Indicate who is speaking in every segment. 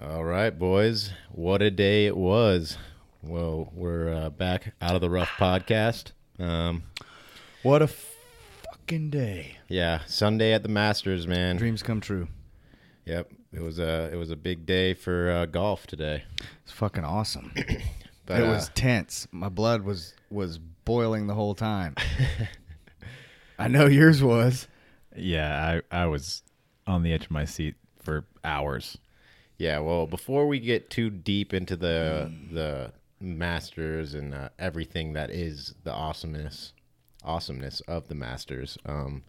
Speaker 1: All right, boys. What a day it was. Well, we're uh, back out of the rough podcast. Um,
Speaker 2: What a fucking day.
Speaker 1: yeah, Sunday at the Masters, man.
Speaker 2: Dreams come true.
Speaker 1: Yep, it was a it was a big day for uh, golf today.
Speaker 2: It's fucking awesome.
Speaker 1: But
Speaker 2: it
Speaker 1: uh,
Speaker 2: was tense. My blood was was boiling the whole time. I know yours was.
Speaker 3: Yeah, I, I was on the edge of my seat for hours.
Speaker 1: Yeah, well, before we get too deep into the the masters and uh, everything that is the awesomeness awesomeness of the masters, um,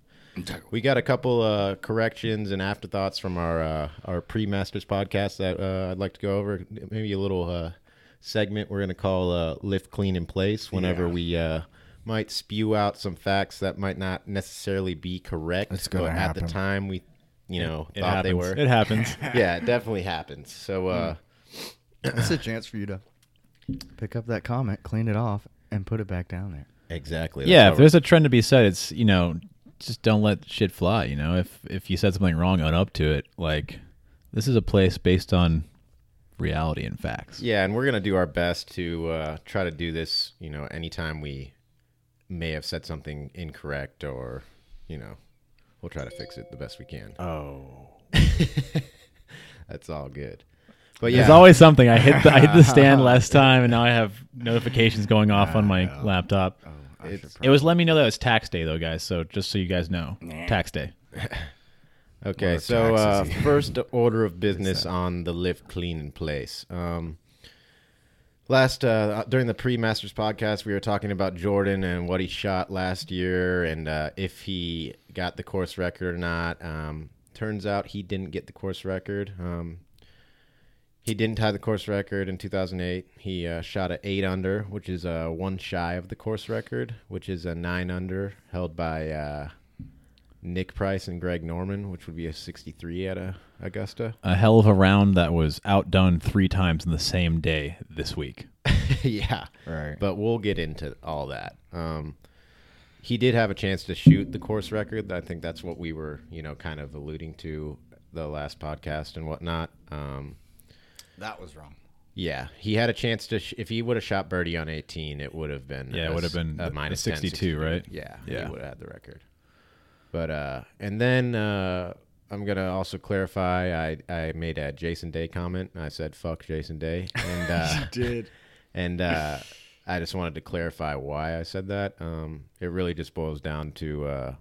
Speaker 1: we got a couple uh, corrections and afterthoughts from our uh, our pre masters podcast that uh, I'd like to go over. Maybe a little uh, segment we're gonna call uh, "Lift Clean in Place" whenever we. Uh, might spew out some facts that might not necessarily be correct,
Speaker 2: It's
Speaker 1: but
Speaker 2: gonna
Speaker 1: at the
Speaker 2: happen.
Speaker 1: time we, you know,
Speaker 3: It
Speaker 1: thought
Speaker 3: happens.
Speaker 1: they were
Speaker 3: It happens.
Speaker 1: yeah, it definitely happens. So uh
Speaker 2: It's a chance for you to pick up that comment, clean it off, and put it back down there.
Speaker 1: exactly.
Speaker 3: yeah, if there's a trend to be said, it's you know, just don't let shit fly. You know, if if you said something wrong, own up to it. Like this is a place based on reality and facts.
Speaker 1: yeah, and we're gonna do our best to uh try to do this, you know, anytime we may have said something incorrect or, you know, we'll try to fix it the best we can. Oh. That's all good. But yeah,
Speaker 3: There's always something. I hit the, I hit the stand last time, and now I have notifications going off on my laptop.
Speaker 1: Oh, it's,
Speaker 3: It was let me know that it's tax day though, guys. So just so you guys know, tax day.
Speaker 1: Okay, so uh, first order of business on the lift clean in place. Um, last uh, during the pre-masters podcast, we were talking about Jordan and what he shot last year, and uh, if he got the course record or not. Um, turns out he didn't get the course record. Um, he didn't tie the course record in 2008. He uh, shot a eight under, which is uh, one shy of the course record, which is a nine under held by uh, Nick Price and Greg Norman, which would be a 63 at uh Augusta.
Speaker 3: A hell of a round that was outdone three times in the same day this week.
Speaker 1: yeah,
Speaker 2: Right.
Speaker 1: but we'll get into all that. Um, he did have a chance to shoot the course record. I think that's what we were, you know, kind of alluding to the last podcast and whatnot. Um,
Speaker 2: That was wrong.
Speaker 1: yeah, he had a chance to. Sh- if he would have shot birdie on 18, it would have been
Speaker 3: Yeah, it
Speaker 1: a
Speaker 3: would have
Speaker 1: s-
Speaker 3: been
Speaker 1: a
Speaker 3: the-
Speaker 1: minus
Speaker 3: the
Speaker 1: 10,
Speaker 3: 62, right?
Speaker 1: Yeah,
Speaker 3: Yeah.
Speaker 1: he would have had the record. But uh, and then uh, I'm gonna also clarify. I I made a Jason Day comment. I said fuck Jason Day, and uh,
Speaker 2: Did
Speaker 1: and uh, I just wanted to clarify why I said that. Um, it really just boils down to uh,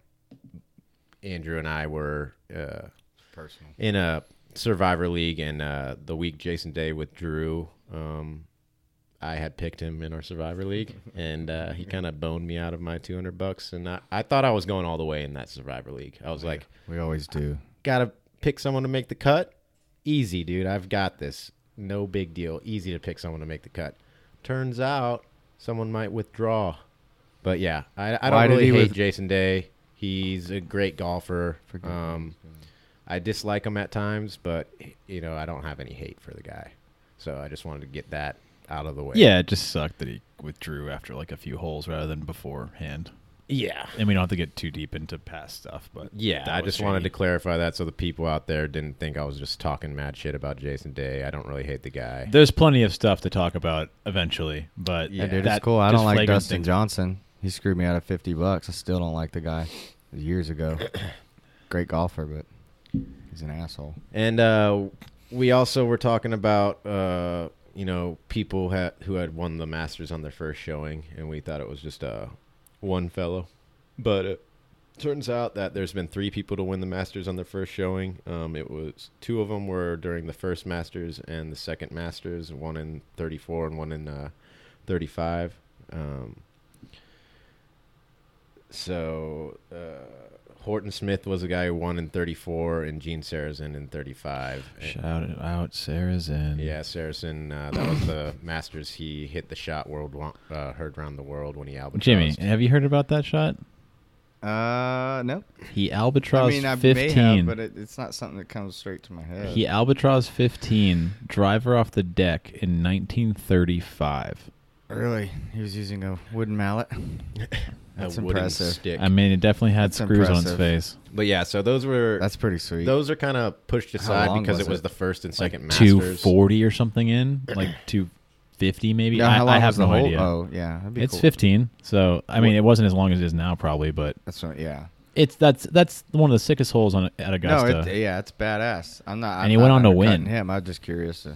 Speaker 1: Andrew and I were. Uh,
Speaker 2: personal.
Speaker 1: in a Survivor League and uh, the week Jason Day withdrew, um, I had picked him in our Survivor League, and uh, he kind of boned me out of my 200 bucks. And I, I thought I was going all the way in that Survivor League. I was like,
Speaker 2: We always do.
Speaker 1: gotta pick someone to make the cut. Easy, dude. I've got this. No big deal. Easy to pick someone to make the cut. Turns out someone might withdraw. But yeah, I, I
Speaker 2: Why
Speaker 1: don't
Speaker 2: did
Speaker 1: really
Speaker 2: he
Speaker 1: hate
Speaker 2: with-
Speaker 1: Jason Day. He's a great golfer.
Speaker 2: Forget what
Speaker 1: Um, I dislike him at times, but you know I don't have any hate for the guy. So I just wanted to get that out of the way.
Speaker 3: Yeah, it just sucked that he withdrew after like a few holes rather than beforehand.
Speaker 1: yeah,
Speaker 3: And we don't have to get too deep into past stuff, but
Speaker 1: yeah.
Speaker 3: that
Speaker 1: I
Speaker 3: was
Speaker 1: just wanted to
Speaker 3: shady.
Speaker 1: clarify that so the people out there didn't think I was just talking mad shit about Jason Day. I don't really hate the guy.
Speaker 3: There's plenty of stuff to talk about eventually, but
Speaker 1: Yeah,
Speaker 2: Yeah, dude,
Speaker 3: that
Speaker 2: it's cool. I don't
Speaker 3: just
Speaker 2: like
Speaker 3: flagrant
Speaker 2: Dustin
Speaker 3: thing-
Speaker 2: Johnson. He screwed me out of fifty bucks. I still don't like the guy. It was years ago, great golfer, but he's an asshole.
Speaker 1: And uh, we also were talking about uh, you know people ha- who had won the Masters on their first showing, and we thought it was just uh, one fellow, but it turns out that there's been three people to win the Masters on their first showing. Um, it was two of them were during the first Masters and the second Masters, one in 34 and one in uh, 35. Um, so uh, Horton Smith was the guy who won in 34, and Gene Sarazen in 35. And-
Speaker 3: Shout it out Sarah's and
Speaker 1: yeah, Sarazen, uh, that was the Masters. He hit the shot world wa- uh, heard round the world when he albatrossed.
Speaker 3: Jimmy, have you heard about that shot?
Speaker 2: Uh, no.
Speaker 3: He albatross
Speaker 2: I mean, I
Speaker 3: 15.
Speaker 2: may have, but it, it's not something that comes straight to my head.
Speaker 3: he albatross 15 driver off the deck in 1935.
Speaker 2: Really? He was using a wooden mallet. That's
Speaker 1: a wooden
Speaker 2: impressive.
Speaker 1: stick.
Speaker 3: I mean, it definitely had
Speaker 2: That's
Speaker 3: screws on
Speaker 2: impressive.
Speaker 3: its face.
Speaker 1: but yeah, so those were
Speaker 2: That's pretty sweet.
Speaker 1: those are kind of pushed aside
Speaker 2: long
Speaker 1: because
Speaker 2: was
Speaker 1: it was
Speaker 2: it?
Speaker 1: the first and second
Speaker 3: Two
Speaker 1: masters.
Speaker 3: forty or something in, like two fifty maybe.
Speaker 2: Now,
Speaker 3: I,
Speaker 2: how
Speaker 3: I
Speaker 2: long
Speaker 3: have
Speaker 2: was the
Speaker 3: no
Speaker 2: whole?
Speaker 3: idea.
Speaker 2: Oh, yeah. That'd be
Speaker 3: it's
Speaker 2: cool.
Speaker 3: fifteen, so I mean, it wasn't as long as it is now, probably, but
Speaker 2: That's what, yeah.
Speaker 3: it's that's that's one of the sickest holes on at Augusta.
Speaker 2: No, it, yeah, it's badass. I'm not. I'm
Speaker 3: uh, he
Speaker 2: not
Speaker 3: went on to
Speaker 2: undercutting
Speaker 3: win.
Speaker 2: Him, I'm just curious. To,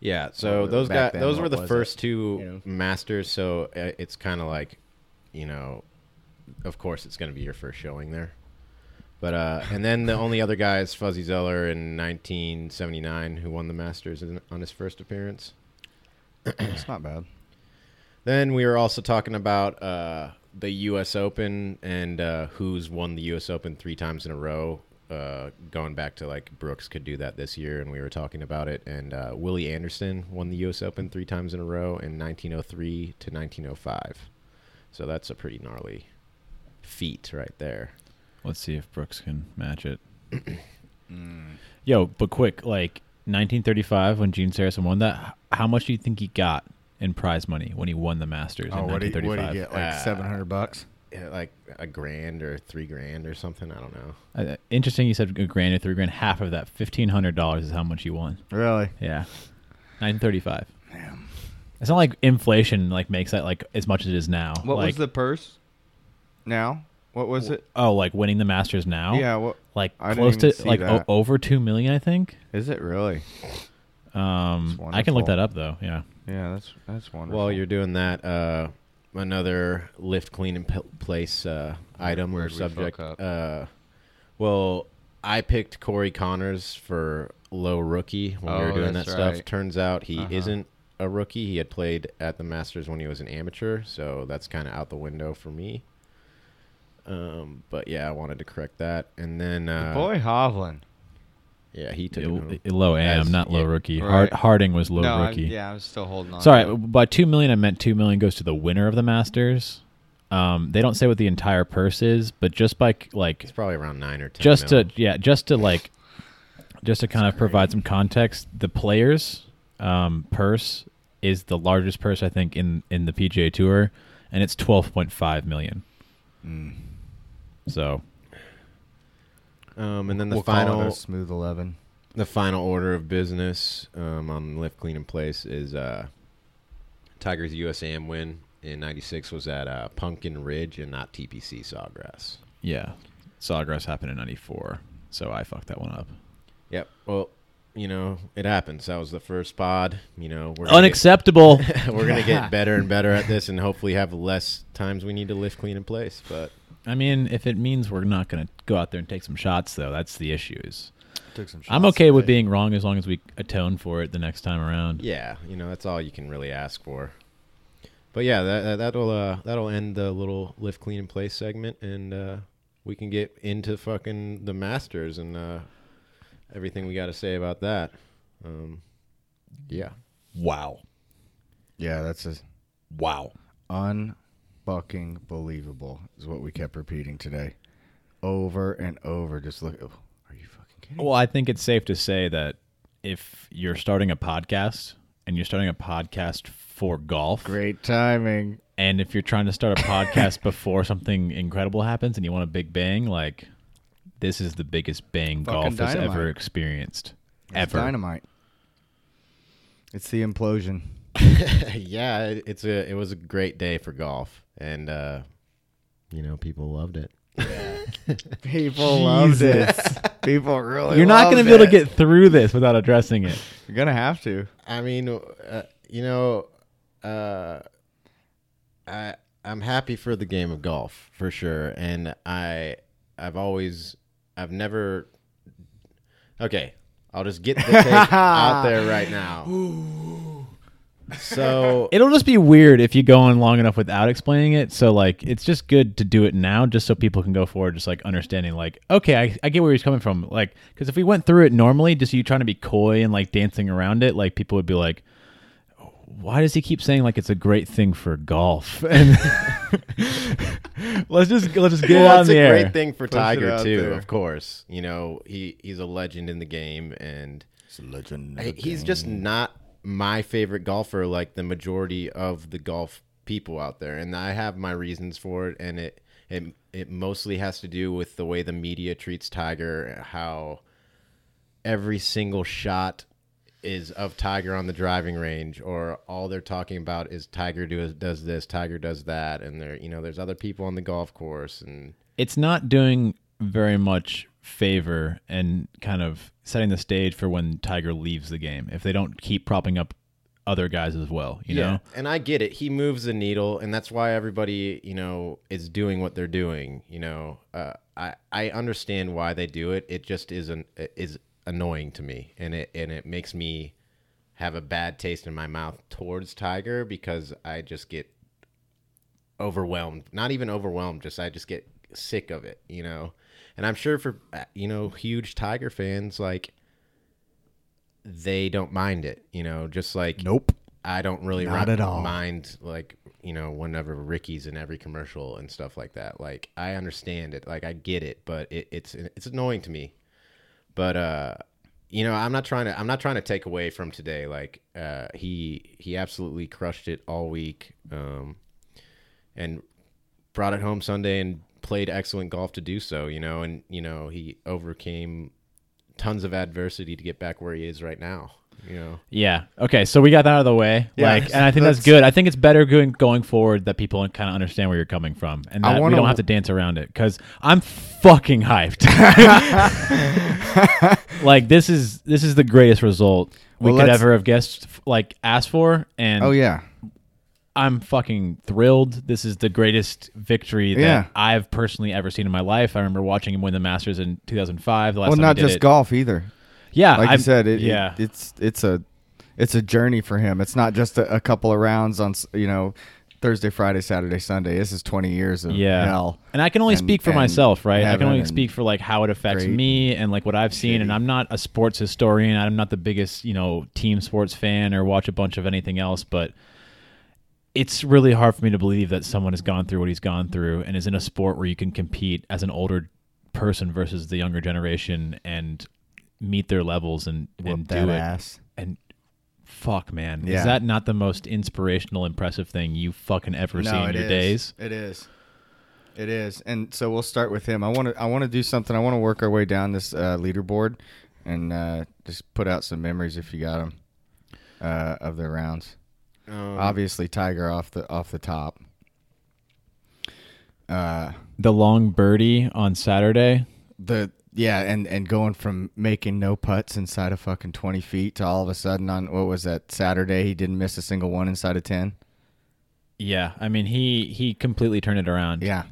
Speaker 1: Yeah, so
Speaker 2: Well,
Speaker 1: those
Speaker 2: back
Speaker 1: got
Speaker 2: then,
Speaker 1: those
Speaker 2: what
Speaker 1: were the
Speaker 2: was
Speaker 1: first
Speaker 2: it?
Speaker 1: two
Speaker 2: You know?
Speaker 1: masters. So uh, it's kind of like, you know, of course it's going to be your first showing there. But uh, and then the only other guy is Fuzzy Zeller in 1979 who won the Masters in, on his first appearance.
Speaker 2: it's not bad.
Speaker 1: Then we were also talking about uh, the U.S. Open and uh, who's won the U.S. Open three times in a row. Uh, going back to like Brooks could do that this year, and we were talking about it. And uh, Willie Anderson won the U.S. Open three times in a row in 1903 to 1905. So that's a pretty gnarly feat right there.
Speaker 3: Let's see if Brooks can match it. Yo, but quick, like 1935 when Gene Saracen won that, h- how much do you think he got in prize money when he won the Masters
Speaker 2: Oh,
Speaker 3: in 1935?
Speaker 1: Ah.
Speaker 2: bucks.
Speaker 1: Yeah, like a grand or three grand or something. I don't know.
Speaker 3: Uh, interesting, you said a grand or three grand. Half of that, fifteen hundred dollars, is how much he won.
Speaker 2: Really?
Speaker 3: Yeah, 1935.
Speaker 2: Damn.
Speaker 3: It's not like inflation like makes that like as much as it is now.
Speaker 2: What
Speaker 3: like,
Speaker 2: was the purse? Now? What was it?
Speaker 3: Oh, like winning the Masters now?
Speaker 2: Yeah. What
Speaker 3: like
Speaker 2: I didn't
Speaker 3: close
Speaker 2: even
Speaker 3: to
Speaker 2: see
Speaker 3: like o-
Speaker 2: that.
Speaker 3: over two million, I think.
Speaker 2: is it? Really?
Speaker 3: Um,
Speaker 2: That's
Speaker 3: I can
Speaker 2: wonderful.
Speaker 3: look that up though. Yeah.
Speaker 2: Yeah. That's that's wonderful.
Speaker 1: While you're doing that, uh, another lift, clean, and p- place uh, item or
Speaker 2: Where'd we fuck
Speaker 1: subject.
Speaker 2: up?
Speaker 1: Uh, well, I picked Corey Connors for low rookie when we
Speaker 2: Oh,
Speaker 1: were doing that
Speaker 2: that's
Speaker 1: stuff.
Speaker 2: right.
Speaker 1: Turns out he
Speaker 2: Uh-huh.
Speaker 1: isn't a rookie. He had played at the Masters when he was an amateur, so that's kind of out the window for me. Um, but yeah, I wanted to correct that. And then,
Speaker 2: The
Speaker 1: uh,
Speaker 2: boy Hovland.
Speaker 1: yeah, he took it home.
Speaker 3: It- it- low AM,
Speaker 1: As-
Speaker 3: not low
Speaker 1: yeah,
Speaker 3: rookie.
Speaker 2: right.
Speaker 3: Hard, Harding was low
Speaker 2: no,
Speaker 3: rookie.
Speaker 2: I'm, yeah, I'm still holding on.
Speaker 3: Sorry,
Speaker 2: to it.
Speaker 3: by two million I meant two million goes to the winner of the Masters. Um, they don't say what the entire purse is, but just by c- like
Speaker 1: It's probably around nine or ten.
Speaker 3: just
Speaker 1: mil.
Speaker 3: to yeah, just to like just to kind of provide some context, the players um, purse is the largest purse I think in in the PGA Tour, and it's twelve point five million.
Speaker 1: Hmm.
Speaker 3: So
Speaker 1: um, and then the
Speaker 2: We'll call it
Speaker 1: final
Speaker 2: a smooth eleven.
Speaker 1: the final order of business um, on lift clean and place is uh, Tiger's USAM win in '96 was at uh, Pumpkin Ridge and not TPC Sawgrass.
Speaker 3: yeah, Sawgrass happened in '94, so I fucked that one up.
Speaker 1: Yep. Well, you know it happens. That was the first pod. You know we're gonna get-
Speaker 3: Unacceptable.
Speaker 1: we're gonna get better and better at this, and hopefully have less times we need to lift clean and place. But
Speaker 3: I mean, if it means we're not going to go out there and take some shots, though, that's the issue. Is
Speaker 2: Took some. Shots
Speaker 3: I'm okay with
Speaker 2: today.
Speaker 3: being wrong as long as we atone for it the next time around.
Speaker 1: yeah, you know that's all you can really ask for. But yeah, that, that that'll uh, that'll end the little lift clean and place segment, and uh, we can get into fucking the Masters and uh, everything we got to say about that. Um, yeah,
Speaker 3: Wow.
Speaker 2: Yeah, that's just
Speaker 3: Wow.
Speaker 2: unfucking believable. Is what we kept repeating today, over and over. Just look. Oh, are you fucking kidding?
Speaker 3: Well, I think it's safe to say that if you're starting a podcast and you're starting a podcast for golf,
Speaker 2: Great timing.
Speaker 3: and if you're trying to start a podcast before something incredible happens and you want a big bang, like this is the biggest bang
Speaker 2: Fucking
Speaker 3: golf has ever
Speaker 2: dynamite.
Speaker 3: experienced.
Speaker 2: It's
Speaker 3: ever.
Speaker 2: dynamite. It's the implosion.
Speaker 1: yeah, it, it's a it was a great day for golf, and uh, you know people loved it.
Speaker 2: People loved it. People really.
Speaker 3: You're not
Speaker 2: loved
Speaker 3: going to be able to
Speaker 2: it.
Speaker 3: get through this without addressing it.
Speaker 2: You're gonna have to.
Speaker 1: I mean, uh, you know, uh, I I'm happy for the game of golf for sure, and I I've always I've never okay. I'll just get the take out there right now. So
Speaker 3: It'll just be weird if you go on long enough without explaining it. So like, it's just good to do it now, just so people can go forward, just like understanding, like, okay, I, I get where he's coming from. Like, because if we went through it normally, just you trying to be coy and like dancing around it, like people would be like, why does he keep saying like it's a great thing for golf? And let's just let's just get it
Speaker 1: Well,
Speaker 3: out in
Speaker 1: it's
Speaker 3: the
Speaker 1: a
Speaker 3: air.
Speaker 1: great thing for
Speaker 2: it
Speaker 1: Tiger
Speaker 2: out
Speaker 1: too,
Speaker 2: there.
Speaker 1: of course. You know, he he's a legend in the game, and
Speaker 2: It's a legend.
Speaker 1: I- he's just not my favorite golfer like the majority of the golf people out there, and I have my reasons for it, and it it it mostly has to do with the way the media treats Tiger, how every single shot is of Tiger on the driving range, or all they're talking about is Tiger does does this, Tiger does that, and there you know there's other people on the golf course, and
Speaker 3: it's not doing very much favor and kind of setting the stage for when Tiger leaves the game if they don't keep propping up other guys as well, you know?
Speaker 1: and I get it. He moves the needle, and that's why everybody, you know, is doing what they're doing. You know, uh, I I understand why they do it. It just isn't is annoying to me, and it and it makes me have a bad taste in my mouth towards Tiger because I just get overwhelmed. Not even overwhelmed, just I just get sick of it. You know, and I'm sure for uh, you know huge Tiger fans like. They don't mind it, you know, just like
Speaker 2: Nope.
Speaker 1: I don't really
Speaker 2: Not
Speaker 1: ri-
Speaker 2: at all.
Speaker 1: mind like you know whenever Ricky's in every commercial and stuff like that. Like I understand it, like I get it, but it, it's it's annoying to me. But uh, you know, I'm not trying to I'm not trying to take away from today. Like uh, he he absolutely crushed it all week, um, and brought it home Sunday and played excellent golf to do so. You know, and you know he overcame tons of adversity to get back where he is right now. You know.
Speaker 3: Yeah. Okay. So we got that out of the way.
Speaker 1: Yeah,
Speaker 3: like, and I think that's,
Speaker 1: that's-
Speaker 3: good. I think it's better going going forward that people kind of understand where you're coming from, and
Speaker 2: I
Speaker 3: that we
Speaker 2: wanna-
Speaker 3: don't have to dance around it. Because I'm fucking hyped. like this is this is the greatest result we
Speaker 2: Well,
Speaker 3: could
Speaker 2: let's-
Speaker 3: ever have guessed, like asked for, and
Speaker 2: Oh yeah.
Speaker 3: I'm fucking thrilled. This is the greatest victory that
Speaker 2: Yeah.
Speaker 3: I've personally ever seen in my life. I remember watching him win the Masters in 2005. The last
Speaker 2: Well,
Speaker 3: time
Speaker 2: not
Speaker 3: he did
Speaker 2: just
Speaker 3: it.
Speaker 2: golf either.
Speaker 3: Yeah,
Speaker 2: Like
Speaker 3: I'm-
Speaker 2: you said, it,
Speaker 3: yeah,
Speaker 2: it, it's it's a it's a journey for him. It's not just a, a couple of rounds on s- you know Thursday, Friday, Saturday, Sunday. This is twenty years of
Speaker 3: yeah.
Speaker 2: hell.
Speaker 3: And I can only
Speaker 2: and-
Speaker 3: speak for
Speaker 2: and
Speaker 3: myself, right? I can
Speaker 2: heaven
Speaker 3: only
Speaker 2: and-
Speaker 3: speak for like how it affects
Speaker 2: great.
Speaker 3: me and like what I've seen. And I'm not a sports historian. I'm not the biggest, you know, team sports fan or watch a bunch of anything else, but it's really hard for me to believe that someone has gone through what he's gone through and is in a sport where you can compete as an older person versus the younger generation and meet their levels and, and
Speaker 2: Whoop
Speaker 3: do
Speaker 2: that
Speaker 3: it.
Speaker 2: ass.
Speaker 3: And fuck, man,
Speaker 2: Yeah.
Speaker 3: is that not the most inspirational, impressive thing you fucking ever seen in
Speaker 2: it
Speaker 3: your
Speaker 2: is.
Speaker 3: days?
Speaker 2: It is. It is. And so we'll start with him. I want to. I want to do something. I want to work our way down this uh, leaderboard and uh, just put out some memories if you got them uh, of the rounds.
Speaker 1: Um,
Speaker 2: Obviously, Tiger off the off the top. Uh,
Speaker 3: the long birdie on Saturday.
Speaker 2: the yeah, and and going from making no putts inside of fucking twenty feet to all of a sudden on what was that Saturday he didn't miss a single one inside of ten.
Speaker 3: Yeah, I mean he he completely turned it around.
Speaker 2: Yeah,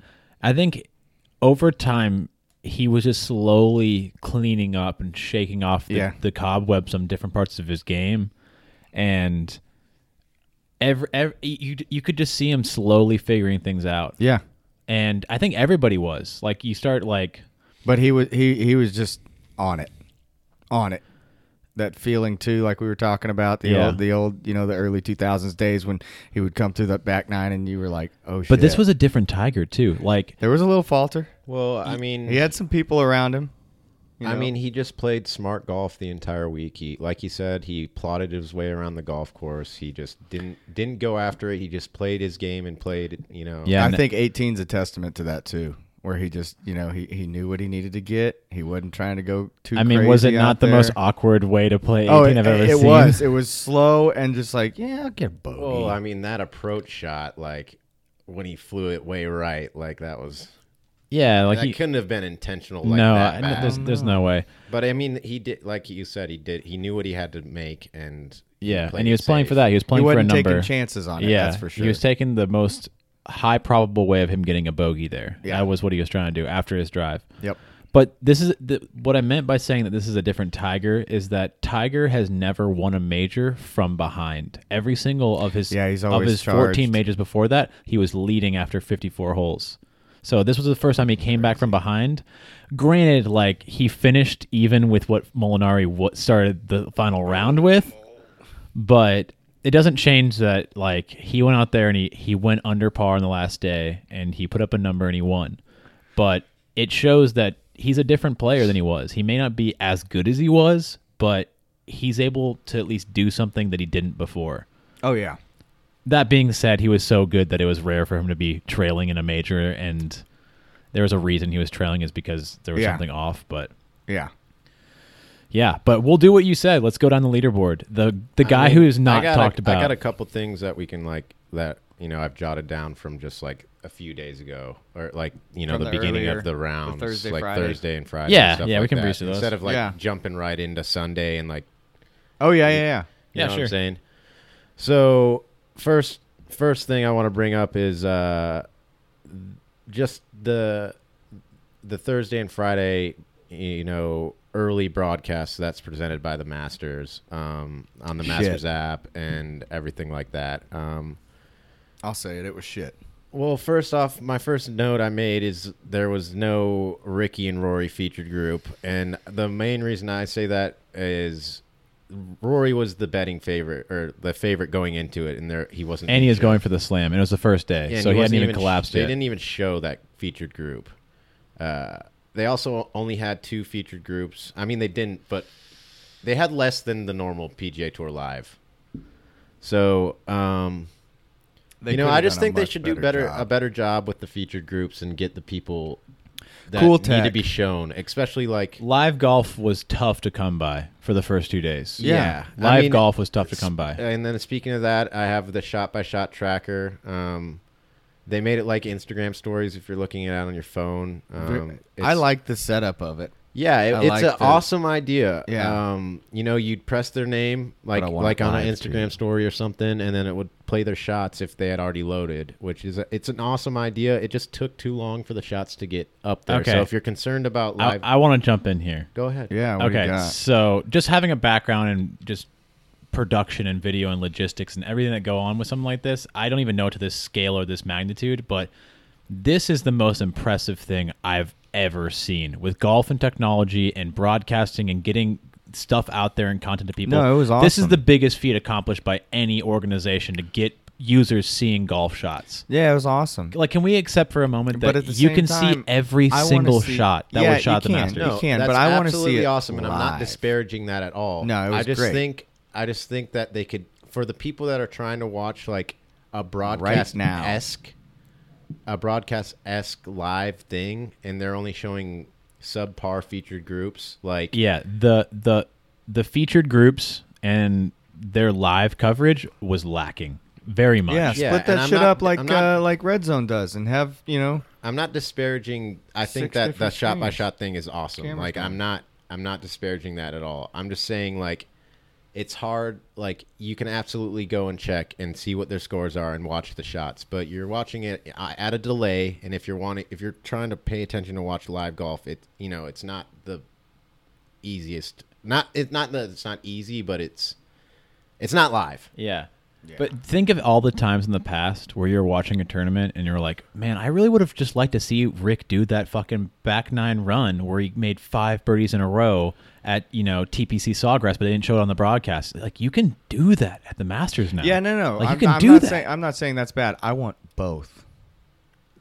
Speaker 3: I think over time he was just slowly cleaning up and shaking off the,
Speaker 2: Yeah.
Speaker 3: the cobwebs on different parts of his game, and every, every you you could just see him slowly figuring things out.
Speaker 2: yeah.
Speaker 3: And I think everybody was like, you start like
Speaker 2: But he was he he was just on it, on it. That feeling too, like we were talking about the
Speaker 3: Yeah.
Speaker 2: old the old you know the early two thousands days when he would come through that back nine and you were like, oh shit.
Speaker 3: but this was a different Tiger too. Like
Speaker 2: there was a little falter.
Speaker 1: Well, I mean,
Speaker 2: He had some people around him. you
Speaker 1: I
Speaker 2: know?
Speaker 1: mean, he just played smart golf the entire week. He, like he said, he plotted his way around the golf course. He just didn't didn't go after it. He just played his game and played. You know,
Speaker 3: Yeah.
Speaker 2: I
Speaker 3: and-
Speaker 2: think 18's a testament to that too, where he just you know he, he knew what he needed to get. He wasn't trying to go too.
Speaker 3: I mean, was it
Speaker 2: crazy
Speaker 3: not
Speaker 2: out
Speaker 3: the most
Speaker 2: there.
Speaker 3: awkward way to play
Speaker 2: Oh,
Speaker 3: anything
Speaker 2: it,
Speaker 3: I've ever
Speaker 2: it
Speaker 3: seen?
Speaker 2: was. It was slow and just like yeah, I'll get a bogey.
Speaker 1: Well, I mean, that approach shot, like when he flew it way right, like that was
Speaker 3: Yeah, like
Speaker 1: that
Speaker 3: he,
Speaker 1: couldn't have been intentional. Like
Speaker 3: no,
Speaker 1: that
Speaker 3: I-
Speaker 1: bad.
Speaker 3: there's there's no way.
Speaker 1: but I mean, he did. Like you said, he did. He knew what he had to make, and he
Speaker 3: Yeah,
Speaker 1: played
Speaker 3: and he was
Speaker 1: it
Speaker 3: playing for
Speaker 1: safe.
Speaker 3: that. He was
Speaker 2: he
Speaker 3: playing for a
Speaker 2: wasn't
Speaker 3: number.
Speaker 2: taking chances on it.
Speaker 3: yeah,
Speaker 2: that's for sure.
Speaker 3: He was taking the most high probable way of him getting a bogey there.
Speaker 2: Yeah.
Speaker 3: That was what he was trying to do after his drive.
Speaker 2: yep.
Speaker 3: But this is the, what I meant by saying that this is a different Tiger is that Tiger has never won a major from behind. Every single of his
Speaker 2: Yeah, he's
Speaker 3: of
Speaker 2: always
Speaker 3: his 14
Speaker 2: charged.
Speaker 3: majors before that, he was leading after 54 holes. So this was the first time he came back from behind. Granted, like he finished even with what Molinari what started the final round with, but it doesn't change that like he went out there and he he went under par on the last day and he put up a number and he won. But it shows that he's a different player than he was. He may not be as good as he was, but he's able to at least do something that he didn't before.
Speaker 2: Oh yeah.
Speaker 3: That being said, he was so good that it was rare for him to be trailing in a major, and there was a reason he was trailing is because there was
Speaker 2: Yeah.
Speaker 3: something off. But
Speaker 2: Yeah.
Speaker 3: yeah, but we'll do what you said. Let's go down the leaderboard. The the
Speaker 1: I
Speaker 3: guy
Speaker 1: mean,
Speaker 3: who is
Speaker 1: I
Speaker 3: not
Speaker 1: got
Speaker 3: talked
Speaker 1: a,
Speaker 3: about.
Speaker 1: I got a couple things that we can like that you know I've jotted down from just like a few days ago or like you know
Speaker 2: From
Speaker 1: the,
Speaker 2: the
Speaker 1: beginning
Speaker 2: earlier-
Speaker 1: of the
Speaker 2: the
Speaker 1: rounds,
Speaker 2: Thursday,
Speaker 1: like
Speaker 2: Friday.
Speaker 1: Thursday and Friday.
Speaker 3: Yeah,
Speaker 1: and stuff
Speaker 3: yeah, we
Speaker 1: like
Speaker 3: can
Speaker 1: that.
Speaker 3: breeze through those.
Speaker 1: instead of like
Speaker 2: Yeah.
Speaker 1: jumping right into Sunday and like
Speaker 2: Oh yeah. Yeah. Yeah.
Speaker 1: you
Speaker 3: Yeah,
Speaker 1: know
Speaker 3: sure.
Speaker 1: what I'm saying? So first first thing I want to bring up is uh just the the Thursday and Friday, you know, early broadcasts that's presented by the Masters um, on the
Speaker 2: Shit.
Speaker 1: Masters app and everything like that. Um,
Speaker 2: I'll say it. It was shit.
Speaker 1: well, first off, my first note I made is there was no Ricky and Rory featured group, and the main reason I say that is Rory was the betting favorite or the favorite going into it, and there he wasn't.
Speaker 3: and he is
Speaker 1: featured.
Speaker 3: going for the slam, and it was the first day,
Speaker 1: And
Speaker 3: so he, hadn't
Speaker 1: wasn't
Speaker 3: even,
Speaker 1: sh-
Speaker 3: collapsed
Speaker 1: They
Speaker 3: yet.
Speaker 1: didn't even show that featured group. Uh, they also only had two featured groups. I mean, they didn't, but they had less than the normal PGA Tour Live. So. Um, you know,
Speaker 2: could've
Speaker 1: I just
Speaker 2: done a
Speaker 1: think they
Speaker 2: much
Speaker 1: should do better
Speaker 2: job.
Speaker 1: a better job with the featured groups and get the people that
Speaker 2: Cool
Speaker 1: need to
Speaker 2: tech.
Speaker 1: be shown, especially like
Speaker 3: Live golf was tough to come by for the first two days.
Speaker 1: Yeah. I
Speaker 3: live
Speaker 1: mean, uh,
Speaker 3: golf was tough to come by.
Speaker 1: And then speaking of that, I have the shot by shot tracker. Um, they made it like Instagram stories if you're looking at it on your phone. Um,
Speaker 2: I
Speaker 1: it's-
Speaker 2: like the setup of it.
Speaker 1: Yeah, it,
Speaker 2: I
Speaker 1: it's
Speaker 2: like
Speaker 1: an
Speaker 2: the-
Speaker 1: awesome idea.
Speaker 2: Yeah.
Speaker 1: Um, you know, you'd press their name like
Speaker 2: I want
Speaker 1: like on an
Speaker 2: live,
Speaker 1: Instagram
Speaker 2: dude.
Speaker 1: story or something, and then it would play their shots if they had already loaded. Which is a, it's an awesome idea. It just took too long for the shots to get up there.
Speaker 3: Okay.
Speaker 1: So if you're concerned about
Speaker 3: I,
Speaker 1: live,
Speaker 3: I want to jump in here.
Speaker 1: go ahead.
Speaker 2: Yeah. What do you
Speaker 3: okay,
Speaker 2: got?
Speaker 3: so just having a background in just production and video and logistics and everything that go on with something like this, I don't even know to this scale or this magnitude, but this is the most impressive thing I've ever seen with golf and technology and broadcasting and getting stuff out there and content to people.
Speaker 2: No, it was
Speaker 3: This is
Speaker 2: awesome.
Speaker 3: the biggest feat accomplished by any organization to get users seeing golf shots.
Speaker 2: Yeah, it was awesome.
Speaker 3: Like, can we accept for a moment
Speaker 2: But
Speaker 3: that
Speaker 2: at the
Speaker 3: you
Speaker 2: same
Speaker 3: can see
Speaker 2: time,
Speaker 3: every
Speaker 2: I wanna
Speaker 3: single
Speaker 2: see-
Speaker 3: shot that
Speaker 2: Yeah,
Speaker 3: was shot at the
Speaker 2: you can.
Speaker 3: Masters?
Speaker 2: No, You can,
Speaker 1: that's
Speaker 2: but I wanna see
Speaker 1: absolutely
Speaker 2: it
Speaker 1: awesome, and I'm not
Speaker 2: live.
Speaker 1: disparaging that at all.
Speaker 2: No, it
Speaker 1: I
Speaker 2: was
Speaker 1: just
Speaker 2: great.
Speaker 1: think I just think that they could for the people that are trying to watch like a broadcast
Speaker 2: now.
Speaker 1: esque a broadcast esque live thing, and they're only showing subpar featured groups. Like
Speaker 3: Yeah, the the the featured groups and their live coverage was lacking very much.
Speaker 2: Yeah,
Speaker 1: Yeah,
Speaker 2: split
Speaker 1: and I'm
Speaker 2: that shit
Speaker 1: not-
Speaker 2: up like
Speaker 1: I'm not-
Speaker 2: uh, like Red Zone does, and have you know.
Speaker 1: I'm not disparaging. I think
Speaker 2: Six
Speaker 1: that the
Speaker 2: different
Speaker 1: shot by
Speaker 2: screens.
Speaker 1: shot thing is awesome.
Speaker 2: Cameras
Speaker 1: like I'm
Speaker 2: going.
Speaker 1: not I'm not disparaging that at all. I'm just saying like it's hard like you can absolutely go and check and see what their scores are and watch the shots, but you're watching it uh, at a delay and if you're wanting if you're trying to pay attention to watch live golf, it you know, it's not the easiest. Not it's not that it's not easy, but it's it's not live.
Speaker 3: Yeah. But think of all the times in the past where you're watching a tournament and you're like, man, I really would have just liked to see Rick do that fucking back nine run where he made five birdies in a row at, you know, TPC Sawgrass, but they didn't show it on the broadcast. Like, you can do that at the Masters now.
Speaker 2: Yeah, no, no.
Speaker 3: Like,
Speaker 2: I'm,
Speaker 3: you can
Speaker 2: I'm
Speaker 3: do
Speaker 2: not
Speaker 3: that.
Speaker 2: saying I'm not saying that's bad. I want both.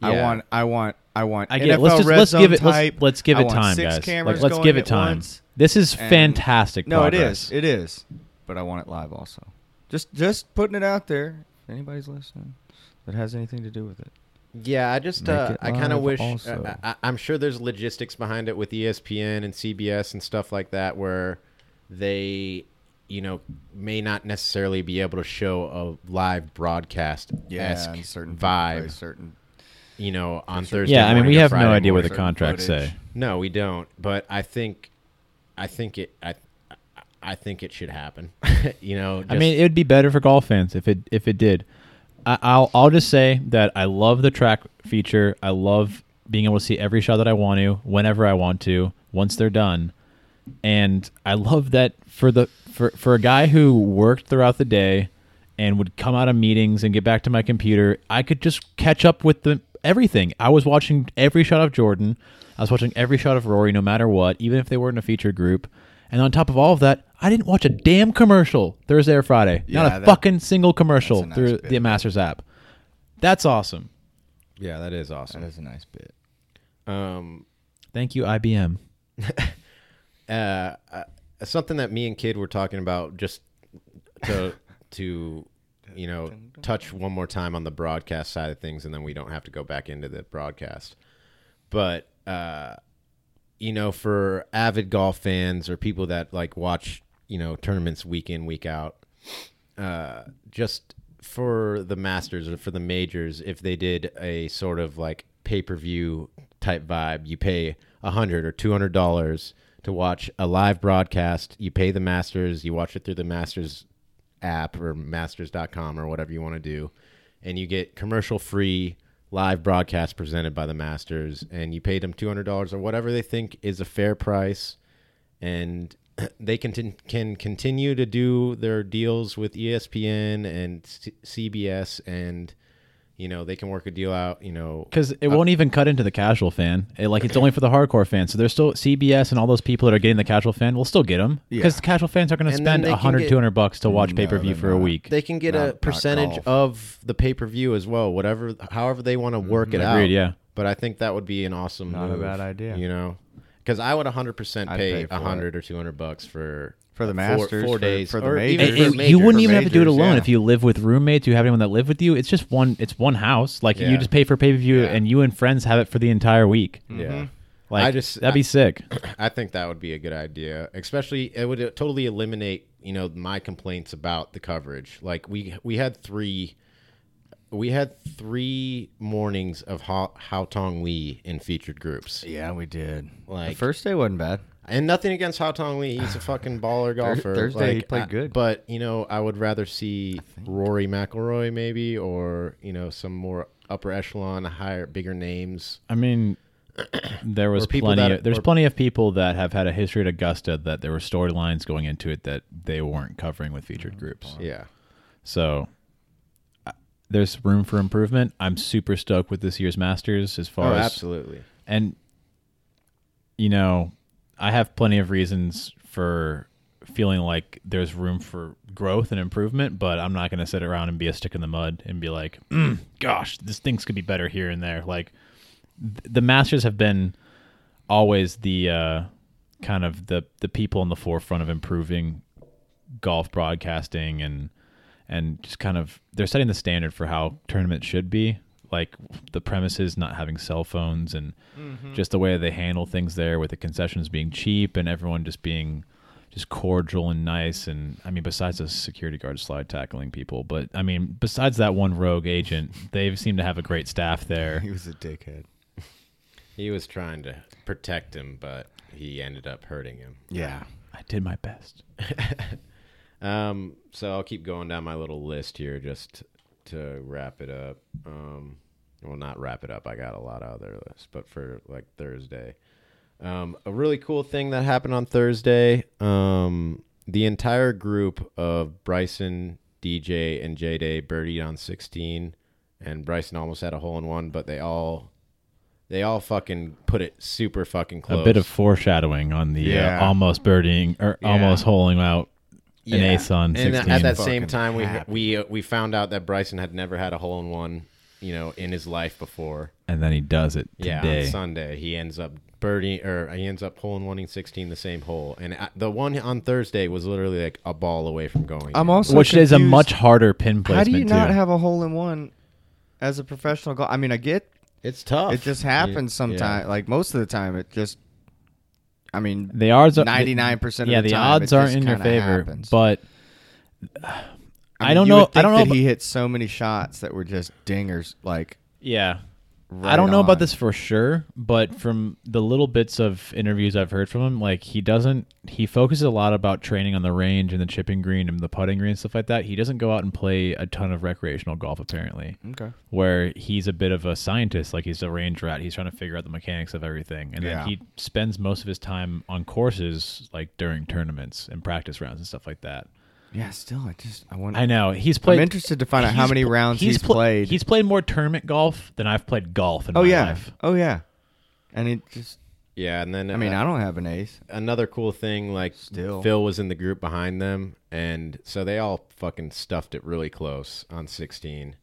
Speaker 2: I
Speaker 1: Yeah.
Speaker 2: want, I want, I want.
Speaker 3: I get it.
Speaker 2: NFL
Speaker 3: Let's just
Speaker 2: Red
Speaker 3: let's
Speaker 2: Zone
Speaker 3: give it let's-
Speaker 2: type.
Speaker 3: let's, give
Speaker 2: I
Speaker 3: it
Speaker 2: want
Speaker 3: time,
Speaker 2: six
Speaker 3: guys.
Speaker 2: cameras
Speaker 3: Like, let's
Speaker 2: going
Speaker 3: give it
Speaker 2: at
Speaker 3: time.
Speaker 2: once.
Speaker 3: This is
Speaker 2: And-
Speaker 3: fantastic.
Speaker 2: No,
Speaker 3: progress.
Speaker 2: it is, it is. But I want it live also. Just, just putting it out there. If anybody's listening that has anything to do with it.
Speaker 1: Yeah, I just
Speaker 2: Make
Speaker 1: uh,
Speaker 2: it
Speaker 1: I kind of wish
Speaker 2: live
Speaker 1: uh,
Speaker 2: also.
Speaker 1: I, I, I'm sure there's logistics behind it with E ESPN and CBS and stuff like that where they you know may not necessarily be able to show a live broadcast esque
Speaker 2: and certain people play
Speaker 1: vibe
Speaker 2: certain.
Speaker 1: you know on
Speaker 2: Certain-
Speaker 1: Thursday
Speaker 3: Yeah, I mean,
Speaker 1: morning
Speaker 3: we
Speaker 1: or
Speaker 3: have
Speaker 1: Friday
Speaker 3: no idea what the
Speaker 1: morning.
Speaker 3: contracts
Speaker 2: footage.
Speaker 3: say.
Speaker 1: no we don't but I think I think it I I- I think it should happen you know
Speaker 3: I
Speaker 1: just-
Speaker 3: mean, it would be better for golf fans if it if it did. I, I'll I'll just say that I love the track feature. I love being able to see every shot that I want to, whenever I want to, once they're done. And I love that for the for for a guy who worked throughout the day and would come out of meetings and get back to my computer, I could just catch up with the everything. I was watching every shot of Jordan. I was watching every shot of Rory, no matter what, even if they were in a featured group. And on top of all of that, I didn't watch a damn commercial Thursday or Friday. Not
Speaker 2: Yeah,
Speaker 3: a
Speaker 2: that-
Speaker 3: fucking single commercial
Speaker 2: that's a nice
Speaker 3: through
Speaker 2: bit.
Speaker 3: the Masters app. That's awesome.
Speaker 1: yeah that is awesome
Speaker 2: That is a nice bit.
Speaker 1: um
Speaker 3: Thank you, IBM.
Speaker 1: uh, something that me and Kid were talking about just to to you know touch one more time on the broadcast side of things, and then we don't have to go back into the broadcast. But uh, you know, for avid golf fans or people that like watch you know tournaments week in week out, uh, just for the masters or for the majors, if they did a sort of like pay per view type vibe, you pay a hundred or two hundred dollars to watch a live broadcast. You pay the masters, you watch it through the masters app or masters.com or whatever you want to do, and you get commercial free live broadcast presented by the masters, and you paid them two hundred dollars or whatever they think is a fair price and they can can continue to do their deals with E ESPN and C- CBS, and you know they can work a deal out. You know,
Speaker 3: Because it won't even cut into the casual fan. It, like it's only for the hardcore fan. So there's still CBS and all those people that are getting the casual fan. We'll still get them because the casual fans aren't going to
Speaker 1: And then
Speaker 3: spend
Speaker 1: they can
Speaker 3: 100,
Speaker 1: get-
Speaker 3: 200 bucks to watch
Speaker 2: No,
Speaker 3: pay per view
Speaker 2: they're
Speaker 3: for a
Speaker 2: not.
Speaker 3: week.
Speaker 1: they can get
Speaker 2: Not-
Speaker 1: a
Speaker 2: not
Speaker 1: percentage
Speaker 2: golf.
Speaker 1: of the pay per view as well. Whatever, however they want to work it out.
Speaker 3: Agreed, yeah.
Speaker 1: But I think that would be an awesome.
Speaker 2: Mm-hmm. Not a
Speaker 1: move,
Speaker 2: bad idea.
Speaker 1: You know, because I would 100 percent
Speaker 2: I'd
Speaker 1: pay
Speaker 2: pay for
Speaker 1: 100 or 200 bucks for
Speaker 2: For the
Speaker 1: four-
Speaker 2: Masters,
Speaker 1: four,
Speaker 2: for-
Speaker 1: days,
Speaker 2: for the
Speaker 1: or even
Speaker 2: majors.
Speaker 3: And-
Speaker 1: for
Speaker 3: and
Speaker 2: major-
Speaker 3: you
Speaker 1: majors.
Speaker 3: wouldn't even
Speaker 2: for
Speaker 3: have to do it
Speaker 2: majors,
Speaker 3: alone
Speaker 2: yeah.
Speaker 3: if you live with roommates. You have anyone that live with you. It's just one. It's one house. Like
Speaker 1: Yeah.
Speaker 3: you just pay for pay per view,
Speaker 1: Yeah.
Speaker 3: and you and friends have it for the entire week.
Speaker 1: Yeah.
Speaker 2: mm-hmm.
Speaker 3: Like
Speaker 1: I just-
Speaker 3: that'd be sick.
Speaker 1: I think that would be a good idea. Especially, it would totally eliminate you know my complaints about the coverage. Like we we had three, we had three mornings of Hao, Hao Tong Lee in featured groups,
Speaker 2: Yeah, we did. the
Speaker 1: Like-
Speaker 2: first day wasn't bad.
Speaker 1: and nothing against Hao Tong Lee. He's a fucking baller golfer.
Speaker 2: Thursday he
Speaker 1: Like,
Speaker 2: played
Speaker 1: I-
Speaker 2: good.
Speaker 1: but you know I would rather see Rory McIlroy maybe, or you know some more upper echelon, higher, bigger names.
Speaker 3: I mean, there was
Speaker 1: Or people
Speaker 3: plenty.
Speaker 1: that-
Speaker 3: of, there's
Speaker 1: or-
Speaker 3: plenty of people that have had a history at Augusta that there were storylines going into it that they weren't covering with featured groups.
Speaker 1: Yeah.
Speaker 3: So I- there's room for improvement. I'm super stoked with this year's Masters as far
Speaker 1: Oh,
Speaker 3: as
Speaker 1: absolutely.
Speaker 3: and you know, I have plenty of reasons for feeling like there's room for growth and improvement, but I'm not going to sit around and be a stick in the mud and be like, mm, gosh, this things could be better here and there. Like th- the Masters have been always the uh, kind of the the people on the forefront of improving golf broadcasting and and just kind of they're setting the standard for how tournaments should be like the premises not having cell phones and just the way they handle things there with the concessions being cheap and everyone just being just cordial and nice and i mean besides the security guard slide tackling people but i mean besides that one rogue agent they seem to have a great staff there
Speaker 2: He was a dickhead.
Speaker 1: He was trying to protect him, but he ended up hurting him.
Speaker 2: Yeah.
Speaker 3: i did my best
Speaker 1: Um, so I'll keep going down my little list here just to wrap it up. Um, well, not wrap it up. I got a lot of other lists, but for like Thursday, um, a really cool thing that happened on Thursday. Um, the entire group of Bryson, DJ, and J Day birdied on 16, and Bryson almost had a hole in one, but they all they all fucking put it super fucking close.
Speaker 3: a bit of foreshadowing on the
Speaker 2: Yeah.
Speaker 3: uh, almost birding or almost holing out an
Speaker 1: Yeah.
Speaker 3: ace on
Speaker 1: and
Speaker 3: 16
Speaker 1: at that same
Speaker 2: Fucking
Speaker 1: time we
Speaker 2: happy.
Speaker 1: we uh, we found out that Bryson had never had a hole in one you know in his life before
Speaker 3: and then he does it
Speaker 1: yeah
Speaker 3: today
Speaker 1: on Sunday he ends up birdie or he ends up hole in one in 16 the same hole and uh, the one on Thursday was literally like a ball away from going
Speaker 2: I'm
Speaker 1: in.
Speaker 2: also
Speaker 3: which is a
Speaker 2: confused.
Speaker 3: much harder pin
Speaker 2: How
Speaker 3: placement
Speaker 2: do you not
Speaker 3: too.
Speaker 2: have a hole in one as a professional golf? I mean, I get
Speaker 1: it's tough
Speaker 2: it just happens sometimes. Like most of the time, it just. I mean,
Speaker 3: they are
Speaker 2: ninety nine percent.
Speaker 3: yeah
Speaker 2: of the,
Speaker 3: the,
Speaker 2: time,
Speaker 3: odds
Speaker 2: it
Speaker 3: aren't
Speaker 2: just
Speaker 3: in your
Speaker 2: kinda
Speaker 3: favor
Speaker 2: happens.
Speaker 3: but I,
Speaker 2: mean,
Speaker 3: don't
Speaker 2: you
Speaker 3: know
Speaker 2: would
Speaker 3: i
Speaker 2: think
Speaker 3: don't know
Speaker 2: that
Speaker 3: about-
Speaker 2: he hit so many shots that were just dingers. Like
Speaker 3: yeah
Speaker 2: right
Speaker 3: i don't know
Speaker 2: on.
Speaker 3: about this for sure but from the little bits of interviews i've heard from him like he doesn't he focuses a lot about training on the range and the chipping green and the putting green and stuff like that he doesn't go out and play a ton of recreational golf apparently
Speaker 2: Okay.
Speaker 3: where he's a bit of a scientist, like he's a range rat. He's trying to figure out the mechanics of everything, and
Speaker 2: Yeah.
Speaker 3: then he spends most of his time on courses, like during tournaments and practice rounds and stuff like that.
Speaker 2: Yeah. Still, I just I want.
Speaker 3: I know he's played.
Speaker 2: I'm interested to find out how
Speaker 3: he's
Speaker 2: many
Speaker 3: pl-
Speaker 2: rounds he's,
Speaker 3: pl-
Speaker 2: played.
Speaker 3: He's played more tournament golf than I've played golf in
Speaker 2: oh
Speaker 3: my
Speaker 2: yeah.
Speaker 3: life.
Speaker 2: Oh yeah. And it just.
Speaker 1: yeah and then
Speaker 2: I mean,
Speaker 1: uh,
Speaker 2: I don't have an ace.
Speaker 1: another cool thing like
Speaker 2: Still.
Speaker 1: Phil was in the group behind them and so they all fucking stuffed it really close on 16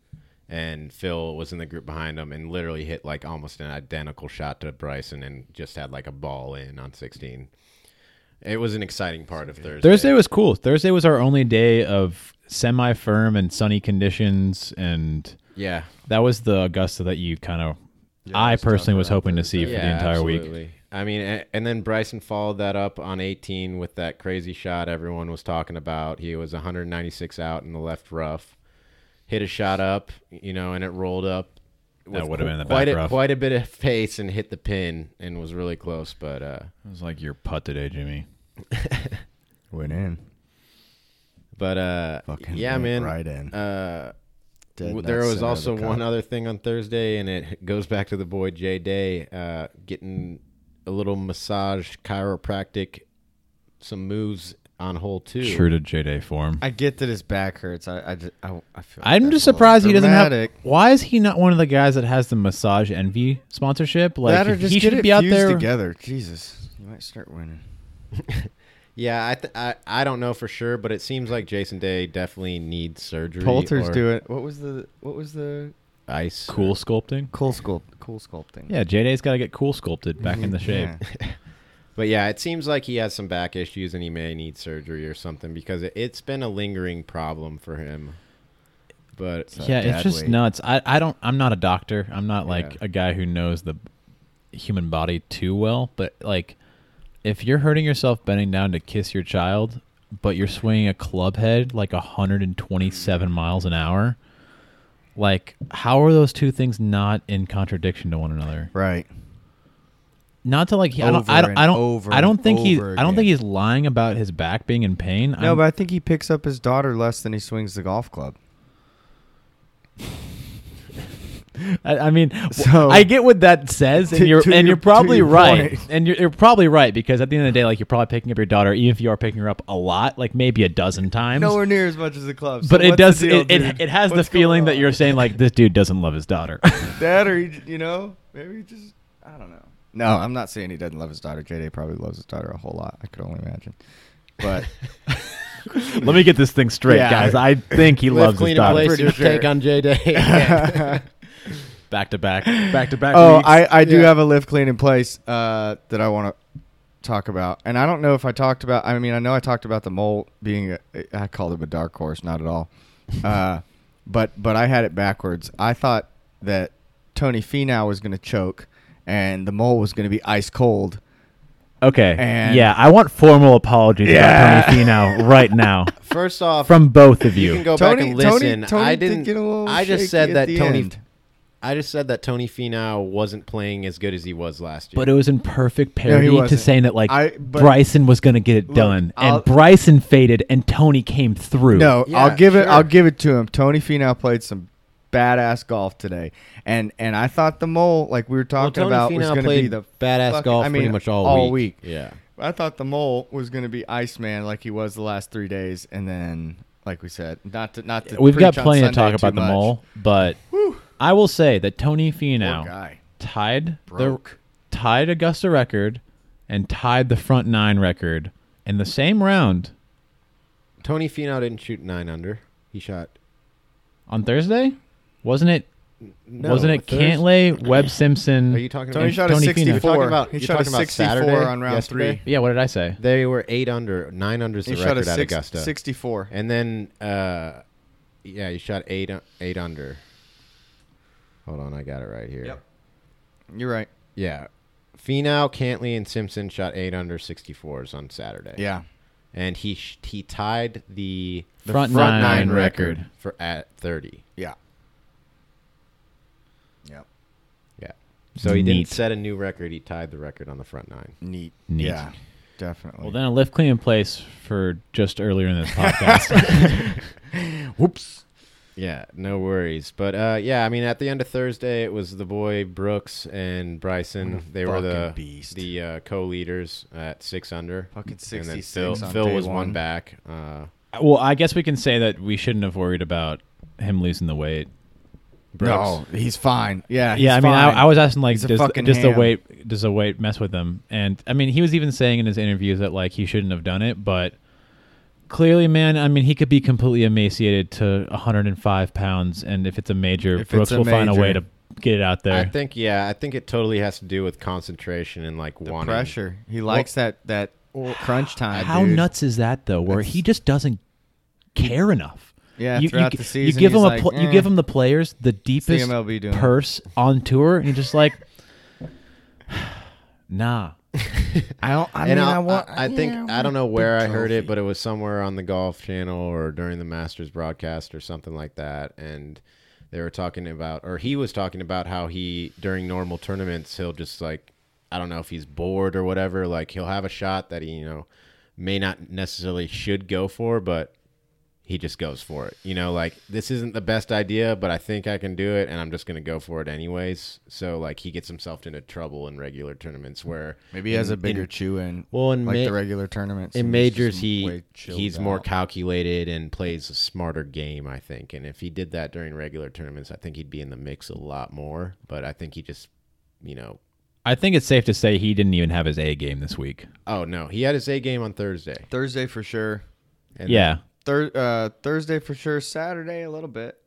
Speaker 1: and Phil was in the group behind them and literally hit like almost an identical shot to Bryson and just had like a ball in on 16 It was an exciting part of Thursday.
Speaker 3: Thursday was cool. Thursday was our only day of semi firm and sunny conditions, and
Speaker 1: yeah,
Speaker 3: that was the Augusta that you kind of. I
Speaker 2: was
Speaker 3: personally
Speaker 2: tough
Speaker 3: was
Speaker 2: around
Speaker 3: hoping to see for the entire week.
Speaker 1: absolutely. I mean, a- and then Bryson followed that up on 18 with that crazy shot everyone was talking about. He was 196 out in the left rough, hit a shot up, you know, and it rolled up. with
Speaker 3: would've been in the
Speaker 1: quite
Speaker 3: back
Speaker 1: a,
Speaker 3: rough.
Speaker 1: Quite a bit of pace and hit the pin and was really close, but uh,
Speaker 3: It was like your putt today, Jimmy.
Speaker 2: Went in.
Speaker 1: but uh,
Speaker 2: Fucking
Speaker 1: yeah,
Speaker 2: went
Speaker 1: man.
Speaker 2: right in.
Speaker 1: Uh,
Speaker 2: Dead
Speaker 1: w-
Speaker 2: nuts
Speaker 1: there was
Speaker 2: center of
Speaker 1: also
Speaker 2: the cup.
Speaker 1: one other thing on Thursday, and it goes back to the boy Jay Day uh, getting a little massage, chiropractic, some moves on hole two.
Speaker 3: True to J Day form.
Speaker 2: I get that his back hurts. I I just, I, I feel. like
Speaker 3: I'm
Speaker 2: that's
Speaker 3: just
Speaker 2: a little
Speaker 3: surprised he doesn't have.
Speaker 2: dramatic.
Speaker 3: Why is he not one of the guys that has the massage envy sponsorship? Like
Speaker 2: that or just
Speaker 3: he
Speaker 2: get
Speaker 3: should
Speaker 2: it
Speaker 3: be out
Speaker 2: fused
Speaker 3: there.
Speaker 2: together. Jesus, you might start winning.
Speaker 1: Yeah, I, th- I I don't know for sure, but it seems like Jason Day definitely needs surgery.
Speaker 2: Poulter's
Speaker 1: or
Speaker 2: doing. What was the what was the
Speaker 1: ice.
Speaker 3: Cool sculpting.
Speaker 2: cool sculpt cool sculpting?
Speaker 3: Yeah, J Day's got to get cool sculpted back in the shape.
Speaker 2: Mm-hmm. Yeah.
Speaker 1: But yeah, it seems like he has some back issues and he may need surgery or something because it, it's been a lingering problem for him. But
Speaker 2: So-
Speaker 3: yeah,
Speaker 2: dad
Speaker 3: it's just
Speaker 2: weight.
Speaker 3: nuts. I, I don't. I'm not a doctor. I'm not like
Speaker 1: Yeah.
Speaker 3: a guy who knows the human body too well. But like, if you're hurting yourself bending down to kiss your child, but you're swinging a club head like 127 miles an hour, like how are those two things not in contradiction to one another?
Speaker 2: Right.
Speaker 3: Not to like. I don't. I
Speaker 2: Over
Speaker 3: don't.
Speaker 2: and
Speaker 3: I don't.
Speaker 2: over
Speaker 3: I don't
Speaker 2: and
Speaker 3: think he's.
Speaker 2: over
Speaker 3: I don't
Speaker 2: again.
Speaker 3: think he's lying about his back being in pain.
Speaker 2: No,
Speaker 3: I'm-
Speaker 2: but I think he picks up his daughter less than he swings the golf club.
Speaker 3: I, I mean,
Speaker 2: So-
Speaker 3: I get what that says, and
Speaker 2: To-
Speaker 3: you're
Speaker 2: to
Speaker 3: and
Speaker 2: your-
Speaker 3: you're probably
Speaker 2: to your
Speaker 3: right,
Speaker 2: point.
Speaker 3: and you're, you're probably right because at the end of the day, like you're probably picking up your daughter, even if you are picking her up a lot, like maybe a dozen times.
Speaker 2: Nowhere near as much as the club.
Speaker 3: but it does it,
Speaker 2: dude?
Speaker 3: it, it has
Speaker 2: What's
Speaker 3: the feeling
Speaker 2: going
Speaker 3: that
Speaker 2: on?
Speaker 3: you're saying like this dude doesn't love his daughter.
Speaker 2: that or he, j- you know maybe he just I don't know. No, I'm not saying he doesn't love his daughter. JD probably loves his daughter a whole lot. I could only imagine. But
Speaker 3: Let me get this thing straight,
Speaker 2: Yeah.
Speaker 3: guys. I think he
Speaker 1: Lift
Speaker 3: loves his
Speaker 1: clean and
Speaker 3: daughter.
Speaker 1: place your
Speaker 2: Pretty sure.
Speaker 1: take on J Day.
Speaker 3: Back to back, back to back.
Speaker 2: oh,
Speaker 3: weeks.
Speaker 2: I, I do
Speaker 1: Yeah.
Speaker 2: have a lift clean in place uh, that I want to talk about, and I don't know if I talked about. I mean, I know I talked about the mole being. A, I called him a dark horse, not at all. Uh, but but I had it backwards. I thought that Tony Finau was going to choke, and the mole was going to be ice cold.
Speaker 3: okay.
Speaker 2: and-
Speaker 3: yeah, I want formal apologies
Speaker 2: Yeah.
Speaker 3: about Tony Finau right now
Speaker 1: First off,
Speaker 3: from both of
Speaker 1: you
Speaker 3: you.
Speaker 1: can go back
Speaker 2: Tony-
Speaker 1: and
Speaker 2: Tony-
Speaker 1: listen.
Speaker 2: Tony
Speaker 1: I
Speaker 2: did
Speaker 1: didn't.
Speaker 2: get a little
Speaker 1: I just
Speaker 2: shaky
Speaker 1: said
Speaker 2: at
Speaker 1: that
Speaker 2: the
Speaker 1: Tony.
Speaker 2: end.
Speaker 1: I just said that Tony Finau wasn't playing as good as he was last year.
Speaker 3: But it was in perfect
Speaker 2: he
Speaker 3: parody to
Speaker 2: wasn't.
Speaker 3: saying that like
Speaker 2: I- but-
Speaker 3: Bryson was going to get it
Speaker 2: Look,
Speaker 3: done,
Speaker 2: I'll-
Speaker 3: and Bryson faded, and Tony came through.
Speaker 2: No,
Speaker 1: Yeah,
Speaker 2: I'll give it. I'll
Speaker 1: sure.
Speaker 2: give it to him. Tony Finau played some badass golf today, and and I thought the mole, like we were talking
Speaker 1: Tony
Speaker 2: about, was
Speaker 1: Finau
Speaker 2: going to be
Speaker 1: played
Speaker 2: the
Speaker 1: badass
Speaker 2: fucking-
Speaker 1: golf
Speaker 2: I mean,
Speaker 1: pretty much all,
Speaker 2: week.
Speaker 1: Yeah.
Speaker 2: I thought the mole was going to be Iceman like he was the last three days, and then like we said, not to not to.
Speaker 3: we've got
Speaker 2: preach on
Speaker 3: plenty to
Speaker 2: Sunday
Speaker 3: talk about
Speaker 2: too
Speaker 3: the
Speaker 2: much.
Speaker 3: mole, but I will say that Tony Finau
Speaker 2: Poor guy.
Speaker 3: tied
Speaker 2: Broke.
Speaker 3: the tied Augusta record and tied the front nine record in the same round
Speaker 1: Tony Finau didn't shoot nine under. He shot.
Speaker 3: on Thursday. Wasn't it?
Speaker 1: No,
Speaker 3: wasn't it
Speaker 1: Thurs-
Speaker 3: Cantley, Webb Simpson?
Speaker 1: Are you talking
Speaker 2: Tony
Speaker 1: about?
Speaker 2: shot
Speaker 3: Tony
Speaker 2: a
Speaker 3: Finau.
Speaker 2: sixty-four.
Speaker 1: You're talking about-
Speaker 2: he
Speaker 1: you're
Speaker 2: shot a
Speaker 1: talking about
Speaker 2: sixty-four
Speaker 1: Saturday,
Speaker 2: on round
Speaker 1: yesterday?
Speaker 2: three.
Speaker 3: yeah. What did I say?
Speaker 1: They were eight under, nine unders the
Speaker 2: He shot
Speaker 1: record
Speaker 2: a
Speaker 1: at
Speaker 2: six,
Speaker 1: Augusta,
Speaker 2: sixty-four.
Speaker 1: and then uh, yeah, you shot eight u- eight under. Hold on, I got it right here.
Speaker 2: Yep. You're right.
Speaker 1: Yeah, Finau, Cantley, and Simpson shot eight under sixty fours on Saturday.
Speaker 2: Yeah.
Speaker 1: and he sh- he tied the, the
Speaker 3: Front nine record.
Speaker 1: for at thirty.
Speaker 2: Yeah. Yep.
Speaker 1: Yeah, so he didn't
Speaker 3: Neat.
Speaker 1: set a new record. He tied the record on the front nine.
Speaker 2: Neat.
Speaker 3: Neat.
Speaker 2: Yeah. Definitely.
Speaker 3: Well, then a lift clean in place for just earlier in this podcast.
Speaker 2: whoops.
Speaker 1: Yeah, no worries. But uh, yeah, I mean, at the end of Thursday, it was the boy Brooks and Bryson.
Speaker 2: What a
Speaker 1: They were the
Speaker 2: fucking beast.
Speaker 1: the uh, co-leaders at six under.
Speaker 2: Fucking
Speaker 1: And then
Speaker 2: 66
Speaker 1: Phil,
Speaker 2: on
Speaker 1: Phil
Speaker 2: day
Speaker 1: was one,
Speaker 2: one.
Speaker 1: back. Uh,
Speaker 3: Well, I guess we can say that we shouldn't have worried about him losing the weight.
Speaker 2: No, he's fine. Yeah. he's
Speaker 3: yeah, I mean,
Speaker 2: fine.
Speaker 3: I, I was asking like,
Speaker 2: He's a
Speaker 3: does,
Speaker 2: fucking
Speaker 3: does the
Speaker 2: ham.
Speaker 3: weight does the weight mess with him? And I mean, he was even saying in his interviews that like he shouldn't have done it, but clearly, man, I mean, he could be completely emaciated to 105 pounds, and if it's a major,
Speaker 2: If it's
Speaker 3: Brooks
Speaker 2: a
Speaker 3: will find a way
Speaker 2: major.
Speaker 3: to get it out
Speaker 1: I
Speaker 3: there.
Speaker 1: think yeah, I think it totally has to do with concentration and like
Speaker 2: the
Speaker 1: wanting.
Speaker 2: pressure. He likes that that
Speaker 1: or
Speaker 2: Crunch time.
Speaker 3: How
Speaker 2: Uh, dude.
Speaker 3: nuts is that though? Where he just doesn't care enough.
Speaker 2: Yeah,
Speaker 3: you,
Speaker 2: throughout
Speaker 3: you,
Speaker 2: the
Speaker 3: you
Speaker 2: season,
Speaker 3: give
Speaker 2: he's
Speaker 3: him
Speaker 2: like,
Speaker 3: a pl- you
Speaker 2: eh.
Speaker 3: give him the players the deepest
Speaker 2: MLB doing it.
Speaker 3: purse on tour, and you're just like, nah.
Speaker 2: I don't.
Speaker 1: and
Speaker 2: I mean,
Speaker 1: I'll-
Speaker 2: I want.
Speaker 1: I, I think I don't know where I heard it, but it was somewhere on the Golf Channel or during the Masters broadcast or something like that. And they were talking about, or he was talking about how he during normal tournaments he'll just like, I don't know if he's bored or whatever. Like he'll have a shot that he you know may not necessarily should go for, but he just goes for it. You know, like this isn't the best idea, but I think I can do it, and I'm just gonna go for it anyways. So like he gets himself into trouble in regular tournaments where
Speaker 2: Maybe he has a
Speaker 1: in-
Speaker 2: bigger chew in.
Speaker 1: well, in
Speaker 2: like
Speaker 1: ma-
Speaker 2: the regular tournaments.
Speaker 1: in
Speaker 2: and he's just
Speaker 1: majors
Speaker 2: way
Speaker 1: he
Speaker 2: chilled
Speaker 1: he's more
Speaker 2: out.
Speaker 1: calculated and plays a smarter game i think and if he did that during regular tournaments i think he'd be in the mix a lot more but i think he just you know
Speaker 3: I think it's safe to say he didn't even have his A game this week.
Speaker 1: oh no he had his a game on thursday
Speaker 2: Thursday for sure.
Speaker 1: and
Speaker 3: yeah,
Speaker 2: Thur- uh, Thursday for sure. Saturday a little bit.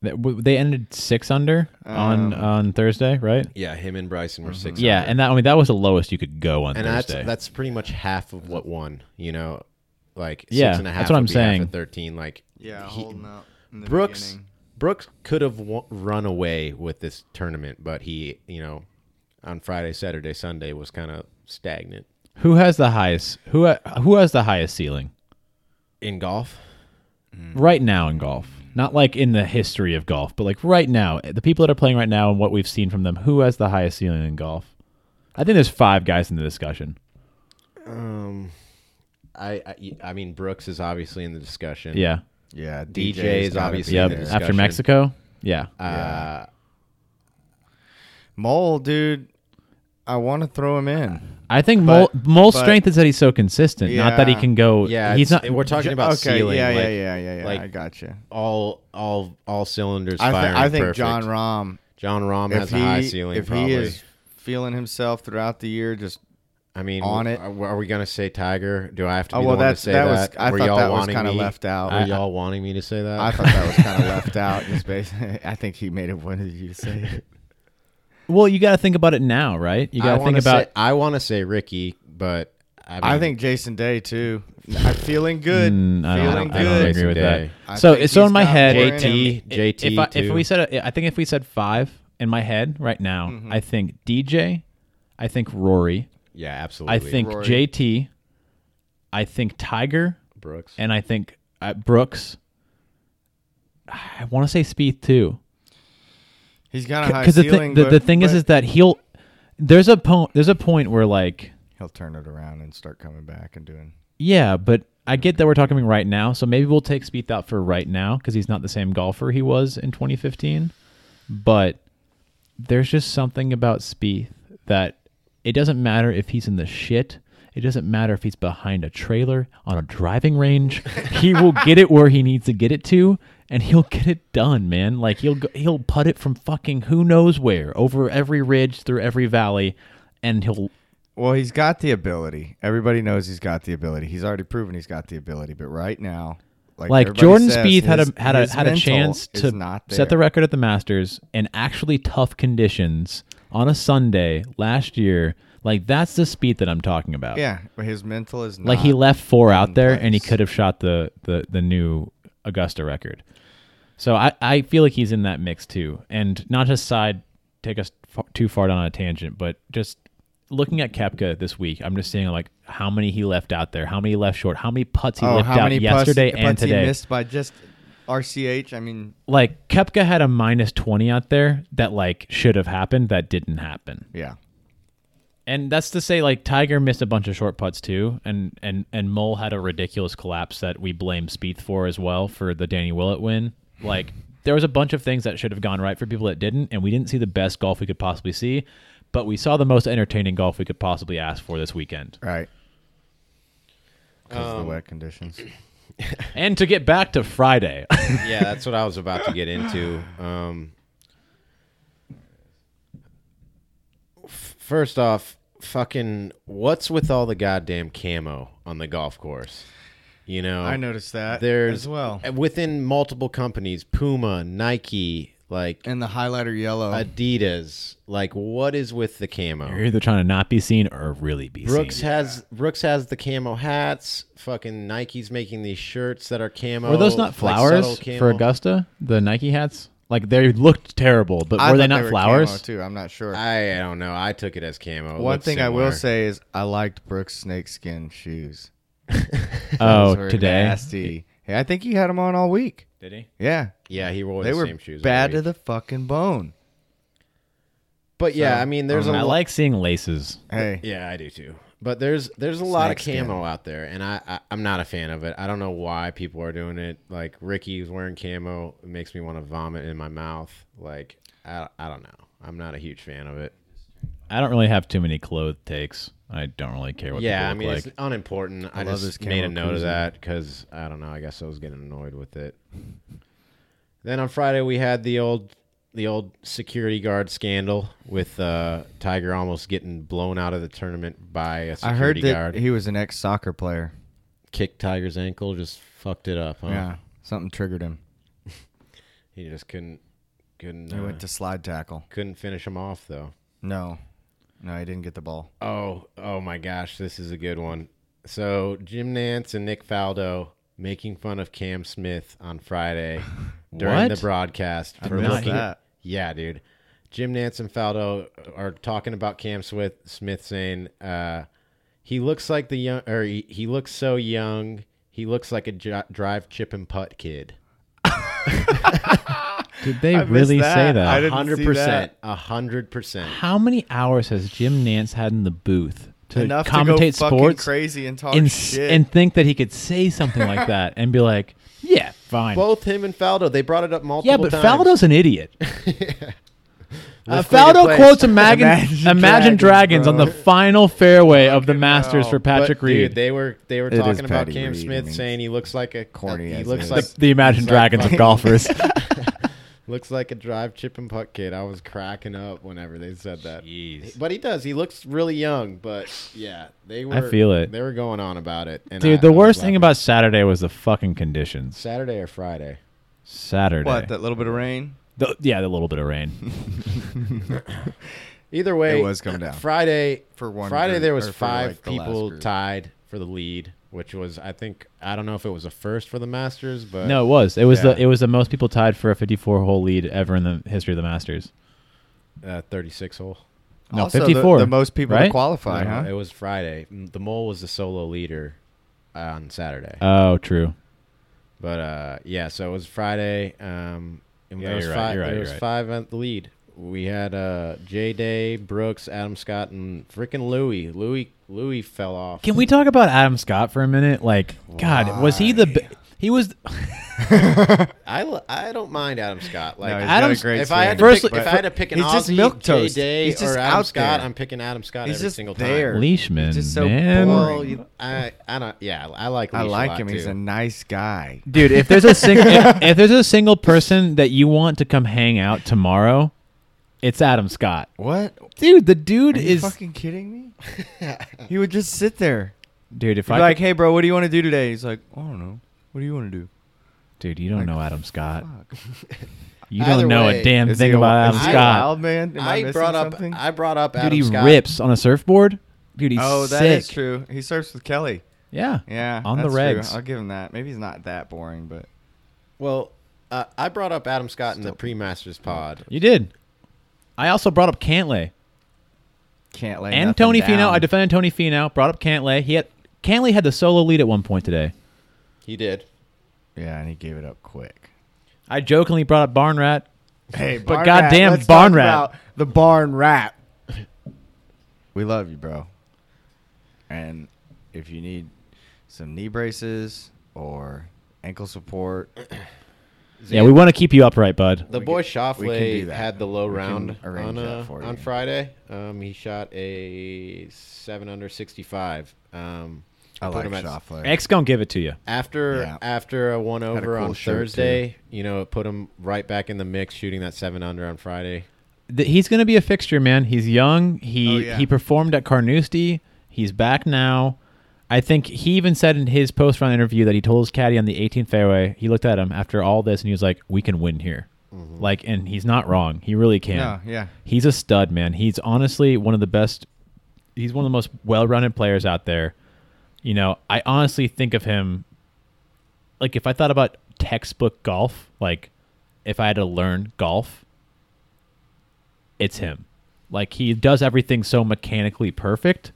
Speaker 3: They- w- they ended six under on
Speaker 2: Um,
Speaker 3: on Thursday, right?
Speaker 1: yeah him and bryson
Speaker 2: Mm-hmm.
Speaker 1: were six
Speaker 3: Yeah,
Speaker 1: under.
Speaker 3: and that I mean that was the lowest you could go on
Speaker 1: and that's
Speaker 3: Thursday.
Speaker 1: that's pretty much half of what won you know like
Speaker 3: Yeah,
Speaker 1: six and a half
Speaker 3: that's what
Speaker 1: would
Speaker 3: I'm
Speaker 1: be half
Speaker 3: saying.
Speaker 1: of 13 like
Speaker 2: Yeah,
Speaker 1: he-
Speaker 2: holding out. in the
Speaker 1: Brooks
Speaker 2: beginning.
Speaker 1: Brooks could have w- run away with this tournament, but he, you know, on Friday, Saturday, Sunday was kind of stagnant
Speaker 3: who has the highest? Who ha- who has the highest ceiling
Speaker 1: in golf.
Speaker 3: right now in golf? Not like in the history of golf, but like right now, the people that are playing right now and what we've seen from them, who has the highest ceiling in golf? I think there's five guys in the discussion.
Speaker 1: I, I, I mean, Brooks is obviously in the discussion.
Speaker 3: Yeah.
Speaker 2: Yeah,
Speaker 1: DJ
Speaker 2: DJ's
Speaker 1: is
Speaker 2: gotta
Speaker 1: obviously
Speaker 2: be
Speaker 1: in
Speaker 3: Yep.
Speaker 1: the
Speaker 2: there.
Speaker 3: After
Speaker 1: discussion.
Speaker 3: Mexico. Yeah.
Speaker 1: Uh,
Speaker 2: Mole, dude. I want to throw him in.
Speaker 3: I think Mole,
Speaker 2: but-
Speaker 3: Mole's
Speaker 2: but-
Speaker 3: strength is that he's so consistent, not that he
Speaker 2: Yeah.
Speaker 3: can go.
Speaker 1: yeah,
Speaker 3: He's not.
Speaker 1: We're talking about
Speaker 2: okay,
Speaker 1: ceiling.
Speaker 2: yeah,
Speaker 1: like,
Speaker 2: yeah, yeah, yeah, yeah.
Speaker 1: like-
Speaker 2: I got you.
Speaker 1: All, all, all cylinders
Speaker 2: I,
Speaker 1: firing.
Speaker 2: thi- I think
Speaker 1: perfect.
Speaker 2: John Rahm,
Speaker 1: John Rahm
Speaker 2: if
Speaker 1: has
Speaker 2: he
Speaker 1: a high ceiling.
Speaker 2: if
Speaker 1: probably.
Speaker 2: he is feeling himself throughout the year, just
Speaker 1: I mean,
Speaker 2: on it-
Speaker 1: Are, are we gonna say Tiger? Do I have to?
Speaker 2: Oh,
Speaker 1: be
Speaker 2: well,
Speaker 1: the one to
Speaker 2: that's-
Speaker 1: say
Speaker 2: that
Speaker 1: that.
Speaker 2: was- I
Speaker 1: Were
Speaker 2: thought
Speaker 1: y'all
Speaker 2: that was
Speaker 1: wanting
Speaker 2: kinda
Speaker 1: me-
Speaker 2: left out.
Speaker 1: Were
Speaker 2: I-
Speaker 1: y'all wanting me to say that?
Speaker 2: I thought that was kind of left out. Just basically, I think he made it wanted you to say it.
Speaker 3: Well, you got to think about it now, right? You got to think
Speaker 1: wanna
Speaker 3: about
Speaker 1: Say, I want to say Ricky, but I, mean,
Speaker 2: I think Jason Day too. I'm feeling good.
Speaker 3: Mm, I
Speaker 2: feeling
Speaker 3: don't, I don't
Speaker 2: good.
Speaker 3: agree with
Speaker 1: Today.
Speaker 2: I
Speaker 3: that. So,
Speaker 2: think
Speaker 3: so
Speaker 2: he's
Speaker 3: in my
Speaker 2: got
Speaker 3: head,
Speaker 2: more in
Speaker 1: JT,
Speaker 2: him.
Speaker 1: JT.
Speaker 3: If, I, if
Speaker 1: too.
Speaker 3: we said, a, I think if we said five in my head right now,
Speaker 2: Mm-hmm.
Speaker 3: I think DJ, I think Rory,
Speaker 1: yeah, absolutely.
Speaker 3: I think
Speaker 2: Rory.
Speaker 3: JT, I think Tiger,
Speaker 1: Brooks.
Speaker 3: and I think uh, Brooks. I want to say Speed too,
Speaker 2: he's got a high
Speaker 3: because the,
Speaker 2: ceiling.
Speaker 3: thing the,
Speaker 2: but-
Speaker 3: the thing is,
Speaker 2: but
Speaker 3: is that he'll there's a point there's a point where like
Speaker 2: he'll turn it around and start coming back and doing.
Speaker 3: Yeah, but I get that we're talking about right now, so maybe we'll take Spieth out for right now because he's not the same golfer he was in 2015. But there's just something about Spieth that it doesn't matter if he's in the shit. It doesn't matter if he's behind a trailer on a driving range. he will get it where he needs to get it to, and he'll get it done, man. Like he'll go, he'll putt it from fucking who knows where over every ridge through every valley, and he'll
Speaker 2: Well, he's got the ability. Everybody knows he's got the ability. He's already proven he's got the ability. But right now, like,
Speaker 3: like
Speaker 2: everybody
Speaker 3: Jordan
Speaker 2: says,
Speaker 3: Spieth had a
Speaker 2: his-
Speaker 3: had a
Speaker 2: his
Speaker 3: had a
Speaker 2: mental
Speaker 3: chance
Speaker 2: is
Speaker 3: to
Speaker 2: not
Speaker 3: set the
Speaker 2: there.
Speaker 3: record at the Masters in actually tough conditions on a Sunday last year. Like that's the speed that I'm talking about.
Speaker 2: Yeah, but his mental is not.
Speaker 3: Like he left four out there and he
Speaker 2: place.
Speaker 3: could have shot the the the new Augusta record. So I I feel like he's in that mix too. And not to side take us far, too far down on a tangent, but just looking at Kepka this week, I'm just seeing like how many he left out there, how many he left short, how many putts he
Speaker 2: oh,
Speaker 3: left
Speaker 2: how
Speaker 3: out
Speaker 2: many putts-
Speaker 3: yesterday
Speaker 2: putts,
Speaker 3: and today
Speaker 2: he missed by just RCH. I mean,
Speaker 3: like Kepka had a minus 20 out there that like should have happened that didn't happen.
Speaker 2: yeah.
Speaker 3: And that's to say like Tiger missed a bunch of short putts too and and and Mole had a ridiculous collapse that we blame Spieth for as well for the Danny Willett win. Like there was a bunch of things that should have gone right for people that didn't and we didn't see the best golf we could possibly see, but we saw the most entertaining golf we could possibly ask for this weekend.
Speaker 2: Right. Because of the wet conditions.
Speaker 3: and to get back to Friday.
Speaker 1: yeah, that's what I was about to get into. Um, f- first off, fucking, what's with all the goddamn camo on the golf course? You know,
Speaker 2: I noticed that
Speaker 1: there's
Speaker 2: as well.
Speaker 1: within multiple companies, Puma, Nike, like
Speaker 2: and the highlighter yellow.
Speaker 1: Adidas. Like, what is with the camo?
Speaker 3: You're either trying to not be seen or really be
Speaker 1: Brooks
Speaker 3: seen.
Speaker 1: has Brooks has the camo hats. Fucking Nike's making these shirts that are camo.
Speaker 3: Were
Speaker 2: Oh,
Speaker 3: those not
Speaker 1: like
Speaker 3: flowers
Speaker 1: subtle camo.
Speaker 3: for Augusta? The Nike hats? Like they looked terrible, but
Speaker 2: I
Speaker 3: were they
Speaker 2: thought
Speaker 3: not flowers?
Speaker 2: camo, too? I'm not sure.
Speaker 1: I don't know. I took it as camo. It
Speaker 2: One
Speaker 1: looked
Speaker 2: thing I will
Speaker 1: similar.
Speaker 2: say is I liked Brooks' snakeskin shoes. Those
Speaker 3: oh,
Speaker 2: were
Speaker 3: today.
Speaker 2: Nasty. Yeah, I think he had them on all week.
Speaker 3: Did he?
Speaker 2: Yeah,
Speaker 1: yeah, he wore
Speaker 2: they
Speaker 1: the
Speaker 2: were
Speaker 1: same shoes.
Speaker 2: bad
Speaker 1: every
Speaker 2: to the fucking bone.
Speaker 1: But yeah,
Speaker 2: So,
Speaker 1: I mean, there's a
Speaker 3: I
Speaker 1: lot.
Speaker 3: like seeing laces.
Speaker 2: Hey,
Speaker 1: yeah, I do too. But there's there's a lot of
Speaker 2: Snakeskin.
Speaker 1: camo out there, and I, I I'm not a fan of it. I don't know why people are doing it. Like Ricky's wearing camo, it makes me want to vomit in my mouth. Like I I don't know. I'm not a huge fan of it.
Speaker 3: I don't really have too many clothes takes. I don't really care what
Speaker 1: yeah, I
Speaker 3: people
Speaker 1: mean
Speaker 3: look
Speaker 1: it's unimportant. I,
Speaker 2: love this
Speaker 1: just
Speaker 2: camo
Speaker 1: made a note
Speaker 2: koozie.
Speaker 1: of that because I don't know. I guess I was getting annoyed with it. Then on Friday we had the old the old security guard scandal with uh, Tiger almost getting blown out of the tournament by a
Speaker 2: I
Speaker 1: security
Speaker 2: heard that
Speaker 1: guard.
Speaker 2: he was an ex soccer player.
Speaker 1: kicked Tiger's ankle, just fucked it up. Huh?
Speaker 2: Yeah, something triggered him.
Speaker 1: he just couldn't couldn't
Speaker 2: He
Speaker 1: uh,
Speaker 2: went to slide tackle.
Speaker 1: couldn't finish him off though.
Speaker 2: No, no, he didn't get the ball.
Speaker 1: Oh oh my gosh, this is a good one. So Jim Nance and Nick Faldo making fun of Cam Smith on Friday during
Speaker 3: What?
Speaker 1: the broadcast for
Speaker 3: missed
Speaker 1: looking.
Speaker 2: that.
Speaker 1: Yeah, dude. Jim Nance and Faldo are talking about Cam Smith, Smith saying uh, he looks like the young, or he, he looks so young. He looks like a j- drive, chip, and putt kid.
Speaker 3: like. Did they
Speaker 2: I missed
Speaker 3: really say
Speaker 2: that.
Speaker 3: that?
Speaker 2: I didn't-
Speaker 1: hundred
Speaker 2: see
Speaker 1: percent,
Speaker 2: that.
Speaker 1: hundred percent.
Speaker 3: How many hours has Jim Nance had in the booth to
Speaker 2: Enough
Speaker 3: commentate
Speaker 2: to go fucking
Speaker 3: sports
Speaker 2: crazy and talk
Speaker 3: and, s-
Speaker 2: shit.
Speaker 3: and think that he could say something like that and be like, yeah, fine.
Speaker 1: Both him and Faldo, they brought it up multiple
Speaker 3: yeah, but
Speaker 1: times.
Speaker 3: Faldo's an idiot. Uh,
Speaker 1: Let's clear the
Speaker 3: Faldo
Speaker 1: place.
Speaker 3: quotes Imagine,
Speaker 2: Imagine
Speaker 3: Imagine, Dragons,
Speaker 2: Dragons,
Speaker 3: on the
Speaker 2: bro.
Speaker 3: final fairway of the
Speaker 2: Fucking
Speaker 3: Masters
Speaker 2: hell.
Speaker 3: for Patrick
Speaker 1: but,
Speaker 3: Reed.
Speaker 1: Dude, they were they were
Speaker 2: is
Speaker 1: talking about
Speaker 2: Patty
Speaker 1: Cam
Speaker 2: Reed, I
Speaker 1: Smith
Speaker 2: mean,
Speaker 1: saying he looks like a
Speaker 2: corny
Speaker 1: He
Speaker 2: as
Speaker 1: looks
Speaker 2: is.
Speaker 1: like
Speaker 3: the Imagine
Speaker 1: like
Speaker 3: Dragons
Speaker 1: fucking-
Speaker 3: of golfers.
Speaker 1: looks like a drive chip and putt kid. I was cracking up whenever they said that.
Speaker 3: Jeez.
Speaker 1: But he does. He looks really young. But yeah, they were.
Speaker 3: feel it.
Speaker 1: They were going on about it. And
Speaker 3: Dude,
Speaker 1: I-
Speaker 3: the
Speaker 1: I was
Speaker 3: worst thing
Speaker 1: laughing.
Speaker 3: about Saturday was the fucking conditions.
Speaker 1: Saturday or Friday.
Speaker 3: Saturday.
Speaker 2: what? That little bit of rain.
Speaker 3: The- yeah, the little bit of rain.
Speaker 1: Either way,
Speaker 2: It was coming down.
Speaker 1: Friday
Speaker 2: For one
Speaker 1: Friday,
Speaker 2: group,
Speaker 1: there
Speaker 2: or
Speaker 1: was
Speaker 2: for, like,
Speaker 1: five
Speaker 2: the last
Speaker 1: people
Speaker 2: group.
Speaker 1: tied for the lead, which was I think I don't know if it was a first for the Masters, but
Speaker 3: No, it was. It was
Speaker 1: Yeah.
Speaker 3: the it was the most people tied for a 54 hole lead ever in the history of the Masters.
Speaker 1: uh, 36 hole.
Speaker 3: No,
Speaker 2: Also, the-
Speaker 3: 54,
Speaker 2: The, most people to
Speaker 3: right?
Speaker 2: qualify,
Speaker 1: No,
Speaker 2: huh?
Speaker 1: It was Friday. M- The mole was the solo leader on
Speaker 2: Uh,
Speaker 1: Saturday,
Speaker 3: Oh, true.
Speaker 1: but uh, yeah, so it was Friday. Um, and
Speaker 3: Yeah,
Speaker 1: there was
Speaker 3: you're right,
Speaker 1: five.
Speaker 3: you're right,
Speaker 1: there
Speaker 3: you're
Speaker 1: was
Speaker 3: right.
Speaker 1: five at the lead. We had uh, J Day, Brooks, Adam Scott, and freaking Louie. Louie Louie fell off.
Speaker 3: Can we talk about Adam Scott for a minute? Like, God, was he the b- he was
Speaker 1: I, l- I don't mind Adam Scott. Like
Speaker 2: No, he's got a
Speaker 3: Adam's-
Speaker 2: great
Speaker 1: if I had to
Speaker 2: swing.
Speaker 3: First-
Speaker 1: pick, if I had to pick an
Speaker 2: he's just
Speaker 1: Aussie,
Speaker 2: milk toast.
Speaker 1: Jay Day,
Speaker 2: He's just
Speaker 1: or Adam
Speaker 2: out
Speaker 1: Scott,
Speaker 2: there.
Speaker 1: I'm picking Adam Scott
Speaker 2: He's
Speaker 1: every
Speaker 2: just
Speaker 1: single
Speaker 2: there.
Speaker 1: time.
Speaker 3: Leishman?
Speaker 2: Just so
Speaker 3: man.
Speaker 2: boring.
Speaker 1: Well, you- I I don't yeah I like
Speaker 2: I
Speaker 1: Leash a
Speaker 2: like
Speaker 1: lot,
Speaker 2: him. He's
Speaker 1: too.
Speaker 2: a nice guy.
Speaker 3: Dude, if there's a sing- if, if there's a single person that you want to come hang out tomorrow, it's Adam Scott.
Speaker 2: What?
Speaker 3: Dude, the dude
Speaker 2: Are you
Speaker 3: is
Speaker 2: fucking kidding me? he would just sit there.
Speaker 3: dude. If
Speaker 2: He'd
Speaker 3: I
Speaker 2: be like,
Speaker 3: like,
Speaker 2: hey, bro, what do you want to do today? He's like, I don't know. What do you want to do?
Speaker 3: dude, you don't
Speaker 2: like,
Speaker 3: know Adam Scott.
Speaker 2: Fuck.
Speaker 3: You
Speaker 1: Either
Speaker 3: don't know
Speaker 1: way,
Speaker 3: a damn
Speaker 2: Is
Speaker 3: thing
Speaker 2: he a-
Speaker 3: about Adam
Speaker 2: is he a
Speaker 3: Scott.
Speaker 2: wild man? Am
Speaker 1: I,
Speaker 2: I, missing
Speaker 1: brought up
Speaker 2: something?
Speaker 1: I brought up Adam
Speaker 3: Dude, he
Speaker 1: Scott.
Speaker 3: rips on a surfboard. Dude, he's
Speaker 2: oh,
Speaker 3: sick.
Speaker 2: that is true. He surfs with Kelly.
Speaker 3: Yeah,
Speaker 2: Yeah,
Speaker 3: on the
Speaker 2: that's true.
Speaker 3: regs.
Speaker 2: I'll give him that. Maybe he's not that boring, but
Speaker 1: Well, uh, I brought up Adam Scott in the
Speaker 2: Mm.
Speaker 1: pre-masters pod.
Speaker 3: You did. I also brought up Cantley
Speaker 2: can't lay.
Speaker 3: and
Speaker 2: nothing
Speaker 3: Tony
Speaker 2: down.
Speaker 3: Finau. I defended Tony Finau. Brought up Cantley. He had Cantley had the solo lead at one point today.
Speaker 1: He did.
Speaker 2: yeah, and he gave it up quick.
Speaker 3: I jokingly brought up Barn Rat.
Speaker 2: Hey,
Speaker 3: But goddamn barn rat.
Speaker 2: the barn rat. we love you, bro. And if you need some knee braces or ankle support,
Speaker 3: Yeah, we want to keep you upright, bud.
Speaker 1: The
Speaker 2: We
Speaker 1: boy
Speaker 2: can- we can do
Speaker 1: Shoffley
Speaker 2: that.
Speaker 1: had the low
Speaker 2: We can
Speaker 1: round
Speaker 2: arrange
Speaker 1: on,
Speaker 2: that
Speaker 1: uh,
Speaker 2: for
Speaker 1: on
Speaker 2: you.
Speaker 1: Friday. Um, he shot a seven under sixty-five. Um,
Speaker 2: I
Speaker 1: put
Speaker 2: like
Speaker 1: him at-
Speaker 2: Shoffler.
Speaker 3: X gonna give it to you.
Speaker 1: After
Speaker 2: Yeah.
Speaker 1: after a one
Speaker 2: a
Speaker 1: over
Speaker 2: cool
Speaker 1: on
Speaker 2: shirt, too.
Speaker 1: Thursday, you know, it put him right back in the mix, shooting that seven under on Friday.
Speaker 3: Th- he's gonna be a fixture, man. He's young. He
Speaker 2: Oh, yeah.
Speaker 3: he performed at Carnoustie. He's back now. I think he even said in his post round interview that he told his caddy on the 18th fairway. He looked at him after all this and he was like, "We can win here." Like, and he's not wrong. He really can.
Speaker 2: Mm-hmm. No, yeah.
Speaker 3: He's a stud, man. He's honestly one of the best. He's one of the most well-rounded players out there. You know, I honestly think of him like if I thought about textbook golf, like if I had to learn golf, it's him. Like he does everything so mechanically perfect,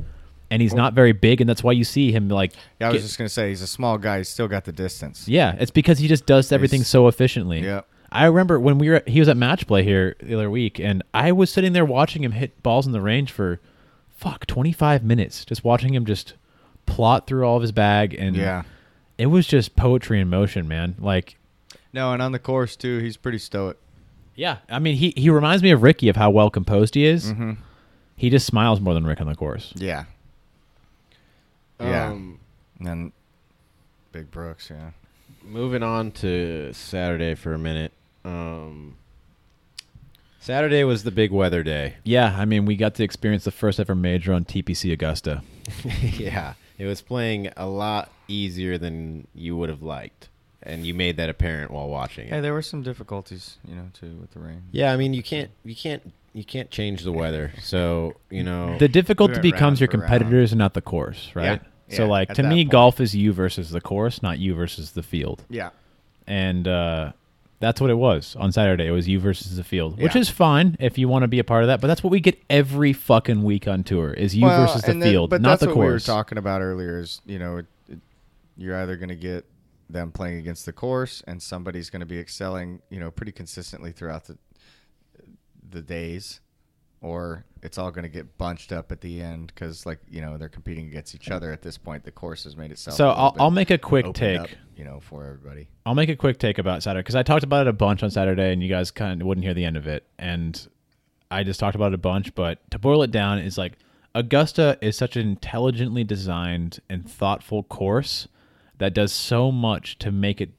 Speaker 3: and he's not very big, and that's why you see him like.
Speaker 2: Yeah, I was
Speaker 3: get-
Speaker 2: just gonna say he's a small guy. He's still got the distance.
Speaker 3: yeah, it's because he just does everything
Speaker 2: He's-
Speaker 3: so efficiently.
Speaker 2: Yep.
Speaker 3: I remember when we were he was at match play here the other week, and I was sitting there watching him hit balls in the range for fuck twenty five minutes, just watching him just plot through all of his bag, and
Speaker 2: Yeah.
Speaker 3: it was just poetry in motion, man. Like,
Speaker 2: No, and on the course too, he's pretty stoic.
Speaker 3: yeah, I mean he he reminds me of Ricky of how well composed he is.
Speaker 2: Mm-hmm.
Speaker 3: He just smiles more than Rick on the course.
Speaker 2: Yeah. Yeah.
Speaker 1: Um,
Speaker 2: And then Big Brooks, yeah.
Speaker 1: moving on to Saturday for a minute. Um, Saturday was the big weather day.
Speaker 3: Yeah, I mean we got to experience the first ever major on TPC Augusta.
Speaker 1: yeah, it was playing a lot easier than you would have liked, and you made that apparent while watching it.
Speaker 2: Hey, there were some difficulties, you know, too with the rain.
Speaker 1: yeah, I mean you can't you can't you can't change the weather, so you know
Speaker 3: The difficulty
Speaker 2: went round
Speaker 3: becomes your
Speaker 2: for round.
Speaker 3: competitors and not the course,
Speaker 1: Yeah.
Speaker 3: right? So
Speaker 2: Yeah,
Speaker 3: like
Speaker 2: at
Speaker 3: to
Speaker 2: that
Speaker 3: me,
Speaker 2: point.
Speaker 3: golf is you versus the course, not you versus the field,
Speaker 2: Yeah.
Speaker 3: and uh, that's what it was on Saturday. It was you versus the field, which
Speaker 2: Yeah.
Speaker 3: is fine if you want to be a part of that. But that's what we get every fucking week on tour: is you versus the
Speaker 2: and then-
Speaker 3: field,
Speaker 2: but
Speaker 3: not
Speaker 2: that's
Speaker 3: the
Speaker 2: what
Speaker 3: course.
Speaker 2: we were talking about earlier. Is you know, it, it, you're either going to get them playing against the course, and somebody's going to be excelling, you know, pretty consistently throughout the the days, or it's all going to get bunched up at the end because, like, you know, they're competing against each other at this point. The course has made itself. a
Speaker 3: so
Speaker 2: little
Speaker 3: I'll,
Speaker 2: bit
Speaker 3: I'll make a quick
Speaker 2: opened
Speaker 3: take.
Speaker 2: up, you know, for everybody.
Speaker 3: I'll make a quick take about Saturday because I talked about it a bunch on Saturday, and you guys kind of wouldn't hear the end of it. And I just talked about it a bunch, but to boil it down is like Augusta is such an intelligently designed and thoughtful course that does so much to make it,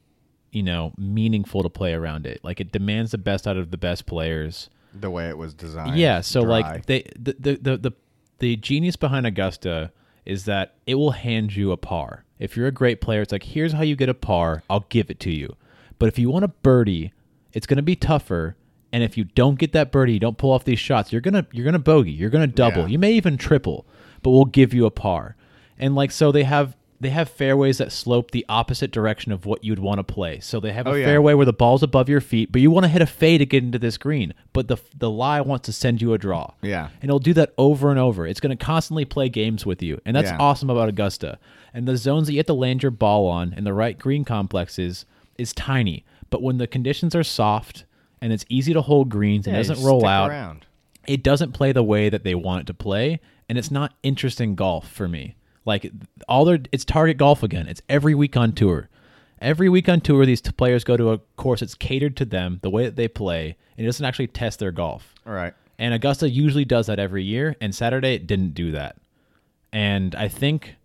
Speaker 3: you know, meaningful to play around it. Like it demands the best out of the best players.
Speaker 2: The way it was designed.
Speaker 3: Yeah, so
Speaker 2: dry.
Speaker 3: like they the, the the the the genius behind Augusta is that it will hand you a par. If you're a great player, it's like here's how you get a par. I'll give it to you. But if you want a birdie, it's going to be tougher. And if you don't get that birdie, you don't pull off these shots, you're gonna you're gonna bogey, you're gonna double,
Speaker 2: Yeah.
Speaker 3: you may even triple, but we'll give you a par. And like so, they have they have fairways that slope the opposite direction of what you'd want to play. So they have
Speaker 2: Oh,
Speaker 3: a
Speaker 2: yeah.
Speaker 3: fairway where the ball's above your feet, but you want to hit a fade to get into this green. But the the lie wants to send you a draw.
Speaker 2: Yeah.
Speaker 3: and it'll do that over and over. It's going to constantly play games with you, and that's
Speaker 2: Yeah.
Speaker 3: awesome about Augusta. And the zones that you have to land your ball on in the right green complexes is tiny. But when the conditions are soft and it's easy to hold greens and
Speaker 2: Yeah, you
Speaker 3: doesn't
Speaker 2: just
Speaker 3: roll
Speaker 2: stick
Speaker 3: out,
Speaker 2: Around.
Speaker 3: it doesn't play the way that they want it to play and it's not interesting golf for me like all their it's target golf again it's every week on tour every week on tour these t- players go to a course that's catered to them the way that they play and it doesn't actually test their golf
Speaker 2: All right.
Speaker 3: and Augusta usually does that every year, and Saturday it didn't do that. And I think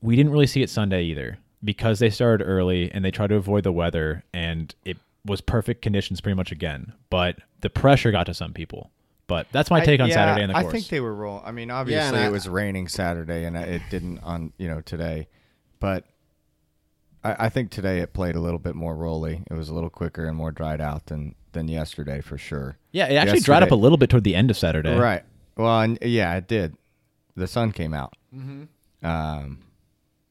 Speaker 3: we didn't really see it Sunday either because they started early and they tried to avoid the weather, and it was perfect conditions pretty much again. But the pressure got to some people. But that's my
Speaker 2: I-
Speaker 3: take on
Speaker 2: yeah,
Speaker 3: Saturday and the course.
Speaker 2: I think they were rolling. I mean, obviously
Speaker 1: I-
Speaker 2: it was raining Saturday, and it didn't on you know today, but I, I think today it played a little bit more rolly. It was a little quicker and more dried out than than yesterday for sure.
Speaker 3: yeah, it actually dried up a
Speaker 2: Yesterday-
Speaker 3: little bit toward the end of Saturday.
Speaker 2: Right. Well, and yeah, it did. The sun came out.
Speaker 1: Mm-hmm.
Speaker 2: Um,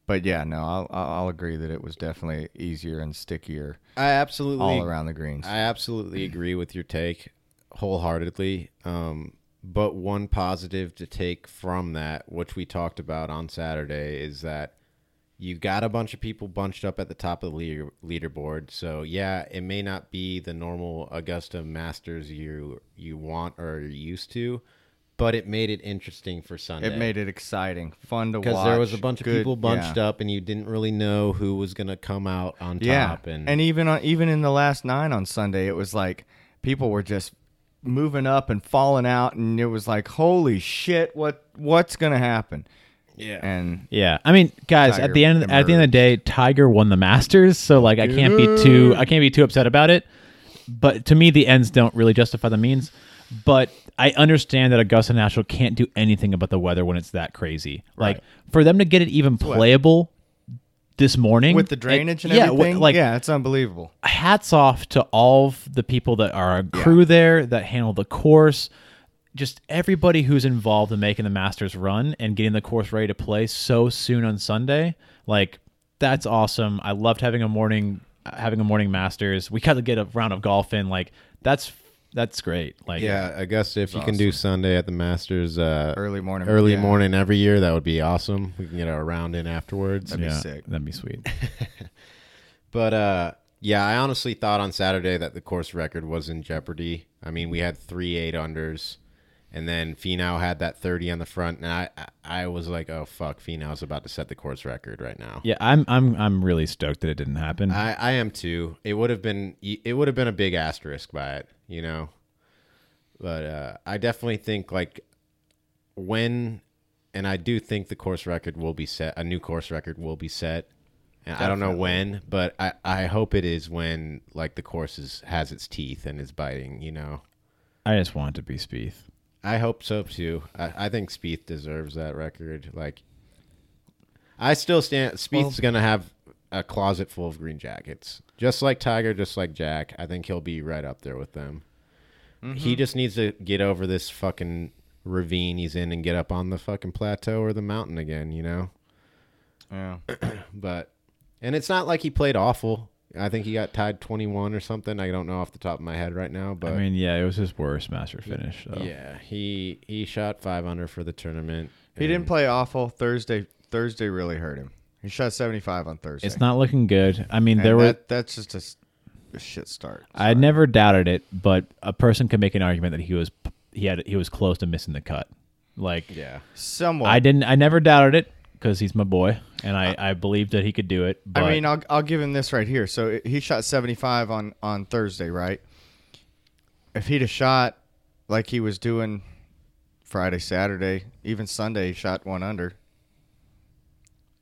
Speaker 2: but yeah, no, I'll I'll I'll agree that it was definitely easier and stickier
Speaker 1: I absolutely
Speaker 2: all around the greens.
Speaker 1: I absolutely agree with your take wholeheartedly. Um, but one positive to take from that, which we talked about on Saturday, is that you got a bunch of people bunched up at the top of the leader, leaderboard. So yeah, it may not be the normal Augusta Masters you you want or you're used to, but it made it interesting for Sunday.
Speaker 2: it made it exciting, fun to watch.
Speaker 1: because there was a bunch of
Speaker 2: good-
Speaker 1: people
Speaker 2: yeah.
Speaker 1: bunched up, and you didn't really know who was gonna come out on top. And,
Speaker 2: even on, even in the last nine on Sunday, it was like people were just moving up and falling out, and it was like, holy shit, what what's gonna happen?
Speaker 1: yeah,
Speaker 2: And
Speaker 3: Yeah, I mean, guys, at
Speaker 2: Tiger
Speaker 3: the end at the end of the day, Tiger won the Masters, so like I can't be too I can't be too upset about it. But to me, the ends don't really justify the means. But I understand that Augusta National can't do anything about the weather when it's that crazy. Like for them to get it even playable this morning
Speaker 2: with the
Speaker 3: it-
Speaker 2: drainage and
Speaker 3: yeah, wh-
Speaker 2: everything.
Speaker 3: like
Speaker 2: yeah, it's unbelievable.
Speaker 3: hats off to all of the people that are a crew there that handle the course just everybody who's involved in making the masters run and getting the course ready to play so soon on sunday like that's awesome i loved having a morning having a morning masters we got to get a round of golf in like that's that's great like
Speaker 1: Yeah, I guess if you can do Sunday at the Masters uh,
Speaker 2: Early morning,
Speaker 1: early
Speaker 2: yeah.
Speaker 1: morning every year, that would be awesome. We can get our round in afterwards.
Speaker 2: be
Speaker 3: yeah,
Speaker 2: sick.
Speaker 3: that'd be sweet
Speaker 1: But uh, yeah, I honestly thought on Saturday that the course record was in jeopardy. I mean, we had three eight unders, and then Finau had that thirty on the front, and I I I was like, oh fuck, Finau's about to set the course record right now.
Speaker 3: yeah i'm i'm i'm really stoked that it didn't happen
Speaker 1: I, I am too. It would have been it would have been a big asterisk by it, you know. But uh, I definitely think like when, and I do think the course record will be set. A new course record will be set. And I don't know when, but I, I hope it is when like the course is, has its teeth and is biting. You know,
Speaker 3: i just want it to be speeth
Speaker 1: I hope so too. I, I think Spieth deserves that record. Like, I still stand. Spieth's gonna have a closet full of green jackets, just like Tiger, just like Jack. I think he'll be right up there with them.
Speaker 3: Mm-hmm.
Speaker 1: He just needs to get over this fucking ravine he's in and get up on the fucking plateau or the mountain again. You know,
Speaker 2: Yeah.
Speaker 1: but and it's not like he played awful. I think he got tied twenty one or something. I don't know off the top of my head right now, but
Speaker 3: i mean yeah it was his worst master finish so.
Speaker 1: yeah, he he shot five under for the tournament.
Speaker 2: He didn't play awful Thursday. Thursday really hurt him. He shot 75 on Thursday.
Speaker 3: it's not looking good i mean
Speaker 2: And
Speaker 3: there were
Speaker 2: that, that's just a, s- a shit start.
Speaker 3: I never doubted it, but a person could make an argument that he was he had he was close to missing the cut. Like
Speaker 1: Yeah.
Speaker 2: Somewhat.
Speaker 3: I didn't, I never doubted it because he's my boy, and I I believed that he could do it. But
Speaker 2: I mean, I'll, I'll give him this right here. So it- he shot 75 on, on Thursday, right? If he'd have shot like he was doing Friday, Saturday, even Sunday, he shot one under.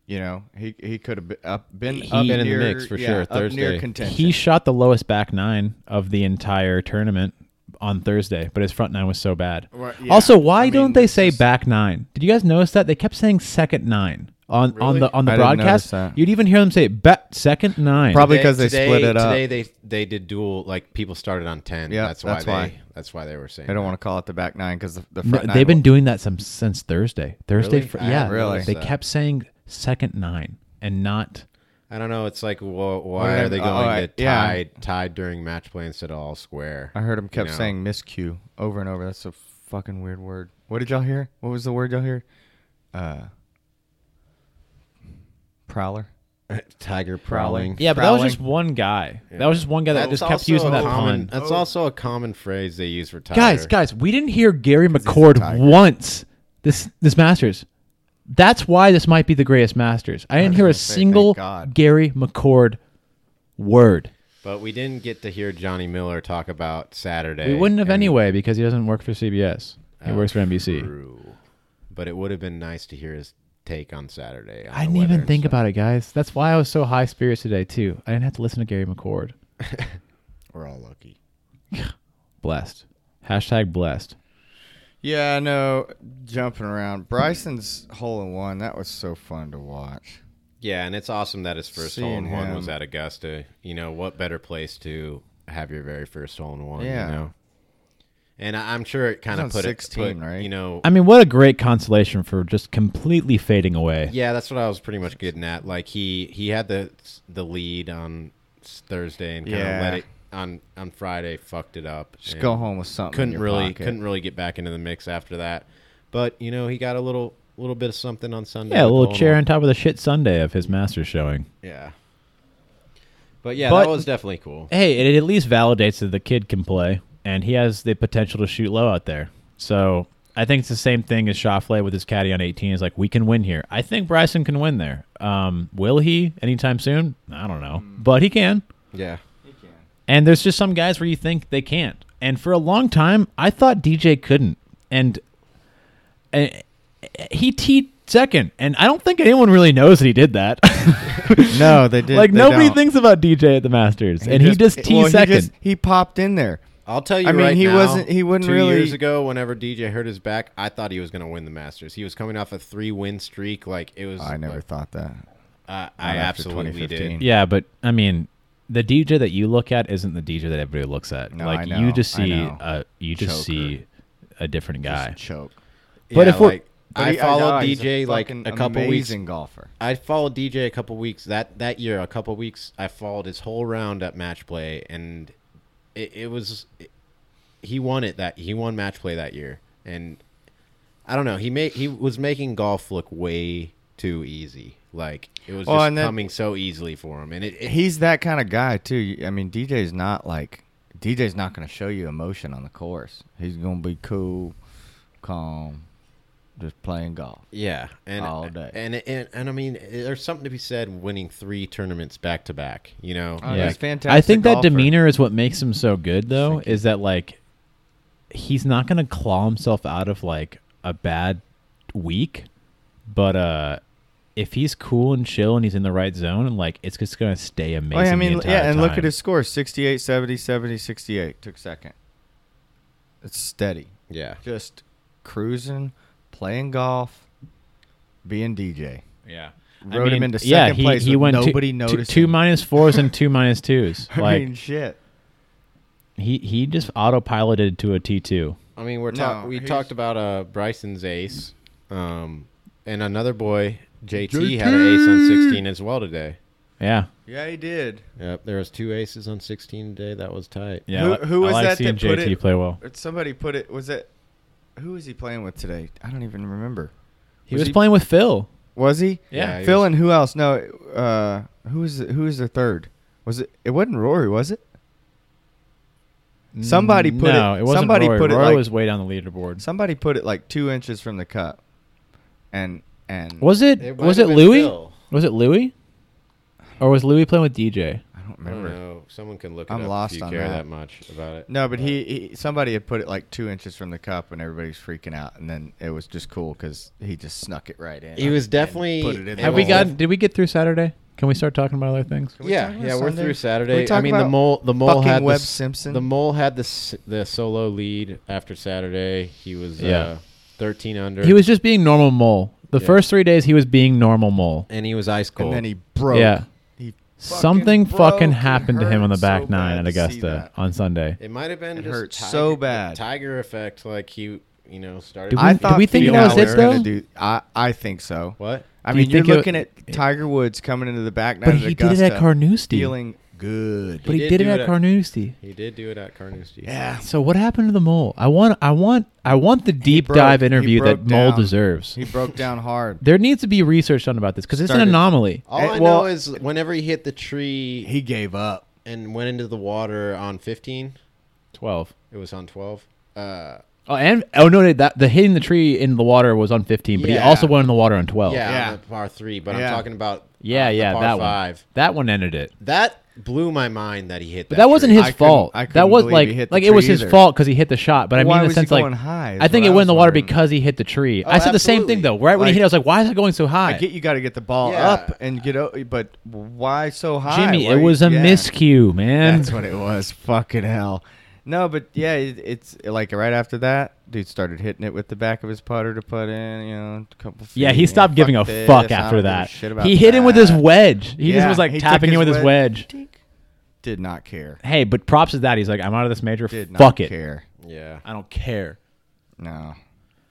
Speaker 2: You know, he he could have been up, been
Speaker 3: He-
Speaker 2: up
Speaker 3: Been
Speaker 1: in the
Speaker 2: near,
Speaker 1: mix for
Speaker 2: yeah,
Speaker 1: sure
Speaker 2: up
Speaker 1: Thursday.
Speaker 2: near contention.
Speaker 3: he shot the lowest back nine of the entire tournament on Thursday, but his front nine was so bad.
Speaker 2: Right,
Speaker 3: Also,
Speaker 2: yeah.
Speaker 3: why
Speaker 2: I mean,
Speaker 3: don't they
Speaker 2: it's
Speaker 3: say
Speaker 2: just-
Speaker 3: back nine? Did you guys notice that they kept saying second nine on on the on the
Speaker 2: I didn't notice
Speaker 3: broadcast?
Speaker 2: that.
Speaker 3: You'd even hear them say back second nine.
Speaker 2: Probably
Speaker 1: Today-
Speaker 2: 'cause they
Speaker 1: today-
Speaker 2: split it up.
Speaker 1: Today they they did dual like people started on ten.
Speaker 2: Yeah,
Speaker 1: that's why
Speaker 2: that's
Speaker 1: they
Speaker 2: why.
Speaker 1: that's why they were saying.
Speaker 2: I don't want to call it the back nine because the, the
Speaker 3: No,
Speaker 2: front nine
Speaker 3: they've been
Speaker 2: wa-
Speaker 3: doing that some, since Thursday. Thursday,
Speaker 1: Really?
Speaker 3: fr-
Speaker 1: I
Speaker 3: yeah,
Speaker 1: hadn't
Speaker 2: Really?
Speaker 3: They
Speaker 1: noticed
Speaker 3: kept saying second nine and not.
Speaker 1: that. I don't know. It's like wha-
Speaker 2: What
Speaker 1: why
Speaker 2: did I-
Speaker 1: are they
Speaker 2: oh,
Speaker 1: going
Speaker 2: I-
Speaker 1: to
Speaker 2: yeah.
Speaker 1: tie tied during match play instead of all square?
Speaker 2: I heard him kept
Speaker 1: you know?
Speaker 2: saying miscue over and over. That's a fucking weird word. What did y'all hear? What was the word y'all hear? Uh, prowler.
Speaker 1: tiger prowling.
Speaker 3: Yeah, but that
Speaker 2: Prowling.
Speaker 3: was just one guy. That was just one guy that
Speaker 1: That's
Speaker 3: just kept
Speaker 1: also
Speaker 3: using
Speaker 1: a
Speaker 3: that
Speaker 1: common,
Speaker 3: pun.
Speaker 1: That's
Speaker 2: Oh.
Speaker 1: also a common phrase they use for tiger.
Speaker 3: Guys, guys, we didn't hear Gary McCord once this this Masters. That's why this might be the greatest Masters. I didn't hear a
Speaker 2: say, thank
Speaker 3: single
Speaker 2: God.
Speaker 3: Gary McCord word.
Speaker 1: But we didn't get to hear Johnny Miller talk about Saturday.
Speaker 3: We wouldn't have
Speaker 1: and
Speaker 3: anyway because he doesn't work for CBS. He
Speaker 1: Oh,
Speaker 3: works for NBC.
Speaker 1: Drew. But it would have been nice to hear his take on Saturday. on
Speaker 3: I
Speaker 1: the
Speaker 3: didn't
Speaker 1: weather
Speaker 3: even
Speaker 1: and
Speaker 3: think
Speaker 1: stuff.
Speaker 3: about it, guys. That's why I was so high spirits today too. I didn't have to listen to Gary McCord.
Speaker 2: We're all lucky.
Speaker 3: Blessed. Hashtag blessed.
Speaker 2: Yeah, I know. Jumping around. Bryson's hole in one. That was so fun to watch.
Speaker 1: Yeah, and it's awesome that his first hole in
Speaker 2: Seeing
Speaker 1: one was
Speaker 2: him.
Speaker 1: at Augusta. You know, what better place to have your very first hole in one?
Speaker 2: Yeah.
Speaker 1: You know? And I- I'm sure it kind
Speaker 2: on
Speaker 1: of put
Speaker 2: 16,
Speaker 1: it, put,
Speaker 2: right?
Speaker 1: You know,
Speaker 3: I mean, what a great consolation for just completely fading away.
Speaker 1: yeah, that's what I was pretty much getting at. Like he he had the the lead on s- Thursday and kind of
Speaker 2: Yeah.
Speaker 1: let it on on Friday fucked it up.
Speaker 2: Just
Speaker 1: and
Speaker 2: go home with something. in
Speaker 1: Couldn't
Speaker 2: your
Speaker 1: really
Speaker 2: pocket.
Speaker 1: couldn't really get back into the mix after that. But you know, he got a little little bit of something on Sunday.
Speaker 3: Yeah, a
Speaker 1: with
Speaker 3: little
Speaker 1: hole in
Speaker 3: chair
Speaker 1: one.
Speaker 3: on top of the shit Sunday of his master's showing.
Speaker 1: Yeah. But yeah,
Speaker 3: But-
Speaker 1: that was definitely cool.
Speaker 3: Hey, it at least validates that the kid can play and he has the potential to shoot low out there. So I think it's the same thing as Shoffley with his caddy on 18. Is like, we can win here. I think Bryson can win there. Um, will he anytime soon? I don't know, but he can.
Speaker 1: Yeah.
Speaker 3: And there's just some guys where you think they can't. And for a long time, I thought DJ couldn't. And uh, he teed second. And I don't think anyone really knows that he did that.
Speaker 2: No, they did.
Speaker 3: like,
Speaker 2: they
Speaker 3: nobody
Speaker 2: don't.
Speaker 3: thinks about DJ at the Masters. and he just teed
Speaker 2: well,
Speaker 3: second.
Speaker 2: He, just- he popped in there.
Speaker 1: I'll tell you.
Speaker 2: I mean,
Speaker 1: right
Speaker 2: he
Speaker 1: now,
Speaker 2: wasn't- he wouldn't
Speaker 1: two
Speaker 2: really-
Speaker 1: years ago, whenever DJ hurt his back, I thought he was going to win the Masters. He was coming off a three-win streak. Like it was.
Speaker 2: I never
Speaker 1: like,
Speaker 2: thought that.
Speaker 1: I, I
Speaker 2: Not after
Speaker 1: absolutely
Speaker 2: 2015.
Speaker 1: did.
Speaker 3: Yeah, but I mean, the DJ that you look at isn't the DJ that everybody looks at.
Speaker 2: No,
Speaker 3: like
Speaker 2: I
Speaker 3: you
Speaker 2: know,
Speaker 3: just
Speaker 2: I
Speaker 3: see,
Speaker 2: know.
Speaker 3: uh, you just
Speaker 2: Choker.
Speaker 3: see a different guy.
Speaker 2: Just choke.
Speaker 1: But
Speaker 3: But
Speaker 1: if
Speaker 3: if we're-
Speaker 1: like, I
Speaker 2: he-
Speaker 1: followed
Speaker 2: know, he's
Speaker 1: DJ like
Speaker 2: fucking
Speaker 1: a couple weeks.
Speaker 2: amazing golfer.
Speaker 1: I followed DJ a couple weeks that that year. A couple weeks, I followed his whole round at match play, and it, it was he won it that he won match play that year. And I don't know, he made he was making golf look way too easy. Like it was
Speaker 2: Well,
Speaker 1: just
Speaker 2: and then-
Speaker 1: coming so easily for him, and it, it
Speaker 2: He's that kind of guy too. You- I mean, DJ's not like DJ's not going to show you emotion on the course. He's going to be cool, calm, just playing golf.
Speaker 1: Yeah, and
Speaker 2: all day.
Speaker 1: and and and I mean, there's something to be said winning three tournaments back to back. You know,
Speaker 2: Oh,
Speaker 3: yeah.
Speaker 2: he's a fantastic
Speaker 3: I think that
Speaker 2: golfer.
Speaker 3: demeanor is what makes him so good, though,
Speaker 2: Thank you.
Speaker 3: is that like he's not gonna claw himself out of like a bad week, but uh, if he's cool and chill and he's in the right zone, and like it's just gonna stay amazing.
Speaker 2: Well, I
Speaker 3: the
Speaker 2: mean,
Speaker 3: entire
Speaker 2: Oh, yeah, and look at
Speaker 3: time.
Speaker 2: his score 68, 70, 70, 68. Took second. It's steady.
Speaker 1: yeah,
Speaker 2: Just cruising, playing golf, being DJ.
Speaker 3: yeah.
Speaker 2: Rode him into second place with nobody
Speaker 3: two,
Speaker 2: noticed
Speaker 3: Two
Speaker 2: him.
Speaker 3: minus fours and two minus twos.
Speaker 2: I
Speaker 3: Like
Speaker 2: mean, shit.
Speaker 3: he he just autopiloted to a T two.
Speaker 1: I mean, we're
Speaker 2: No,
Speaker 1: talk we
Speaker 2: he's-
Speaker 1: talked about uh Bryson's ace, um, and another boy JT, had an ace on 16 as well today.
Speaker 3: Yeah,
Speaker 2: Yeah, he did.
Speaker 1: Yep, there was two aces on 16 today. That was tight.
Speaker 3: yeah.
Speaker 2: Who-
Speaker 3: I-
Speaker 2: who
Speaker 3: I
Speaker 2: was
Speaker 3: like
Speaker 2: that
Speaker 3: seeing
Speaker 2: that put
Speaker 3: JT
Speaker 2: it-
Speaker 3: play well.
Speaker 2: Somebody put it. Was it? Who was he playing with today? I don't even remember.
Speaker 3: He was, playing with Phil.
Speaker 2: Was he?
Speaker 1: Yeah, he
Speaker 2: Phil
Speaker 1: was-
Speaker 2: and who else? No. Uh, who was the, who was the third? Was it? It wasn't Rory, was it? Somebody put it-
Speaker 3: no, it. wasn't
Speaker 2: somebody
Speaker 3: Rory.
Speaker 2: put it
Speaker 3: Rory
Speaker 2: like-
Speaker 3: was way down the leaderboard.
Speaker 2: Somebody put it like two inches from the cup, and and
Speaker 3: was it?
Speaker 1: It might
Speaker 3: was
Speaker 1: have
Speaker 3: it
Speaker 1: been
Speaker 3: Louis?
Speaker 1: Phil.
Speaker 3: Was it Louis? Or was Louis playing with DJ?
Speaker 2: I don't
Speaker 1: I don't
Speaker 2: remember.
Speaker 1: know. Someone can look. It
Speaker 2: I'm
Speaker 1: up
Speaker 2: lost
Speaker 1: if you
Speaker 2: on
Speaker 1: care that.
Speaker 2: that.
Speaker 1: much about it.
Speaker 2: No, but he, he somebody had put it like two inches from the cup, and everybody's freaking out. And then it was just cool because he just snuck it right in.
Speaker 1: He was
Speaker 2: and
Speaker 1: definitely-
Speaker 2: put it in
Speaker 1: Have
Speaker 2: the
Speaker 3: Have we
Speaker 2: hole.
Speaker 3: gotten? Did we get through Saturday? Can we start talking about other things?
Speaker 2: Can we
Speaker 1: yeah,
Speaker 2: talk about
Speaker 1: yeah, we're
Speaker 2: Sunday?
Speaker 1: through
Speaker 2: Can
Speaker 1: Saturday.
Speaker 2: we
Speaker 1: I
Speaker 2: talk
Speaker 1: mean, the
Speaker 2: about
Speaker 1: mole, the mole
Speaker 2: fucking
Speaker 1: had the
Speaker 2: Webb
Speaker 1: s-
Speaker 2: Simpson?
Speaker 1: The mole had the s- the solo lead after Saturday. He was
Speaker 3: Yeah.
Speaker 1: uh, thirteen under.
Speaker 3: He was just being normal mole. The
Speaker 1: Yeah.
Speaker 3: first three days he was being normal mole.
Speaker 1: and he was ice cold.
Speaker 2: And then he broke.
Speaker 3: Yeah.
Speaker 2: He fucking
Speaker 3: Something
Speaker 2: broke.
Speaker 3: fucking
Speaker 2: It
Speaker 3: happened to him on the
Speaker 2: hurt
Speaker 3: back
Speaker 2: so
Speaker 3: nine
Speaker 2: bad
Speaker 3: at
Speaker 2: to see
Speaker 3: Augusta
Speaker 2: that.
Speaker 3: on Sunday.
Speaker 1: It might have been
Speaker 2: It
Speaker 1: just
Speaker 2: hurt
Speaker 1: tiger,
Speaker 2: so
Speaker 1: the
Speaker 2: bad.
Speaker 1: tiger effect. Like he, you know, started.
Speaker 3: Did
Speaker 1: to
Speaker 2: I
Speaker 3: Did
Speaker 2: thought
Speaker 3: we think
Speaker 1: feel
Speaker 2: Phil
Speaker 3: that
Speaker 1: out
Speaker 3: was it,
Speaker 1: there.
Speaker 2: gonna
Speaker 3: though?
Speaker 2: do- I I think so.
Speaker 1: What?
Speaker 2: I
Speaker 3: Do you
Speaker 2: mean, you are
Speaker 3: think it-
Speaker 2: looking at Tiger Woods coming into the back nine
Speaker 3: But
Speaker 2: at
Speaker 3: he did it
Speaker 2: Augusta
Speaker 3: at Carnoustie.
Speaker 2: feeling good.
Speaker 3: But he,
Speaker 1: did
Speaker 3: did,
Speaker 1: do
Speaker 3: it
Speaker 1: it at-
Speaker 3: at Carnoustie.
Speaker 1: He did do it at Carnoustie.
Speaker 2: Yeah.
Speaker 3: So what happened to the mole? I want, I want, I want the deep
Speaker 2: broke-
Speaker 3: dive
Speaker 2: he
Speaker 3: interview that
Speaker 2: broke
Speaker 3: mole
Speaker 2: down.
Speaker 3: deserves.
Speaker 2: He broke down hard.
Speaker 3: There needs to be research done about this because it's an
Speaker 2: Started-
Speaker 3: anomaly.
Speaker 1: All
Speaker 2: Eh,
Speaker 1: I
Speaker 2: well-
Speaker 1: know is whenever he hit the tree
Speaker 2: He gave up.
Speaker 1: and went into the water on fifteen,
Speaker 3: Twelve.
Speaker 1: it was on twelve. Uh,
Speaker 3: Oh, and oh no, that the hitting the tree in the water was on fifteen, but he
Speaker 1: Yeah.
Speaker 3: also went in the water on twelve.
Speaker 1: yeah,
Speaker 2: yeah.
Speaker 1: On the par three. But I'm
Speaker 2: Yeah.
Speaker 1: talking about
Speaker 3: Oh, yeah,
Speaker 1: uh, the
Speaker 3: yeah,
Speaker 1: par
Speaker 3: that
Speaker 1: five.
Speaker 3: one. That one ended it.
Speaker 1: That blew my mind that he hit.
Speaker 3: But that, wasn't
Speaker 1: tree.
Speaker 3: his
Speaker 2: I couldn't-
Speaker 3: fault.
Speaker 2: I couldn't
Speaker 3: that was
Speaker 2: believe
Speaker 3: like
Speaker 2: he hit the
Speaker 3: like it was
Speaker 2: tree
Speaker 3: his
Speaker 2: either.
Speaker 3: fault because he hit the shot. But I
Speaker 2: Why
Speaker 3: mean, in
Speaker 2: was he
Speaker 3: the sense like
Speaker 2: going high is
Speaker 3: I think
Speaker 2: what
Speaker 3: it
Speaker 2: I
Speaker 3: went in
Speaker 2: was
Speaker 3: the water
Speaker 2: wondering.
Speaker 3: because he hit the tree.
Speaker 1: Oh,
Speaker 3: I said the same
Speaker 1: absolutely.
Speaker 3: thing though. Right when he
Speaker 2: Like-
Speaker 3: hit, it, I was like, why is it going so high?
Speaker 2: I get you got to get the ball
Speaker 1: Yeah.
Speaker 2: up and get o but why so high?
Speaker 3: Jimmy,
Speaker 2: Why-
Speaker 3: it was a
Speaker 2: yeah.
Speaker 3: miscue, man.
Speaker 2: That's what it was. Fucking hell. No, but yeah, it, it's like right after that, dude started hitting it with the back of his putter to put in, you know, a couple. Feet,
Speaker 3: yeah, he
Speaker 2: you
Speaker 3: stopped
Speaker 2: know,
Speaker 3: giving a
Speaker 2: fuck this, I
Speaker 3: fuck
Speaker 2: don't
Speaker 3: after
Speaker 2: give a
Speaker 3: that.
Speaker 2: shit about
Speaker 3: He hit him with his
Speaker 2: that.
Speaker 3: wedge. He
Speaker 2: Yeah,
Speaker 3: just was like
Speaker 2: he took
Speaker 3: tapping
Speaker 2: his
Speaker 3: him with his wedge.
Speaker 2: Tink. Did not care.
Speaker 3: Hey, but props to that. He's like, I'm out of this major.
Speaker 2: Did not
Speaker 3: Fuck it.
Speaker 2: care.
Speaker 1: Yeah,
Speaker 3: I don't care.
Speaker 2: No.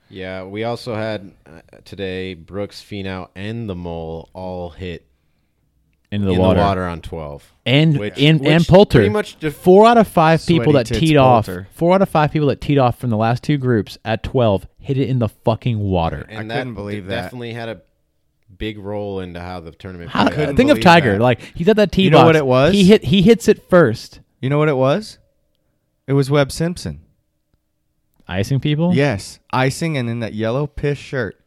Speaker 1: yeah. We also had uh, today Brooks, Finau, and the mole all hit
Speaker 3: Into the,
Speaker 1: in
Speaker 3: water.
Speaker 1: the water on twelve.
Speaker 3: And
Speaker 1: Which-
Speaker 3: and
Speaker 1: which
Speaker 3: and Poulter.
Speaker 1: pretty much def-
Speaker 3: four out of five people
Speaker 2: Sweaty
Speaker 3: that
Speaker 2: tits
Speaker 3: teed off.
Speaker 2: Poulter.
Speaker 3: Four out of five people that teed off from the last two groups at twelve hit it in the fucking water.
Speaker 1: And
Speaker 2: I
Speaker 1: that
Speaker 2: couldn't believe
Speaker 1: d-
Speaker 2: that.
Speaker 1: Definitely had a big role into how the tournament.
Speaker 3: How, uh,
Speaker 1: played out.
Speaker 2: couldn't
Speaker 3: think of
Speaker 2: believe
Speaker 3: Tiger.
Speaker 2: that.
Speaker 3: Like he's at that tee
Speaker 2: You know
Speaker 3: box.
Speaker 2: what it was?
Speaker 3: He hit. He hits it first.
Speaker 2: You know what it was? It was Webb Simpson.
Speaker 3: Icing people.
Speaker 2: Yes, icing and in that yellow piss shirt.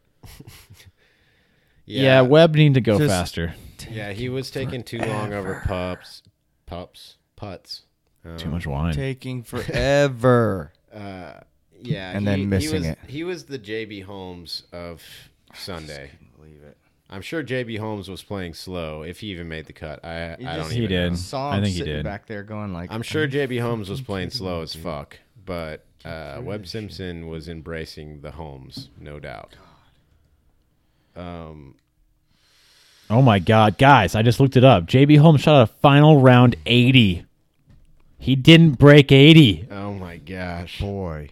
Speaker 3: Yeah. Webb need to go
Speaker 2: Just-
Speaker 3: faster.
Speaker 1: Yeah, he was taking too long over pups, pups, putts.
Speaker 2: Oh.
Speaker 1: Um,
Speaker 3: Too much wine.
Speaker 2: Taking forever.
Speaker 1: Uh, yeah,
Speaker 2: And
Speaker 1: he,
Speaker 2: then
Speaker 1: he
Speaker 2: missing
Speaker 1: was,
Speaker 2: it.
Speaker 1: He was the JB Holmes of Sunday.
Speaker 2: Believe it.
Speaker 1: I'm sure JB Holmes was playing slow if he even made the cut. I I don't even.
Speaker 2: just-
Speaker 3: he
Speaker 1: know.
Speaker 3: did.
Speaker 2: Saw
Speaker 3: I
Speaker 2: him
Speaker 3: think he
Speaker 2: sitting
Speaker 3: did.
Speaker 2: back there going like,
Speaker 1: I'm sure JB Holmes was playing slow as fuck, but uh, Webb Simpson was embracing the Holmes, no doubt. Um,
Speaker 3: Oh my God, guys! I just looked it up. JB Holmes shot a final round eighty. He didn't break eighty.
Speaker 1: Oh my gosh.
Speaker 2: Boy,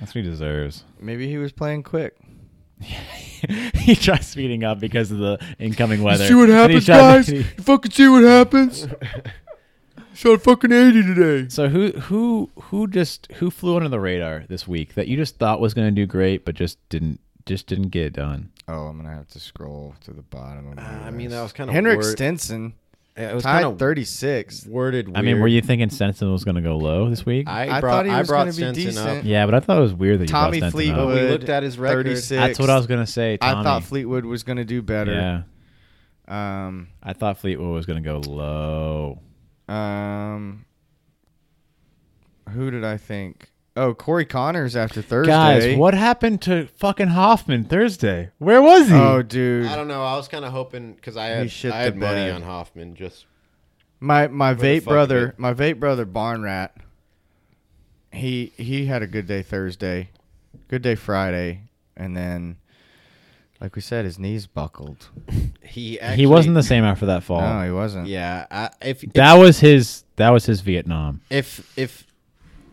Speaker 3: That's what he deserves.
Speaker 2: maybe he was playing quick.
Speaker 3: he tried speeding up because of the incoming weather.
Speaker 2: See what
Speaker 3: And he
Speaker 2: happens,
Speaker 3: shot
Speaker 2: guys.
Speaker 3: 90.
Speaker 2: You fucking see what happens. Shot fucking eighty today.
Speaker 3: So who who who just who flew under the radar this week that you just thought was going to do great but just didn't just didn't get it done?
Speaker 2: Oh, I'm gonna have to scroll to the bottom of. The
Speaker 1: Ah, I mean, that was kind of
Speaker 2: Henrik
Speaker 1: word-
Speaker 2: Stenson
Speaker 1: It was kind
Speaker 2: tied
Speaker 1: of
Speaker 2: 36th.
Speaker 1: worded. Weird.
Speaker 3: I mean, were you thinking Stenson was going to go low this week?
Speaker 1: I
Speaker 2: I
Speaker 1: brought,
Speaker 2: thought he
Speaker 1: I
Speaker 2: was
Speaker 1: brought
Speaker 2: gonna be
Speaker 1: Stenson up.
Speaker 2: decent.
Speaker 3: yeah, but I thought it was weird that you brought
Speaker 2: Tommy
Speaker 3: Stenson
Speaker 2: Fleetwood.
Speaker 3: up.
Speaker 1: But we looked at his record.
Speaker 2: 36.
Speaker 3: That's what I was going to say. Tommy.
Speaker 2: I thought Fleetwood was gonna do better.
Speaker 3: Yeah,
Speaker 2: Um.
Speaker 3: I thought Fleetwood was going to go low.
Speaker 2: Um, who did I think? Oh, Corey Connors after Thursday.
Speaker 3: Guys, what happened to fucking Hoffman Thursday? Where was he?
Speaker 2: Oh, dude,
Speaker 1: I don't know. I was kind of hoping because I
Speaker 2: He
Speaker 1: had
Speaker 2: shit
Speaker 1: I
Speaker 2: the
Speaker 1: had money
Speaker 2: bed.
Speaker 1: on Hoffman. Just
Speaker 2: my my
Speaker 1: the
Speaker 2: vape
Speaker 1: fuck
Speaker 2: brother,
Speaker 1: did-
Speaker 2: my vape brother Barn Rat. He he had a good day Thursday, good day Friday, and then, like we said, his knees buckled.
Speaker 1: he actually,
Speaker 3: he wasn't the same after that fall.
Speaker 2: No, he wasn't.
Speaker 1: Yeah, I, if
Speaker 3: that was his. That was his Vietnam.
Speaker 1: if if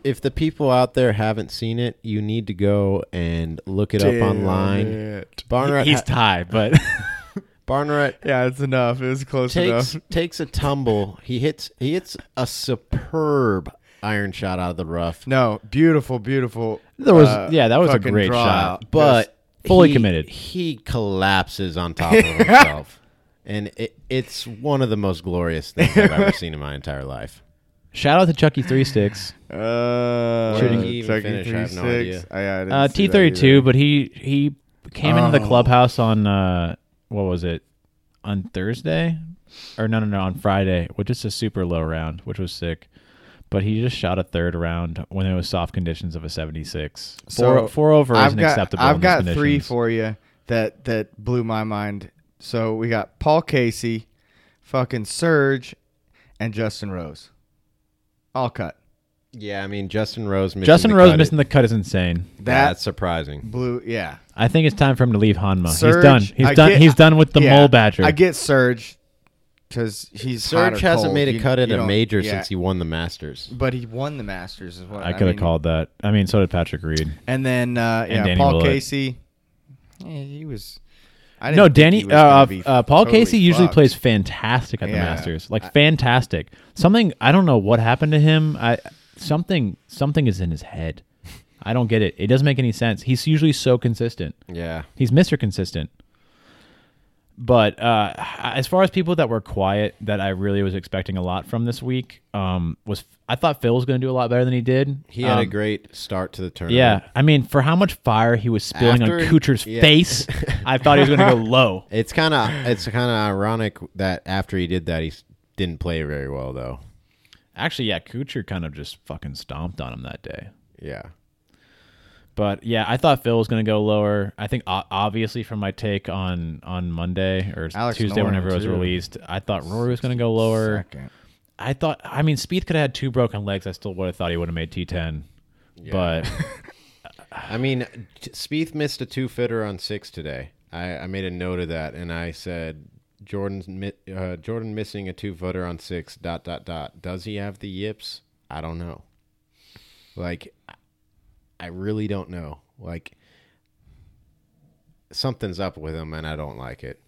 Speaker 1: if the people out there haven't seen it, you need to go and look it up online. Barnrat,
Speaker 3: He's
Speaker 1: ha-
Speaker 3: tied, but
Speaker 1: Barnrat
Speaker 2: Yeah, it's enough. It was close
Speaker 1: takes takes a tumble. He hits he hits a superb iron shot out of the rough,
Speaker 2: No, beautiful, beautiful.
Speaker 3: There was-
Speaker 2: uh,
Speaker 3: yeah, that was a
Speaker 2: fucking
Speaker 3: great
Speaker 2: draw
Speaker 3: shot.
Speaker 2: out.
Speaker 1: but
Speaker 3: fully
Speaker 1: he-
Speaker 3: committed.
Speaker 1: He collapses on top of himself, and it, it's one of the most glorious things I've ever seen in my entire life.
Speaker 3: shout out to Chucky Three Sticks.
Speaker 2: Uh,
Speaker 1: Where did he even
Speaker 2: Chucky
Speaker 1: finish? I have no
Speaker 2: 36. I- yeah, I didn't
Speaker 3: Uh,
Speaker 2: see
Speaker 3: T
Speaker 2: that
Speaker 3: thirty
Speaker 2: either.
Speaker 3: two, but he he came into the
Speaker 2: Oh.
Speaker 3: clubhouse on uh, what was it on Thursday or no no no on Friday, which is a super low round, which was sick. But he just shot a third round when it was soft conditions of a seventy six. Four
Speaker 2: So,
Speaker 3: four over is
Speaker 2: I've got,
Speaker 3: unacceptable.
Speaker 2: I've
Speaker 3: in these
Speaker 2: got three
Speaker 3: conditions.
Speaker 2: for you that that blew my mind. So we got Paul Casey, fucking Surge, and Justin Rose. All cut.
Speaker 1: Yeah, I mean Justin Rose missing
Speaker 3: Justin
Speaker 1: the
Speaker 3: Rose
Speaker 1: cut
Speaker 3: missing the cut is insane.
Speaker 1: it-
Speaker 2: That
Speaker 1: that's surprising.
Speaker 2: blew. Yeah,
Speaker 3: I think it's time for him to leave Hanma.
Speaker 2: Surge,
Speaker 3: he's done. He's
Speaker 2: I
Speaker 3: done.
Speaker 2: get-
Speaker 3: he's done with the
Speaker 2: yeah,
Speaker 3: mole badger.
Speaker 2: I get Surge because he's hot or
Speaker 1: Serge hasn't
Speaker 2: cold.
Speaker 1: made a
Speaker 2: You-
Speaker 1: cut at
Speaker 2: you
Speaker 1: a
Speaker 2: don't-
Speaker 1: major
Speaker 2: yeah.
Speaker 1: since he won the Masters.
Speaker 2: But he won the Masters as well.
Speaker 3: I could have
Speaker 2: mean,
Speaker 3: called that. I mean, so did Patrick Reed.
Speaker 2: And then uh, yeah,
Speaker 3: Danny
Speaker 2: Paul
Speaker 3: Willett.
Speaker 2: Casey. Yeah, he was. I didn't
Speaker 3: No,
Speaker 2: think he
Speaker 3: Danny.
Speaker 2: was
Speaker 3: Uh,
Speaker 2: gonna
Speaker 3: uh,
Speaker 2: be
Speaker 3: Paul
Speaker 2: totally
Speaker 3: Casey usually
Speaker 2: fucked.
Speaker 3: plays fantastic at the
Speaker 2: Yeah.
Speaker 3: Masters. Like fantastic. Something I don't know what happened to him. I something something is in his head. I don't get it. It doesn't make any sense. He's usually so consistent.
Speaker 1: Yeah,
Speaker 3: He's Mr. Consistent. But uh, as far as people that were quiet, that I really was expecting a lot from this week, um, was I thought Phil was going to do a lot better than he did.
Speaker 1: he had a
Speaker 3: Um,
Speaker 1: great start to the tournament.
Speaker 3: Yeah, I mean, for how much fire he was spilling on
Speaker 1: After-
Speaker 3: Kuchar's
Speaker 1: yeah.
Speaker 3: face, I thought he was going to go low.
Speaker 1: It's kind of it's kind of ironic that after he did that, he s- didn't play very well though.
Speaker 3: Actually, yeah, Kuchar kind of just fucking stomped on him that day.
Speaker 1: Yeah,
Speaker 3: But yeah, I thought Phil was going to go lower. I think o- obviously from my take on on Monday or
Speaker 2: Alex
Speaker 3: Tuesday,
Speaker 2: Noren,
Speaker 3: whenever it was
Speaker 2: too.
Speaker 3: released, I thought Rory was going to go lower.
Speaker 2: Second.
Speaker 3: I thought, I mean, Speed could have had two broken legs. I still would have thought he would have made T10. But
Speaker 1: I mean, t- Spieth missed a two footer on six today. I, I made a note of that, and I said Jordan's mi- uh, Jordan missing a two footer on six. Dot dot dot. Does he have the yips? I don't know. Like, I- I really don't know. Like, something's up with him, and I don't like it.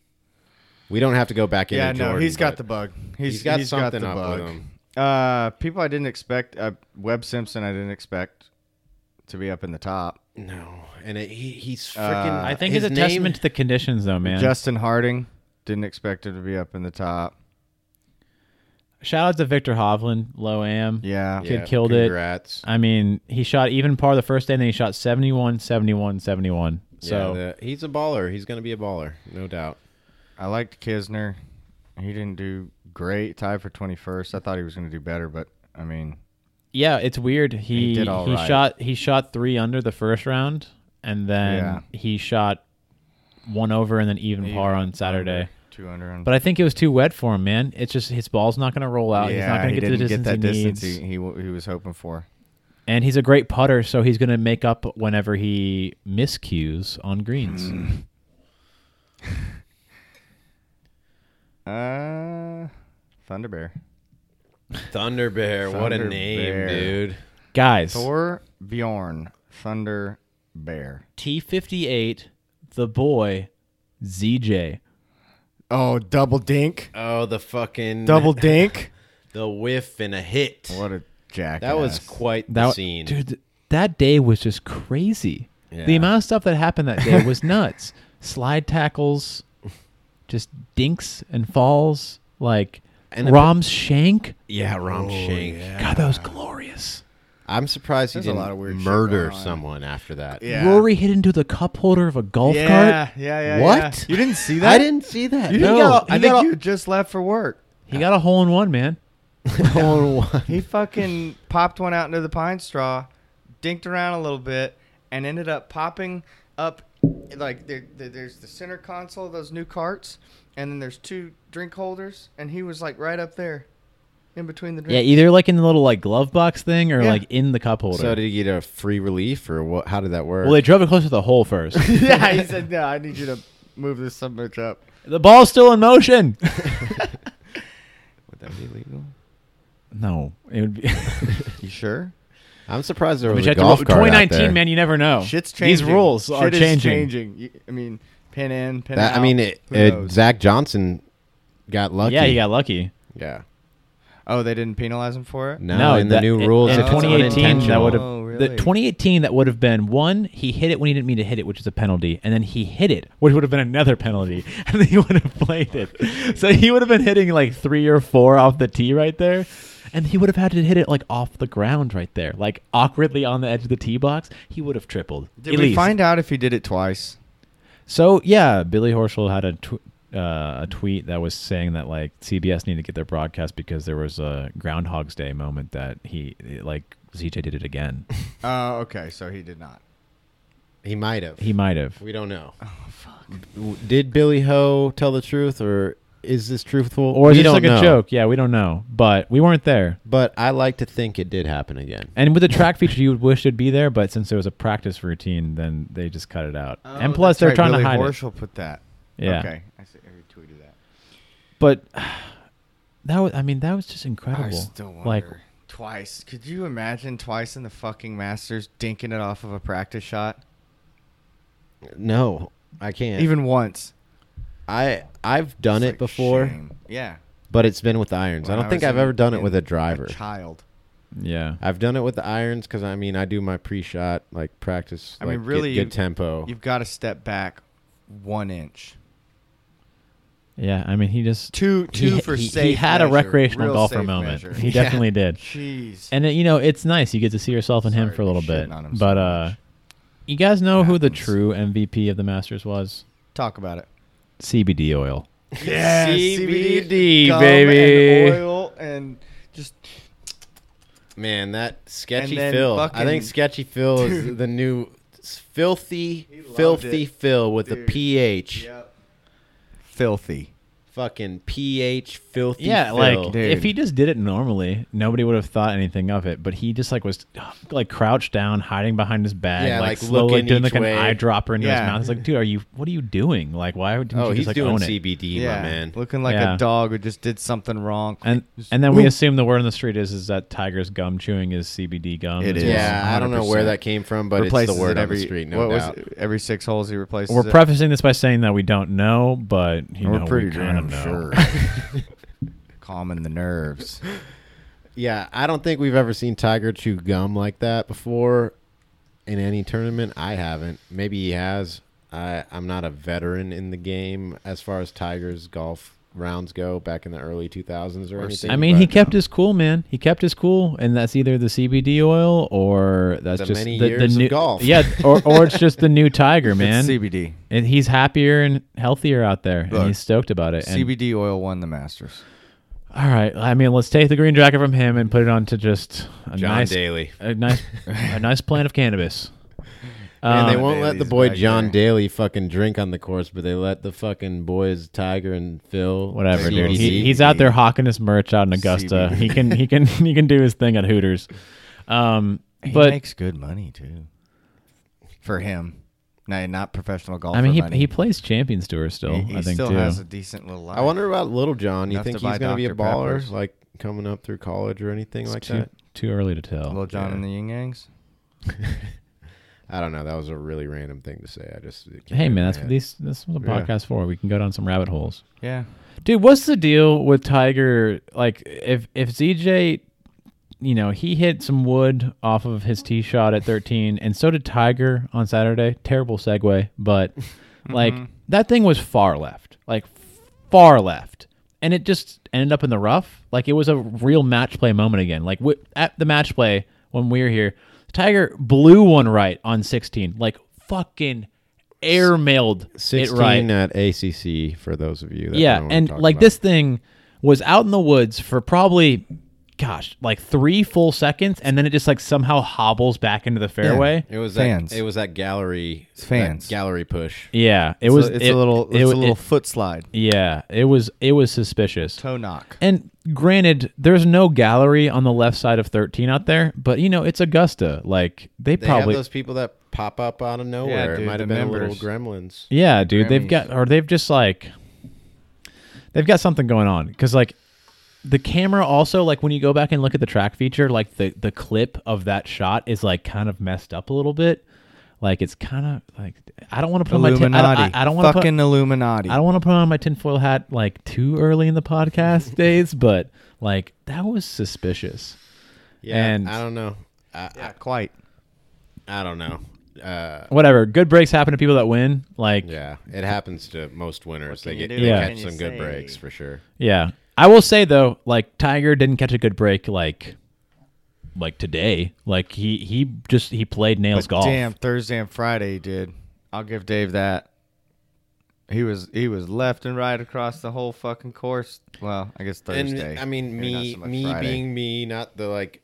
Speaker 1: We don't have to go back
Speaker 2: Yeah,
Speaker 1: into
Speaker 2: no,
Speaker 1: Jordan,
Speaker 2: he's got the
Speaker 1: but
Speaker 2: bug. He's,
Speaker 1: he's got something
Speaker 2: the
Speaker 1: up
Speaker 2: bug.
Speaker 1: with him.
Speaker 2: Uh, people I didn't expect. Uh, Webb Simpson, I didn't expect to be up in the Uh, top.
Speaker 1: No, and it, he, he's freaking.
Speaker 3: I think
Speaker 1: his
Speaker 3: it's a
Speaker 1: name-
Speaker 3: testament to the conditions, though, man.
Speaker 2: Justin Harding, didn't expect him to be up in the top.
Speaker 3: Shout out to Victor Hovland, low am.
Speaker 2: Yeah,
Speaker 3: Kid killed it.
Speaker 1: congrats.
Speaker 3: I mean, he shot even par the first day, and then he shot 71, 71, 71. So
Speaker 1: So he's a baller. He's going to be a baller, no doubt.
Speaker 2: I liked Kisner. He didn't do great. Tied for twenty first. I thought he was going to do better, but I mean,
Speaker 3: yeah, it's weird. He he,
Speaker 2: did all right.
Speaker 3: shot he shot three under the first round, and then
Speaker 2: Yeah.
Speaker 3: he shot one over and then even par on Saturday.
Speaker 2: two under. on-
Speaker 3: But I think it was too wet for him, man. It's just his ball's not going to roll out. he's not
Speaker 2: yeah,
Speaker 3: going
Speaker 2: he
Speaker 3: to get the
Speaker 2: didn't
Speaker 3: distance
Speaker 2: get that
Speaker 3: he
Speaker 2: distance
Speaker 3: needs.
Speaker 2: he, he w- he was hoping for.
Speaker 3: And he's a great putter, so he's going to make up whenever he
Speaker 2: Hmm.
Speaker 3: miscues on greens.
Speaker 2: Uh, Thunder Bear.
Speaker 1: Thunder Bear. what a
Speaker 2: Thunder
Speaker 1: name,
Speaker 2: Bear.
Speaker 1: dude.
Speaker 3: Guys,
Speaker 2: Thor Bjorn. Thunder Bear.
Speaker 3: T58, the boy, ZJ.
Speaker 4: Oh, double dink,
Speaker 1: Oh, the fucking
Speaker 4: double dink.
Speaker 1: the whiff and a hit.
Speaker 2: What a jackass.
Speaker 1: That was quite the
Speaker 3: That
Speaker 1: scene.
Speaker 3: dude, th- that day was just crazy. The
Speaker 1: Yeah.
Speaker 3: amount of stuff that happened that day was nuts. Slide tackles, just dinks and falls, like
Speaker 1: And the-
Speaker 3: Rom's shank.
Speaker 1: Oh, Yeah, Rom Shank.
Speaker 3: God, that was glorious.
Speaker 1: I'm surprised he
Speaker 2: There's a
Speaker 1: didn't
Speaker 2: lot of weird shit
Speaker 1: murder
Speaker 2: going on.
Speaker 1: someone after that.
Speaker 2: Yeah.
Speaker 3: Rory hit into the cup holder of a golf
Speaker 2: yeah,
Speaker 3: cart.
Speaker 2: yeah, yeah.
Speaker 1: What?
Speaker 2: yeah. You didn't see that?
Speaker 1: I didn't see that.
Speaker 2: You
Speaker 3: No.
Speaker 2: didn't get all-
Speaker 3: He
Speaker 2: I
Speaker 3: got
Speaker 2: think
Speaker 3: all-
Speaker 2: you just left for work.
Speaker 3: He got a hole in one, man.
Speaker 1: Hole in one.
Speaker 2: He fucking popped one out into the pine straw, dinked around a little bit, and ended up popping up. Like there, there- there's the center console of those new carts, and then there's two drink holders, and he was like right up there, in between the
Speaker 3: Yeah,
Speaker 2: drinks.
Speaker 3: either like in the little like glove box thing or
Speaker 2: Yeah.
Speaker 3: like in the cup holder.
Speaker 1: So did he get a free relief or what? How did that work?
Speaker 3: well, they drove it closer to the hole first.
Speaker 2: Yeah, he said, "No, I need you to move this so much up."
Speaker 3: the ball's still in motion.
Speaker 2: Would that be legal?
Speaker 3: no, it would be.
Speaker 2: You sure?
Speaker 1: I'm surprised there
Speaker 3: But
Speaker 1: was
Speaker 3: you
Speaker 1: a
Speaker 3: have to
Speaker 1: golf
Speaker 3: roll-
Speaker 1: cart out
Speaker 3: 2019,
Speaker 1: there.
Speaker 3: man, you never
Speaker 1: Oh.
Speaker 3: know.
Speaker 2: Shit's changing.
Speaker 3: These rules
Speaker 2: Shit
Speaker 3: are
Speaker 2: is
Speaker 3: changing.
Speaker 2: changing. You- I mean, pin in, pin
Speaker 1: That-
Speaker 2: out.
Speaker 1: I mean, it,
Speaker 2: Who
Speaker 1: it,
Speaker 2: knows?
Speaker 1: Zach Johnson got lucky.
Speaker 3: Yeah, he got lucky.
Speaker 1: Yeah.
Speaker 2: oh, they didn't penalize him for it.
Speaker 1: No, in the
Speaker 3: that-
Speaker 1: new
Speaker 3: in-
Speaker 1: rules,
Speaker 3: in
Speaker 2: it's
Speaker 3: 2018 that
Speaker 1: unintentional.
Speaker 3: would have
Speaker 2: Oh,
Speaker 3: the
Speaker 2: really?
Speaker 3: 2018 that would have been one. He hit it when he didn't mean to hit it, which is a penalty, and then he hit it, which would have been another penalty, and then he would have played it. So he would have been hitting like three or four off the tee right there, and he would have had to hit it like off the ground right there, like awkwardly on the edge of the tee box. He would have tripled.
Speaker 2: Did
Speaker 3: at
Speaker 2: we
Speaker 3: least.
Speaker 2: find out if he did it twice?
Speaker 3: So yeah, Billy Horschel had a tw- uh, a tweet that was saying that like CBS needed to get their broadcast because there was a Groundhog's Day moment that he like ZJ did it again.
Speaker 2: Oh, okay. So he did not.
Speaker 1: He might have.
Speaker 3: he might have.
Speaker 1: We don't know. Oh fuck. Did Billy Ho tell the truth or is this truthful?
Speaker 3: Or
Speaker 1: we
Speaker 3: is it just
Speaker 1: don't
Speaker 3: like
Speaker 1: know.
Speaker 3: a joke? Yeah, we don't know, but we weren't there.
Speaker 1: But I like to think it did happen again.
Speaker 3: And with the track feature, you would wish it'd be there, but since there was a practice routine, then they just cut it out.
Speaker 2: Oh,
Speaker 3: and plus, they're trying to hide it.
Speaker 2: Horschel put that.
Speaker 3: Yeah.
Speaker 2: Okay. I see. I retweeted that.
Speaker 3: But that was, I mean, that was just
Speaker 2: I
Speaker 3: incredible.
Speaker 2: still wonder.
Speaker 3: like,
Speaker 2: twice. Could you imagine twice in the fucking Masters dinking it off of a practice shot?
Speaker 1: No, I can't.
Speaker 2: Even once.
Speaker 1: I I've done
Speaker 2: It's
Speaker 1: it
Speaker 2: like,
Speaker 1: before,
Speaker 2: shame. Yeah.
Speaker 1: but it's been with irons. I
Speaker 2: When
Speaker 1: don't think
Speaker 2: was
Speaker 1: I've
Speaker 2: in-
Speaker 1: ever done it
Speaker 2: in
Speaker 1: with a
Speaker 2: a
Speaker 1: driver.
Speaker 2: child.
Speaker 3: yeah,
Speaker 1: I've done it with the irons because I mean I do my pre-shot like practice.
Speaker 2: I mean,
Speaker 1: like, get
Speaker 2: really,
Speaker 1: good
Speaker 2: you-
Speaker 1: tempo.
Speaker 2: You've got to step back one inch.
Speaker 3: yeah. I mean, he just
Speaker 2: Two,
Speaker 3: he-
Speaker 2: two for
Speaker 3: he,
Speaker 2: safe.
Speaker 3: he had a
Speaker 2: measure,
Speaker 3: recreational
Speaker 2: real
Speaker 3: golfer
Speaker 2: safe
Speaker 3: moment.
Speaker 2: measure.
Speaker 3: He
Speaker 2: Yeah.
Speaker 3: definitely did.
Speaker 2: Jeez.
Speaker 3: And uh, you know, it's nice you get to see yourself and him
Speaker 2: Sorry
Speaker 3: for a little
Speaker 2: for
Speaker 3: bit.
Speaker 2: shitting on him so
Speaker 3: But uh
Speaker 2: much.
Speaker 3: you guys know who the
Speaker 2: Happens.
Speaker 3: true MVP of the Masters was?
Speaker 2: Talk about it.
Speaker 3: CBD oil.
Speaker 2: Yeah,
Speaker 1: CBD,
Speaker 2: gum
Speaker 1: baby.
Speaker 2: and oil and just
Speaker 1: Man, that sketchy
Speaker 2: And then
Speaker 1: Phil. I
Speaker 2: fucking-
Speaker 1: think sketchy Phil is
Speaker 2: Dude.
Speaker 1: the new s- filthy,
Speaker 2: He loved
Speaker 1: filthy
Speaker 2: it,
Speaker 1: Phil with
Speaker 2: dude.
Speaker 1: the ph.
Speaker 2: filthy.
Speaker 1: Fucking ph filthy.
Speaker 3: Yeah,
Speaker 1: Phil.
Speaker 3: like
Speaker 2: Dude.
Speaker 3: if he just did it normally, nobody would have thought anything of it. But he just like was like crouched down, hiding behind his bag,
Speaker 1: Yeah,
Speaker 3: like,
Speaker 1: like,
Speaker 3: slowly
Speaker 1: looking
Speaker 3: doing
Speaker 1: each
Speaker 3: like an
Speaker 1: way.
Speaker 3: eyedropper into his
Speaker 2: Yeah.
Speaker 3: mouth. It's like, dude, are you? What are you doing? Like, why didn't
Speaker 1: oh,
Speaker 3: you
Speaker 1: he's
Speaker 3: just like
Speaker 1: doing
Speaker 3: own it?
Speaker 1: CBD, my man.
Speaker 2: looking like
Speaker 3: Yeah.
Speaker 2: a dog who just did something wrong.
Speaker 3: And
Speaker 2: Just-
Speaker 3: and then we
Speaker 2: Ooh.
Speaker 3: assume the word on the street is is that Tiger's gum chewing is CBD gum.
Speaker 2: It
Speaker 3: as
Speaker 2: is.
Speaker 3: well.
Speaker 1: yeah, I don't know where
Speaker 2: 100%.
Speaker 1: that came from, but it's the
Speaker 2: Replaces
Speaker 1: word
Speaker 2: it
Speaker 1: on
Speaker 2: every
Speaker 1: the street. No
Speaker 2: what was
Speaker 1: doubt.
Speaker 2: it? every six holes he replaces.
Speaker 3: We're
Speaker 2: it.
Speaker 3: prefacing this by saying that we don't know, but you
Speaker 2: We're
Speaker 3: know,
Speaker 2: pretty
Speaker 3: we kinda
Speaker 2: damn
Speaker 3: know.
Speaker 2: sure. Calming the nerves.
Speaker 1: Yeah, I don't think we've ever seen Tiger chew gum like that before in any tournament. I haven't. Maybe he has. I, I'm not a veteran in the game as far as Tiger's golf rounds go back in the early 2000s or,
Speaker 2: Or
Speaker 1: anything.
Speaker 3: I mean, he
Speaker 1: but uh,
Speaker 3: kept his cool, man. He kept his cool, and that's either the CBD oil or that's
Speaker 1: The
Speaker 3: just
Speaker 1: many
Speaker 3: the,
Speaker 1: years
Speaker 3: the
Speaker 1: of
Speaker 3: new
Speaker 1: golf.
Speaker 3: Yeah, or or it's just the new Tiger, man.
Speaker 2: It's CBD.
Speaker 3: and he's happier and healthier out there, and
Speaker 2: Look,
Speaker 3: he's stoked about it. And,
Speaker 2: CBD oil won the Masters.
Speaker 3: All right, I mean, let's take the green jacket from him and put it onto just a
Speaker 1: John
Speaker 3: nice,
Speaker 1: Daly.
Speaker 3: a nice, a nice plant of cannabis.
Speaker 1: And they
Speaker 3: Um,
Speaker 1: won't let
Speaker 2: Daly's
Speaker 1: the boy
Speaker 2: Oh, back
Speaker 1: John
Speaker 2: there.
Speaker 1: Daly fucking drink on the course, but they let the fucking boys Tiger and Phil
Speaker 3: whatever, dude.
Speaker 1: CBD.
Speaker 3: He, he's out there hawking his merch out in Augusta.
Speaker 2: CBD.
Speaker 3: He can he can he can do his thing at Hooters. Um,
Speaker 2: He
Speaker 3: but
Speaker 2: makes good money too. For him, No, not professional golf.
Speaker 3: I mean, he, he plays Champions Tour still.
Speaker 2: he, he
Speaker 3: I think
Speaker 2: still
Speaker 3: too.
Speaker 2: has a decent little life.
Speaker 1: I wonder about Little John. You
Speaker 2: Enough
Speaker 1: think
Speaker 2: to
Speaker 1: he's
Speaker 2: buy
Speaker 1: going to be a
Speaker 2: Dr.
Speaker 1: baller,
Speaker 2: Peppers.
Speaker 1: like coming up through college or anything
Speaker 3: It's
Speaker 1: like
Speaker 3: too,
Speaker 1: that?
Speaker 3: too early to tell.
Speaker 2: Little John
Speaker 1: yeah.
Speaker 2: and the Ying Yangs.
Speaker 1: I don't know. That was a really random thing to say. I just it came
Speaker 3: hey
Speaker 1: into
Speaker 3: man,
Speaker 1: my
Speaker 3: that's
Speaker 1: head.
Speaker 3: what these. That's what the
Speaker 1: Yeah.
Speaker 3: podcast for. We can go down some rabbit holes.
Speaker 2: Yeah,
Speaker 3: Dude, what's the deal with Tiger? Like, if if ZJ, you know, he hit some wood off of his tee shot at 13, and so did Tiger on Saturday. Terrible segue, but like that thing was far left, like far left, and it just ended up in the rough. Like it was a real match play moment again. Like w- at the match play when we were here, Tiger blew one right on 16, like fucking airmailed it
Speaker 1: Sixteen
Speaker 3: right
Speaker 1: at ACC for those of you. That
Speaker 3: yeah
Speaker 1: know what I'm
Speaker 3: and
Speaker 1: talking
Speaker 3: like
Speaker 1: about.
Speaker 3: this thing was out in the woods for probably gosh like three full seconds and then it just like somehow hobbles back into the fairway yeah,
Speaker 1: It was
Speaker 2: Fans.
Speaker 1: that. It was that gallery. It's
Speaker 2: fans.
Speaker 1: gallery push.
Speaker 3: it was
Speaker 2: it's
Speaker 3: it-
Speaker 2: a little, it's
Speaker 3: it-
Speaker 2: a little
Speaker 3: it-
Speaker 2: foot slide,
Speaker 3: yeah it was it was suspicious
Speaker 2: toe knock.
Speaker 3: and granted there's no gallery on the left side of 13 out there but you know it's augusta like they,
Speaker 1: They
Speaker 3: probably
Speaker 1: have those people that pop up out of nowhere. it
Speaker 2: dude,
Speaker 1: might have
Speaker 2: the
Speaker 1: been
Speaker 2: members.
Speaker 1: little gremlins.
Speaker 3: Yeah, dude, they've
Speaker 2: Grammys.
Speaker 3: got or they've just like they've got something going on because like the camera also like when you go back and look at the track feature, like the the clip of that shot is like kind of messed up a little bit. Like it's kind of like I don't want to put my tin, I don't,
Speaker 2: Illuminati.
Speaker 3: I, I don't want to put
Speaker 2: fucking Illuminati.
Speaker 3: I don't want to put on my tinfoil hat like too early in the podcast days, but like that was suspicious.
Speaker 1: Yeah,
Speaker 3: And-
Speaker 1: I don't know. I,
Speaker 2: yeah, quite.
Speaker 1: I, I don't know. Uh,
Speaker 3: Whatever, good breaks happen to people that win. Like
Speaker 1: yeah, it happens to most winners. They
Speaker 2: can you
Speaker 1: get
Speaker 2: do?
Speaker 1: they
Speaker 3: Yeah.
Speaker 1: catch
Speaker 2: Can you
Speaker 1: some good
Speaker 2: say?
Speaker 1: breaks for sure.
Speaker 3: Yeah. I will say though, like Tiger didn't catch a good break like like today. Like he he just he played nails golf.
Speaker 2: Damn, Thursday and Friday, dude. I'll give Dave that. He was he was left and right across the whole fucking course. Well, I guess Thursday.
Speaker 1: And I mean,
Speaker 2: Maybe not
Speaker 1: me,
Speaker 2: so much
Speaker 1: me
Speaker 2: Friday.
Speaker 1: being me, not the like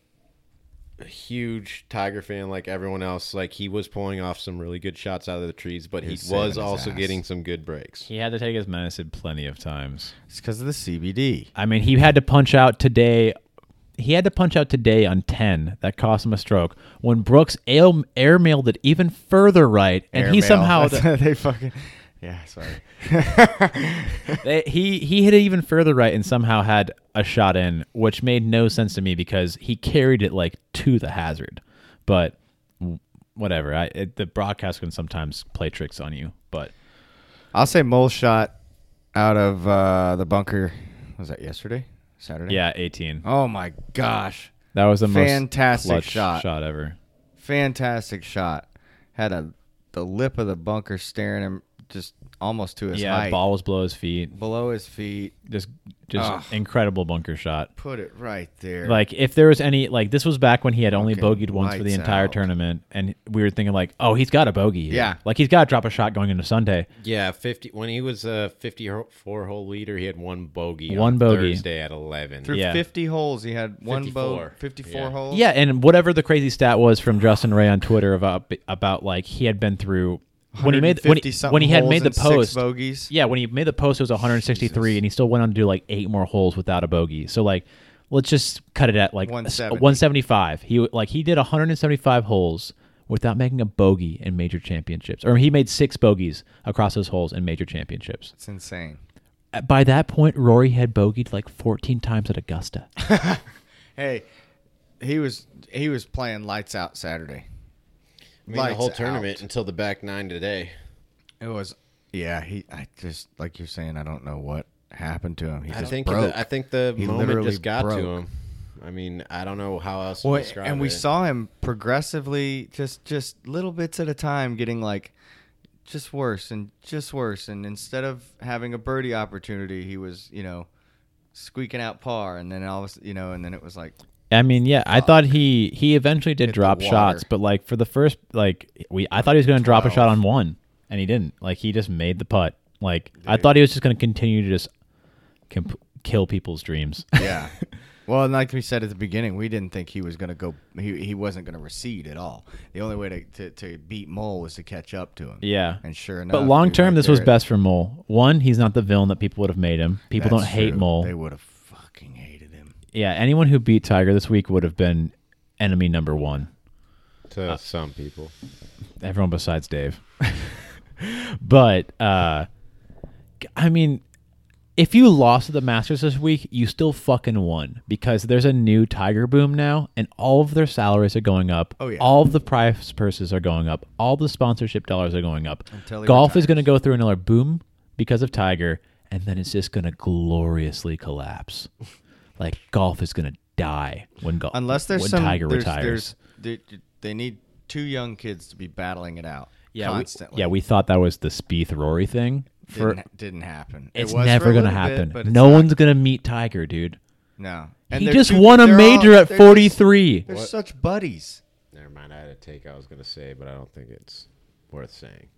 Speaker 1: huge Tiger fan like everyone else. Like he was pulling off some really good shots out of the trees, but he,
Speaker 2: was saving
Speaker 1: was
Speaker 2: his
Speaker 1: also
Speaker 2: ass.
Speaker 1: getting some good breaks.
Speaker 3: He had to take his medicine plenty of times.
Speaker 2: it's because of the CBD.
Speaker 3: I mean, he had to punch out today. He had to punch out today on 10. That cost him a stroke. When Brooks ail- airmailed it even further right, and he
Speaker 2: Airmail.
Speaker 3: somehow
Speaker 2: That's- they fucking yeah. Sorry.
Speaker 3: They, he he hit it even further right and somehow had a shot in, which made no sense to me because he carried it like to the hazard. But w- whatever, I it, the broadcast can sometimes play tricks on you. But
Speaker 2: I'll say mole shot out of uh, the bunker. Was that yesterday? Saturday.
Speaker 3: yeah, eighteen.
Speaker 2: Oh my gosh.
Speaker 3: That was the
Speaker 2: Fantastic
Speaker 3: most clutch
Speaker 2: shot.
Speaker 3: shot ever.
Speaker 2: fantastic shot. Had a the lip of the bunker staring him just almost to his
Speaker 3: yeah,
Speaker 2: height,
Speaker 3: ball was below his feet.
Speaker 2: below his feet.
Speaker 3: Just just
Speaker 2: Ugh.
Speaker 3: incredible bunker shot.
Speaker 2: Put it right there.
Speaker 3: Like if there was any like this was back when he had only
Speaker 2: Fucking
Speaker 3: bogeyed once for the
Speaker 2: lights
Speaker 3: entire
Speaker 2: out.
Speaker 3: tournament, and we were thinking like, oh, he's got a bogey. here.
Speaker 2: Yeah.
Speaker 3: like he's got to drop a shot going into Sunday.
Speaker 1: Yeah, fifty when he was a fifty-four hole leader, he had one bogey.
Speaker 3: One
Speaker 1: on
Speaker 3: bogey.
Speaker 1: Thursday at eleven.
Speaker 2: through
Speaker 3: yeah.
Speaker 2: 50 holes, he had one boat,
Speaker 1: 54.
Speaker 2: 54
Speaker 1: Yeah.
Speaker 2: holes.
Speaker 3: Yeah, and whatever the crazy stat was from Justin Ray on Twitter about about like he had been through when he made when he,
Speaker 2: 150-something
Speaker 3: when he had
Speaker 2: holes
Speaker 3: made the
Speaker 2: and six
Speaker 3: post.
Speaker 2: bogeys.
Speaker 3: Yeah, when he made the post, it was 163,
Speaker 2: Jesus.
Speaker 3: and he still went on to do like eight more holes without a bogey. So like, let's just cut it at like
Speaker 2: 170.
Speaker 3: 175. He like he did 175 holes without making a bogey in major championships, or he made six bogeys across those holes in major championships.
Speaker 2: It's insane.
Speaker 3: Uh, By that point, Rory had bogeyed like 14 times at Augusta.
Speaker 2: Hey, he was he was playing lights out Saturday.
Speaker 1: I mean, the whole
Speaker 2: Lights
Speaker 1: tournament
Speaker 2: out.
Speaker 1: until the back nine today.
Speaker 2: It was yeah, he I just like you're saying I don't know what happened to him. He
Speaker 1: I
Speaker 2: just
Speaker 1: think
Speaker 2: broke.
Speaker 1: the, I think the
Speaker 2: He
Speaker 1: moment
Speaker 2: literally
Speaker 1: just got
Speaker 2: broke.
Speaker 1: to him. I mean, I don't know how else to
Speaker 2: Well,
Speaker 1: describe
Speaker 2: and we
Speaker 1: it.
Speaker 2: saw him progressively, just just little bits at a time, getting like just worse and just worse. And instead of having a birdie opportunity, he was you know squeaking out par, and then all of a, you know, and then it was like
Speaker 3: I mean, yeah, I thought he he eventually did
Speaker 2: Hit the
Speaker 3: drop
Speaker 2: water.
Speaker 3: shots, but like for the first like we I thought he was going to drop a shot on one, and he didn't. Like he just made the putt. Like I thought he was just going to continue to just comp- kill people's dreams.
Speaker 2: yeah. Well, and like we said at the beginning, we didn't think he was going to go. He, he wasn't going to recede at all. The only way to, to, to beat Mole was to catch up to him.
Speaker 3: yeah.
Speaker 2: And sure enough,
Speaker 3: But long
Speaker 2: dude,
Speaker 3: term,
Speaker 2: right
Speaker 3: this was
Speaker 2: there,
Speaker 3: best for Mole. One, he's not the villain that people would have made him. People don't
Speaker 2: that's
Speaker 3: hate
Speaker 2: true.
Speaker 3: Mole.
Speaker 2: They would have fucking hated him.
Speaker 3: yeah, anyone who beat Tiger this week would have been enemy number one.
Speaker 1: to some people.
Speaker 3: everyone besides Dave. but uh g- I mean, if you lost to the Masters this week, you still fucking won because there's a new Tiger boom now, and all of their salaries are going up.
Speaker 2: Oh, yeah.
Speaker 3: all of the prize purses are going up. All the sponsorship dollars are going up.
Speaker 2: Until he
Speaker 3: Golf is
Speaker 2: retires.
Speaker 3: going to go through another boom because of Tiger, and then it's just going to gloriously collapse. like golf is going to die when golf
Speaker 2: Unless there's
Speaker 3: when
Speaker 2: some
Speaker 3: Tiger
Speaker 2: there's,
Speaker 3: retires.
Speaker 2: There's, they, they need two young kids to be battling it out
Speaker 3: yeah,
Speaker 2: constantly.
Speaker 3: We, yeah, we thought that was the Spieth Rory thing. For
Speaker 2: didn't, didn't happen. It
Speaker 3: it's
Speaker 2: was for
Speaker 3: never
Speaker 2: a
Speaker 3: gonna
Speaker 2: little bit,
Speaker 3: happen.
Speaker 2: but it's
Speaker 3: no
Speaker 2: not.
Speaker 3: one's gonna meet Tiger, dude.
Speaker 2: No, and
Speaker 3: he
Speaker 2: they're
Speaker 3: just
Speaker 2: two-
Speaker 3: won a
Speaker 2: they're all-
Speaker 3: major at
Speaker 2: they're just-
Speaker 3: 43.
Speaker 2: They're
Speaker 1: What?
Speaker 2: such buddies.
Speaker 1: Never mind. I had a take I was going to say, but I don't think it's worth saying.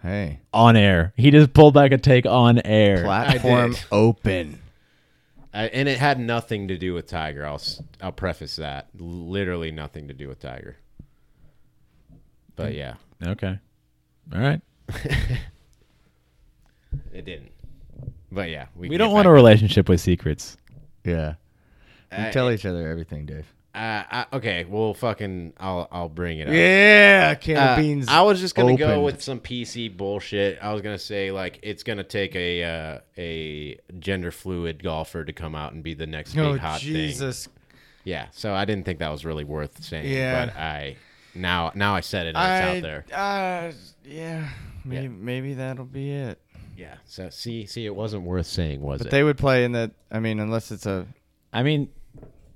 Speaker 2: Hey,
Speaker 3: on air. He just pulled back a take on air.
Speaker 2: platform open.
Speaker 1: I, and it had nothing to do with Tiger. I'll s- I'll preface that. Literally nothing to do with Tiger. But yeah,
Speaker 3: okay. All right.
Speaker 1: it didn't. But yeah,
Speaker 3: We don't want a relationship with secrets.
Speaker 2: Yeah, we
Speaker 1: I-
Speaker 2: tell each other everything, Dave.
Speaker 1: Uh, I, okay, well, fucking, I'll I'll bring it up.
Speaker 2: Yeah, can
Speaker 1: Uh, I was just gonna go
Speaker 2: opened.
Speaker 1: with some PC bullshit. I was gonna say like it's gonna take a uh, a gender fluid golfer to come out and be the next
Speaker 2: oh
Speaker 1: big hot thing.
Speaker 2: Jesus!
Speaker 1: Yeah, so I didn't think that was really worth saying.
Speaker 2: Yeah.
Speaker 1: but I now now I said it. And
Speaker 2: I,
Speaker 1: it's out there.
Speaker 2: Uh, yeah, maybe,
Speaker 1: Yeah.
Speaker 2: maybe that'll be it.
Speaker 1: Yeah. So see see it wasn't worth saying, was
Speaker 2: But
Speaker 1: it?
Speaker 2: they would play in that. I mean, unless it's a
Speaker 3: I mean,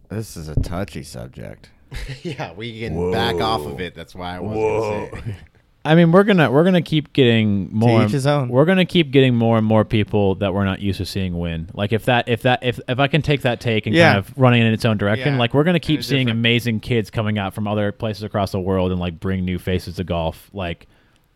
Speaker 2: this is a touchy subject.
Speaker 1: yeah, we can back off of it. That's why I wasn't gonna say. It.
Speaker 3: I mean, we're gonna we're gonna keep getting more.
Speaker 2: each his own.
Speaker 3: We're gonna keep getting more and more people that we're not used to seeing win. Like if that if that if if I can take that take and
Speaker 2: Yeah.
Speaker 3: kind of running in its own direction,
Speaker 2: Yeah.
Speaker 3: like we're gonna keep
Speaker 2: a
Speaker 3: seeing
Speaker 2: different-
Speaker 3: amazing kids coming out from other places across the world and like bring new faces to golf. Like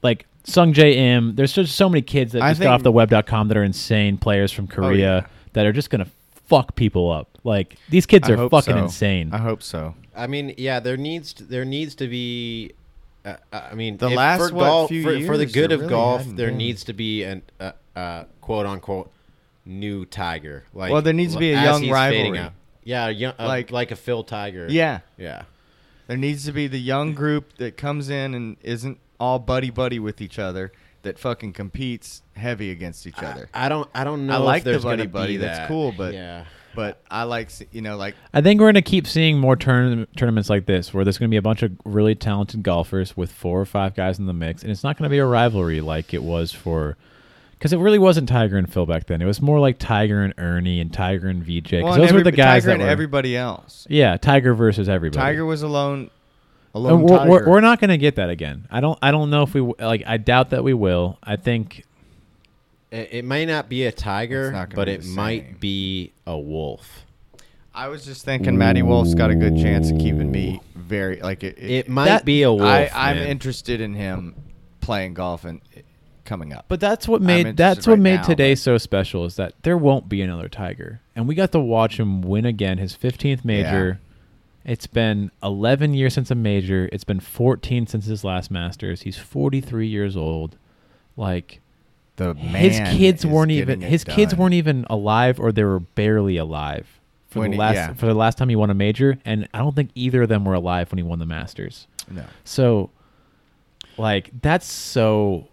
Speaker 3: like Sung J M. There's just so many kids that
Speaker 2: I
Speaker 3: just
Speaker 2: think- Oh,
Speaker 3: got off the web.com that are insane players from Korea
Speaker 2: yeah.
Speaker 3: that are just gonna fuck people up. Like these kids
Speaker 2: I
Speaker 3: are
Speaker 2: hope
Speaker 3: fucking
Speaker 2: so.
Speaker 3: insane.
Speaker 2: I hope so.
Speaker 1: I mean, yeah, there needs to, there needs to be. Uh, I mean,
Speaker 2: The
Speaker 1: if
Speaker 2: last,
Speaker 1: for
Speaker 2: what,
Speaker 1: golf
Speaker 2: few
Speaker 1: for, for the
Speaker 2: years,
Speaker 1: good
Speaker 2: there
Speaker 1: of
Speaker 2: really
Speaker 1: golf,
Speaker 2: hadn't
Speaker 1: there
Speaker 2: been.
Speaker 1: needs to be an uh, uh, quote unquote new Tiger. Like,
Speaker 2: Well, there needs to be a
Speaker 1: as
Speaker 2: young
Speaker 1: he's fading
Speaker 2: rivalry.
Speaker 1: out. Yeah, a young, like
Speaker 2: Like-
Speaker 1: like a Phil Tiger.
Speaker 2: Yeah,
Speaker 1: yeah.
Speaker 2: there needs to be the young group that comes in and isn't all buddy buddy with each other. That fucking competes heavy against each other.
Speaker 1: I don't, I don't know.
Speaker 2: I
Speaker 1: if
Speaker 2: like the
Speaker 1: there's gonna
Speaker 2: buddy
Speaker 1: be
Speaker 2: buddy. That's
Speaker 1: that.
Speaker 2: cool, but
Speaker 1: yeah,
Speaker 2: but I like se- you know like
Speaker 3: I think we're going to keep seeing more tourn- tournaments like this, where there's going to be a bunch of really talented golfers with four or five guys in the mix, and it's not going to be a rivalry like it was for, because it really wasn't Tiger and Phil back then. It was more like Tiger and Ernie and Tiger and VJ, because
Speaker 2: well, and
Speaker 3: those were
Speaker 2: every-
Speaker 3: the guys
Speaker 2: Tiger
Speaker 3: that
Speaker 2: and
Speaker 3: were.
Speaker 2: everybody else.
Speaker 3: yeah, Tiger versus everybody.
Speaker 2: Tiger was alone. Alone.
Speaker 3: And we're,
Speaker 2: Tiger.
Speaker 3: we're, we're not going to get that again. I don't. I don't know if we w- like. I doubt that we will. I think.
Speaker 1: it, it may not be a
Speaker 2: It's
Speaker 1: tiger,
Speaker 2: not gonna
Speaker 1: but
Speaker 2: be
Speaker 1: it
Speaker 2: the same.
Speaker 1: might be a wolf.
Speaker 2: I was just thinking Matty Wolf's got a good chance of keeping me very like it.
Speaker 1: It might
Speaker 3: That-
Speaker 1: be a wolf.
Speaker 2: I, I'm
Speaker 1: man.
Speaker 2: interested in him playing golf and uh, coming up.
Speaker 3: But that's what made
Speaker 2: interested
Speaker 3: that's what
Speaker 2: right
Speaker 3: made
Speaker 2: now,
Speaker 3: today
Speaker 2: but-
Speaker 3: so special is that there won't be another Tiger, and we got to watch him win again his 15th major. It's been 11 years since a major. It's been 14 since his last Masters. He's 43 years old. Like
Speaker 2: the
Speaker 3: his
Speaker 2: man
Speaker 3: kids
Speaker 2: is
Speaker 3: weren't
Speaker 2: getting
Speaker 3: even
Speaker 2: it
Speaker 3: his kids
Speaker 2: done.
Speaker 3: weren't even alive, or they were barely alive for
Speaker 2: When
Speaker 3: the
Speaker 2: he-
Speaker 3: last
Speaker 2: yeah.
Speaker 3: for the last time he won a major. And I don't think either of them were alive when he won the Masters.
Speaker 2: No.
Speaker 3: So, like that's so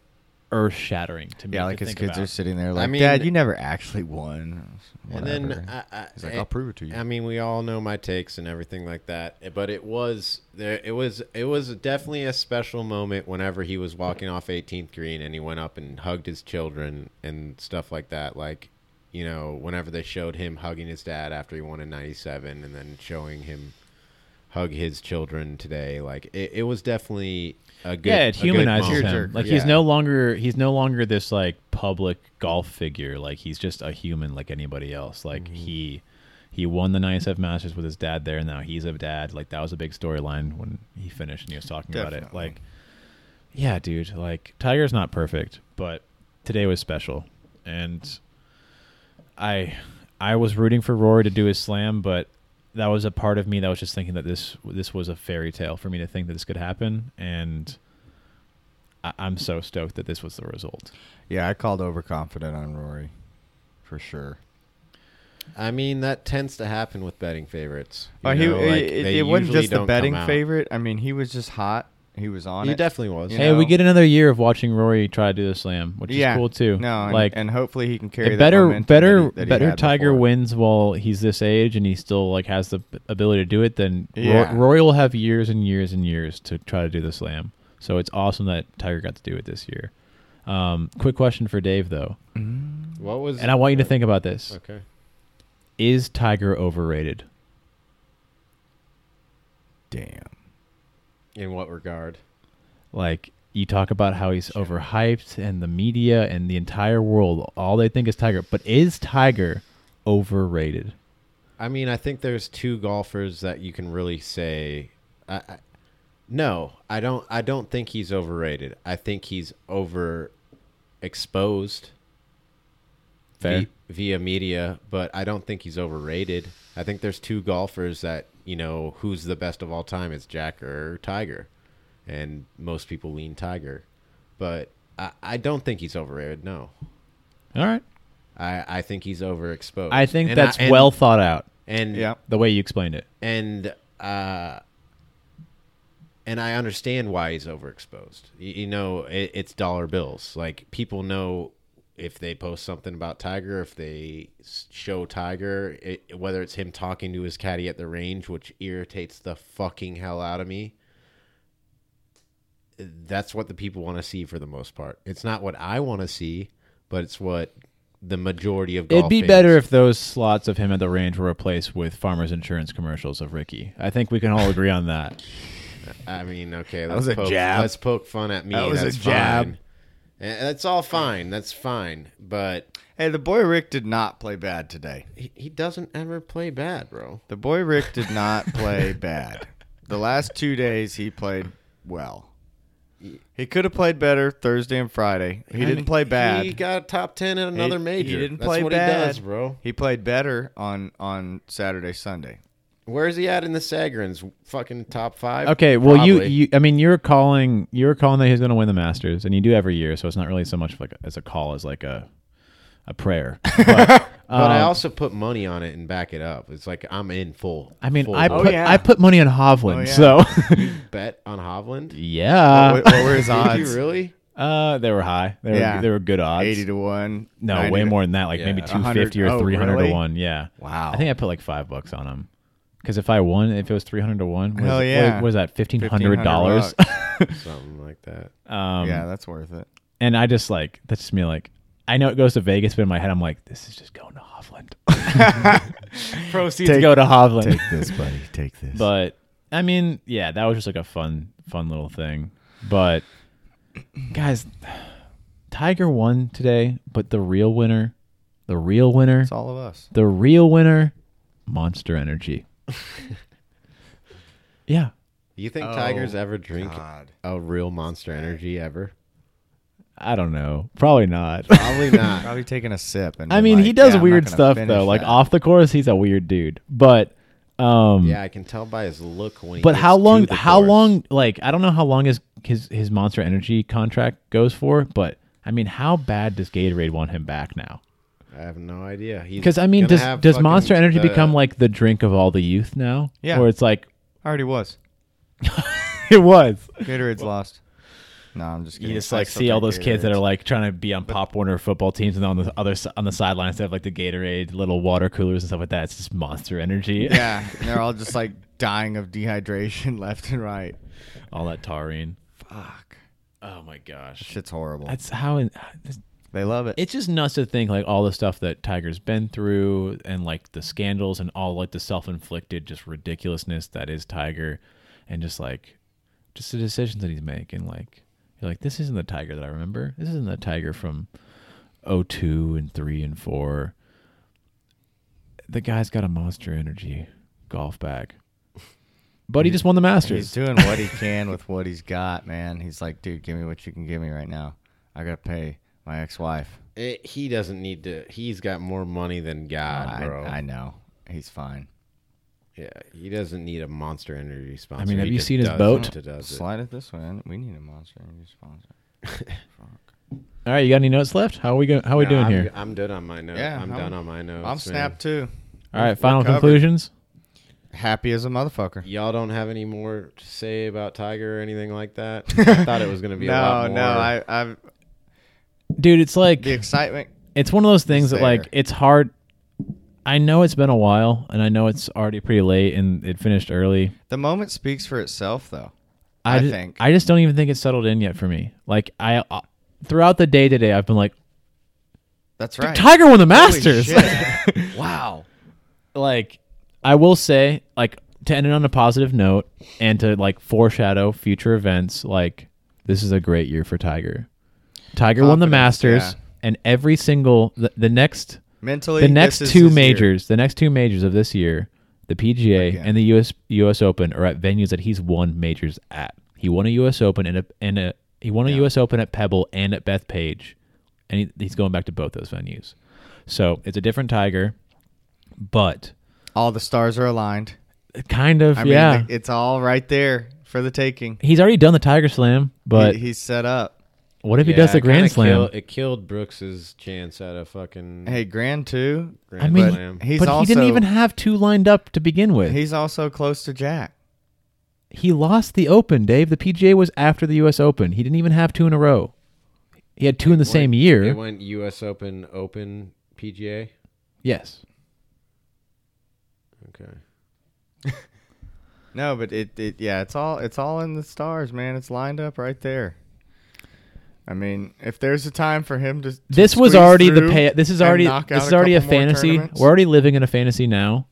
Speaker 3: earth shattering to me.
Speaker 2: Yeah,
Speaker 3: to
Speaker 2: like his
Speaker 3: think
Speaker 2: kids are
Speaker 3: about.
Speaker 2: sitting there like,
Speaker 1: mean-
Speaker 2: Dad, you never actually won.
Speaker 1: And then
Speaker 2: Whatever.
Speaker 1: I, I,
Speaker 2: He's like, "I'll prove it to you."
Speaker 1: I mean, we all know my takes and everything like that, eh, but it was there. It was it was definitely a special moment whenever he was walking off 18th green and he went up and hugged his children and stuff like that. Like, you know, whenever they showed him hugging his dad after he won in '97, and then showing him hug his children today, like it, it was definitely a good.
Speaker 3: yeah, it
Speaker 1: a good
Speaker 3: humanizes
Speaker 1: moment.
Speaker 3: him.
Speaker 2: Tearjerker.
Speaker 3: Like
Speaker 1: Yeah.
Speaker 3: he's no longer he's no longer this like public golf figure. Like he's just a human like anybody else. Like
Speaker 1: Mm-hmm.
Speaker 3: he he won the 97 Masters with his dad there, and now he's a dad. Like that was a big storyline when he finished and he was talking about it.
Speaker 2: Definitely.
Speaker 3: Like, yeah, dude. Like Tiger's not perfect, but today was special, and I I was rooting for Rory to do his slam, but that was a part of me that was just thinking that this this was a fairy tale for me to think that this could happen, and I, I'm so stoked that this was the result.
Speaker 2: yeah, I called overconfident on Rory, for sure.
Speaker 1: I mean, that tends to happen with betting favorites. You
Speaker 2: Oh, he,
Speaker 1: know, like,
Speaker 2: it,
Speaker 1: they
Speaker 2: it wasn't
Speaker 1: usually
Speaker 2: just the
Speaker 1: don't
Speaker 2: betting
Speaker 1: come out.
Speaker 2: favorite. I mean, he was just hot. He was on
Speaker 1: He
Speaker 2: it.
Speaker 1: definitely was.
Speaker 2: You
Speaker 3: Hey,
Speaker 2: know?
Speaker 3: we get another year of watching Rory try to do the slam, which
Speaker 2: yeah,
Speaker 3: is cool too.
Speaker 2: No, and,
Speaker 3: like
Speaker 2: and hopefully he can carry
Speaker 3: it
Speaker 2: that
Speaker 3: better,
Speaker 2: momentum
Speaker 3: better,
Speaker 2: that he- that he
Speaker 3: better.
Speaker 2: had
Speaker 3: Tiger
Speaker 2: before.
Speaker 3: wins while he's this age and he still like has the p- ability to do it. Then Ro-
Speaker 2: Yeah.
Speaker 3: Rory will have years and years and years to try to do the slam. So it's awesome that Tiger got to do it this year. Um, quick question for Dave though,
Speaker 1: What was?
Speaker 3: and I want you to think about this:
Speaker 1: okay.
Speaker 3: Is Tiger overrated?
Speaker 2: Damn.
Speaker 1: In what regard?
Speaker 3: Like you talk about how he's overhyped and the media and the entire world, all they think is Tiger. But is Tiger overrated?
Speaker 1: I mean, I think there's two golfers that you can really say, I, I, no, I don't. I don't think he's overrated. I think he's overexposed
Speaker 3: Fair.
Speaker 1: vi- via media, but I don't think he's overrated. I think there's two golfers that you know who's the best of all time. It's Jack or Tiger, and most people lean Tiger, but I, I don't think he's overrated. No,
Speaker 3: All right.
Speaker 1: I, I think he's overexposed.
Speaker 3: I think
Speaker 1: And
Speaker 3: that's
Speaker 1: and-
Speaker 3: well thought out.
Speaker 1: and
Speaker 2: Yeah.
Speaker 3: The way you explained it.
Speaker 1: and uh, and I understand why he's overexposed. You, you know, it, it's dollar bills. Like people know if they post something about Tiger, if they s- show Tiger, it, whether it's him talking to his caddy at the range, which irritates the fucking hell out of me. That's what the people want to see for the most part. It's not what I want to see, but it's what the majority of golf
Speaker 3: It'd be
Speaker 1: fans-
Speaker 3: better if those slots of him at the range were replaced with farmers insurance commercials of Ricky. I think we can all agree on that.
Speaker 1: I mean, okay, let's
Speaker 2: was a
Speaker 1: poke,
Speaker 2: jab.
Speaker 1: Let's poke fun at me.
Speaker 2: That was a
Speaker 1: That's
Speaker 2: jab.
Speaker 1: Fine. And That's all fine. That's fine. But
Speaker 2: Hey, the boy Rick did not play bad today.
Speaker 1: he, he doesn't ever play bad, bro.
Speaker 2: The boy Rick did not play bad. The last two days he played well. He could have played better Thursday and Friday. He didn't play bad.
Speaker 1: He got a top ten in
Speaker 2: He-
Speaker 1: another major.
Speaker 2: He didn't
Speaker 1: That's
Speaker 2: play
Speaker 1: what
Speaker 2: bad,
Speaker 1: he does, bro.
Speaker 2: He played better on on Saturday, Sunday.
Speaker 1: Where is he at in the Sagrins? Fucking top five.
Speaker 3: Okay, well you,
Speaker 1: Probably.
Speaker 3: you I mean you're calling you're calling that he's gonna win the Masters, and you do every year, so it's not really so much like as a call as like a a prayer. But,
Speaker 1: But I
Speaker 3: um,
Speaker 1: also put money on it and back it up. It's like I'm in full.
Speaker 3: I mean
Speaker 1: full
Speaker 3: I
Speaker 1: blown
Speaker 3: put
Speaker 2: yeah.
Speaker 3: I put money on Hovland,
Speaker 2: Oh, yeah.
Speaker 3: so
Speaker 1: bet on Hovland.
Speaker 3: yeah.
Speaker 2: what, what were his
Speaker 1: Did you
Speaker 2: odds?
Speaker 1: really?
Speaker 3: Uh, they were high. They were
Speaker 2: Yeah.
Speaker 3: they were good odds.
Speaker 2: Eighty to one.
Speaker 3: no,
Speaker 2: 90
Speaker 3: way
Speaker 2: to-
Speaker 3: more than that. Like
Speaker 1: Yeah.
Speaker 3: maybe
Speaker 2: 100
Speaker 3: 250 or
Speaker 2: oh,
Speaker 3: 300
Speaker 2: really?
Speaker 3: to 1. Yeah.
Speaker 2: Wow.
Speaker 3: I think I put like 5 bucks on them. Cuz if I won, if it was 300 to 1, what is
Speaker 2: Hell
Speaker 3: it-
Speaker 2: yeah.
Speaker 3: what was that $1500?
Speaker 2: $1,500.
Speaker 1: Something like that.
Speaker 3: um
Speaker 2: yeah, that's worth it.
Speaker 3: and I just like that's just me like I know it goes to Vegas, but in my head I'm like this is just going to Hovland. Proceeds
Speaker 2: Take-
Speaker 3: go to Hovland.
Speaker 2: this, buddy. Take this.
Speaker 3: But I mean, yeah, that was just like a fun fun little thing. But guys, Tiger won today, but the real winner, the real winner,
Speaker 2: it's all of us.
Speaker 3: the real winner, Monster Energy. yeah.
Speaker 1: You think
Speaker 2: Oh,
Speaker 1: Tigers ever drink
Speaker 2: God.
Speaker 1: a real Monster Energy ever?
Speaker 3: I don't know. Probably not.
Speaker 1: Probably not.
Speaker 2: Probably taking a sip. And
Speaker 3: I
Speaker 2: been
Speaker 3: mean,
Speaker 2: like,
Speaker 3: he does
Speaker 2: "Yeah, I'm not
Speaker 3: weird
Speaker 2: gonna
Speaker 3: stuff
Speaker 2: finish
Speaker 3: though. Like
Speaker 2: that."
Speaker 3: off the course, he's a weird dude. But um
Speaker 1: Yeah, I can tell by his look when. He
Speaker 3: But
Speaker 1: gets
Speaker 3: how
Speaker 1: to
Speaker 3: long?
Speaker 1: the
Speaker 3: How
Speaker 1: course.
Speaker 3: long? Like I don't know how long his his his Monster Energy contract goes for, but I mean, how bad does Gatorade want him back now?
Speaker 1: I have no idea.
Speaker 3: Because I mean, does does Monster Energy become like the drink of all the youth now?
Speaker 2: Yeah.
Speaker 3: Or it's like
Speaker 2: Already was.
Speaker 3: it was.
Speaker 2: Gatorade's lost. No, I'm just
Speaker 3: You
Speaker 2: kidding.
Speaker 3: just
Speaker 2: I
Speaker 3: like
Speaker 2: still
Speaker 3: see all
Speaker 2: drink
Speaker 3: those kids that
Speaker 2: Gatorades.
Speaker 3: are like trying to be on Pop Warner football teams and on the other si- on the sidelines they have like the Gatorade little water coolers and stuff like that. It's just Monster Energy.
Speaker 2: Yeah, and they're all just like dying of dehydration left and right.
Speaker 3: all that taurine.
Speaker 2: Fuck.
Speaker 3: Oh my gosh.
Speaker 2: Shit's horrible.
Speaker 3: That's how. In, this,
Speaker 2: they love it.
Speaker 3: it's just nuts to think like all the stuff that Tiger's been through and like the scandals and all like the self-inflicted just ridiculousness that is Tiger and just like just the decisions that he's making like you're like this isn't the Tiger that I remember. This isn't the Tiger from 02 and 3 and 4. The guy's got a monster energy golf bag. But he just won the
Speaker 2: He's
Speaker 3: Masters.
Speaker 2: doing what he can with what he's got, man. He's like, dude, give me what you can give me right now. I gotta pay my ex-wife.
Speaker 1: It, he doesn't need to. He's got more money than God,
Speaker 2: I,
Speaker 1: bro.
Speaker 2: I know he's fine.
Speaker 1: yeah, he doesn't need a Monster Energy sponsor.
Speaker 3: mean, have
Speaker 1: He
Speaker 3: you
Speaker 1: just
Speaker 3: seen his
Speaker 1: does
Speaker 3: boat?
Speaker 1: what it does it.
Speaker 2: Slide it this way. We need a monster energy sponsor. Fuck.
Speaker 3: All right, you got any notes left? How are we going? How are we
Speaker 1: No,
Speaker 3: doing
Speaker 1: I'm,
Speaker 3: here?
Speaker 1: I'm done on my note.
Speaker 2: Yeah,
Speaker 1: I'm,
Speaker 2: I'm-
Speaker 1: done on my note.
Speaker 2: I'm snapped too.
Speaker 3: All right, final
Speaker 2: covered.
Speaker 3: conclusions.
Speaker 2: Happy as a motherfucker.
Speaker 1: Y'all don't have any more to say about Tiger or anything like that. I thought it was going to be a
Speaker 2: No,
Speaker 1: lot more.
Speaker 2: no, I, I
Speaker 3: Dude, it's like
Speaker 2: the excitement.
Speaker 3: it's one of those things that like
Speaker 2: Fair.
Speaker 3: it's hard. I know it's been a while, and I know it's already pretty late, and it finished early.
Speaker 2: The moment speaks for itself, though.
Speaker 3: I,
Speaker 2: I
Speaker 3: ju-
Speaker 2: think.
Speaker 3: I just don't even think it's settled in yet for me. Like I, uh, throughout the day today, I've been like,
Speaker 2: That's right.
Speaker 3: Tiger won the
Speaker 2: Holy
Speaker 3: Masters.
Speaker 2: shit. wow.
Speaker 3: like I will say, like to end it on a positive note and to like foreshadow future events, like this is a great year for Tiger. Tiger won the
Speaker 2: Confidence,
Speaker 3: Masters,
Speaker 2: yeah.
Speaker 3: and every single the, the next
Speaker 2: Mentally,
Speaker 3: the
Speaker 2: this
Speaker 3: next
Speaker 2: is
Speaker 3: two
Speaker 2: his year.
Speaker 3: majors, the next two majors of this year, the PGA
Speaker 2: Again.
Speaker 3: and the US US Open are at venues that he's won majors at. He won a US Open and a and a he won a US Open at Pebble and at Bethpage, and he, he's going back to both those venues. So it's a different Tiger, but
Speaker 2: All the stars are aligned.
Speaker 3: kind of
Speaker 2: I
Speaker 3: yeah.
Speaker 2: mean, it's all right there for the taking.
Speaker 3: he's already done the Tiger Slam, but
Speaker 2: he, he's set up.
Speaker 3: what if he does
Speaker 1: Yeah,
Speaker 3: the
Speaker 1: it kinda
Speaker 3: Grand Slam?
Speaker 1: kill- it killed Brooks's chance at a fucking
Speaker 2: Hey, Grand too.
Speaker 1: Grand
Speaker 3: I mean,
Speaker 1: Slam.
Speaker 2: He's
Speaker 3: but
Speaker 2: also
Speaker 3: he didn't even have two lined up to begin with.
Speaker 2: he's also close to Jack.
Speaker 3: He lost the Open, Dave. The PGA was after the U.S. Open. He didn't even have two in a row. He had two in the same
Speaker 1: It
Speaker 3: year.
Speaker 1: went U.S. Open, Open, PGA.
Speaker 3: Yes.
Speaker 1: Okay.
Speaker 2: No, but it, it yeah, it's all it's all in the stars, man. It's lined up right there. I mean, if there's a time for him to, to
Speaker 3: This was
Speaker 2: squeeze
Speaker 3: already the
Speaker 2: through
Speaker 3: pay. This is
Speaker 2: and
Speaker 3: already
Speaker 2: knock
Speaker 3: this
Speaker 2: out
Speaker 3: is already a
Speaker 2: couple more
Speaker 3: fantasy.
Speaker 2: tournaments,
Speaker 3: We're already living in a fantasy now.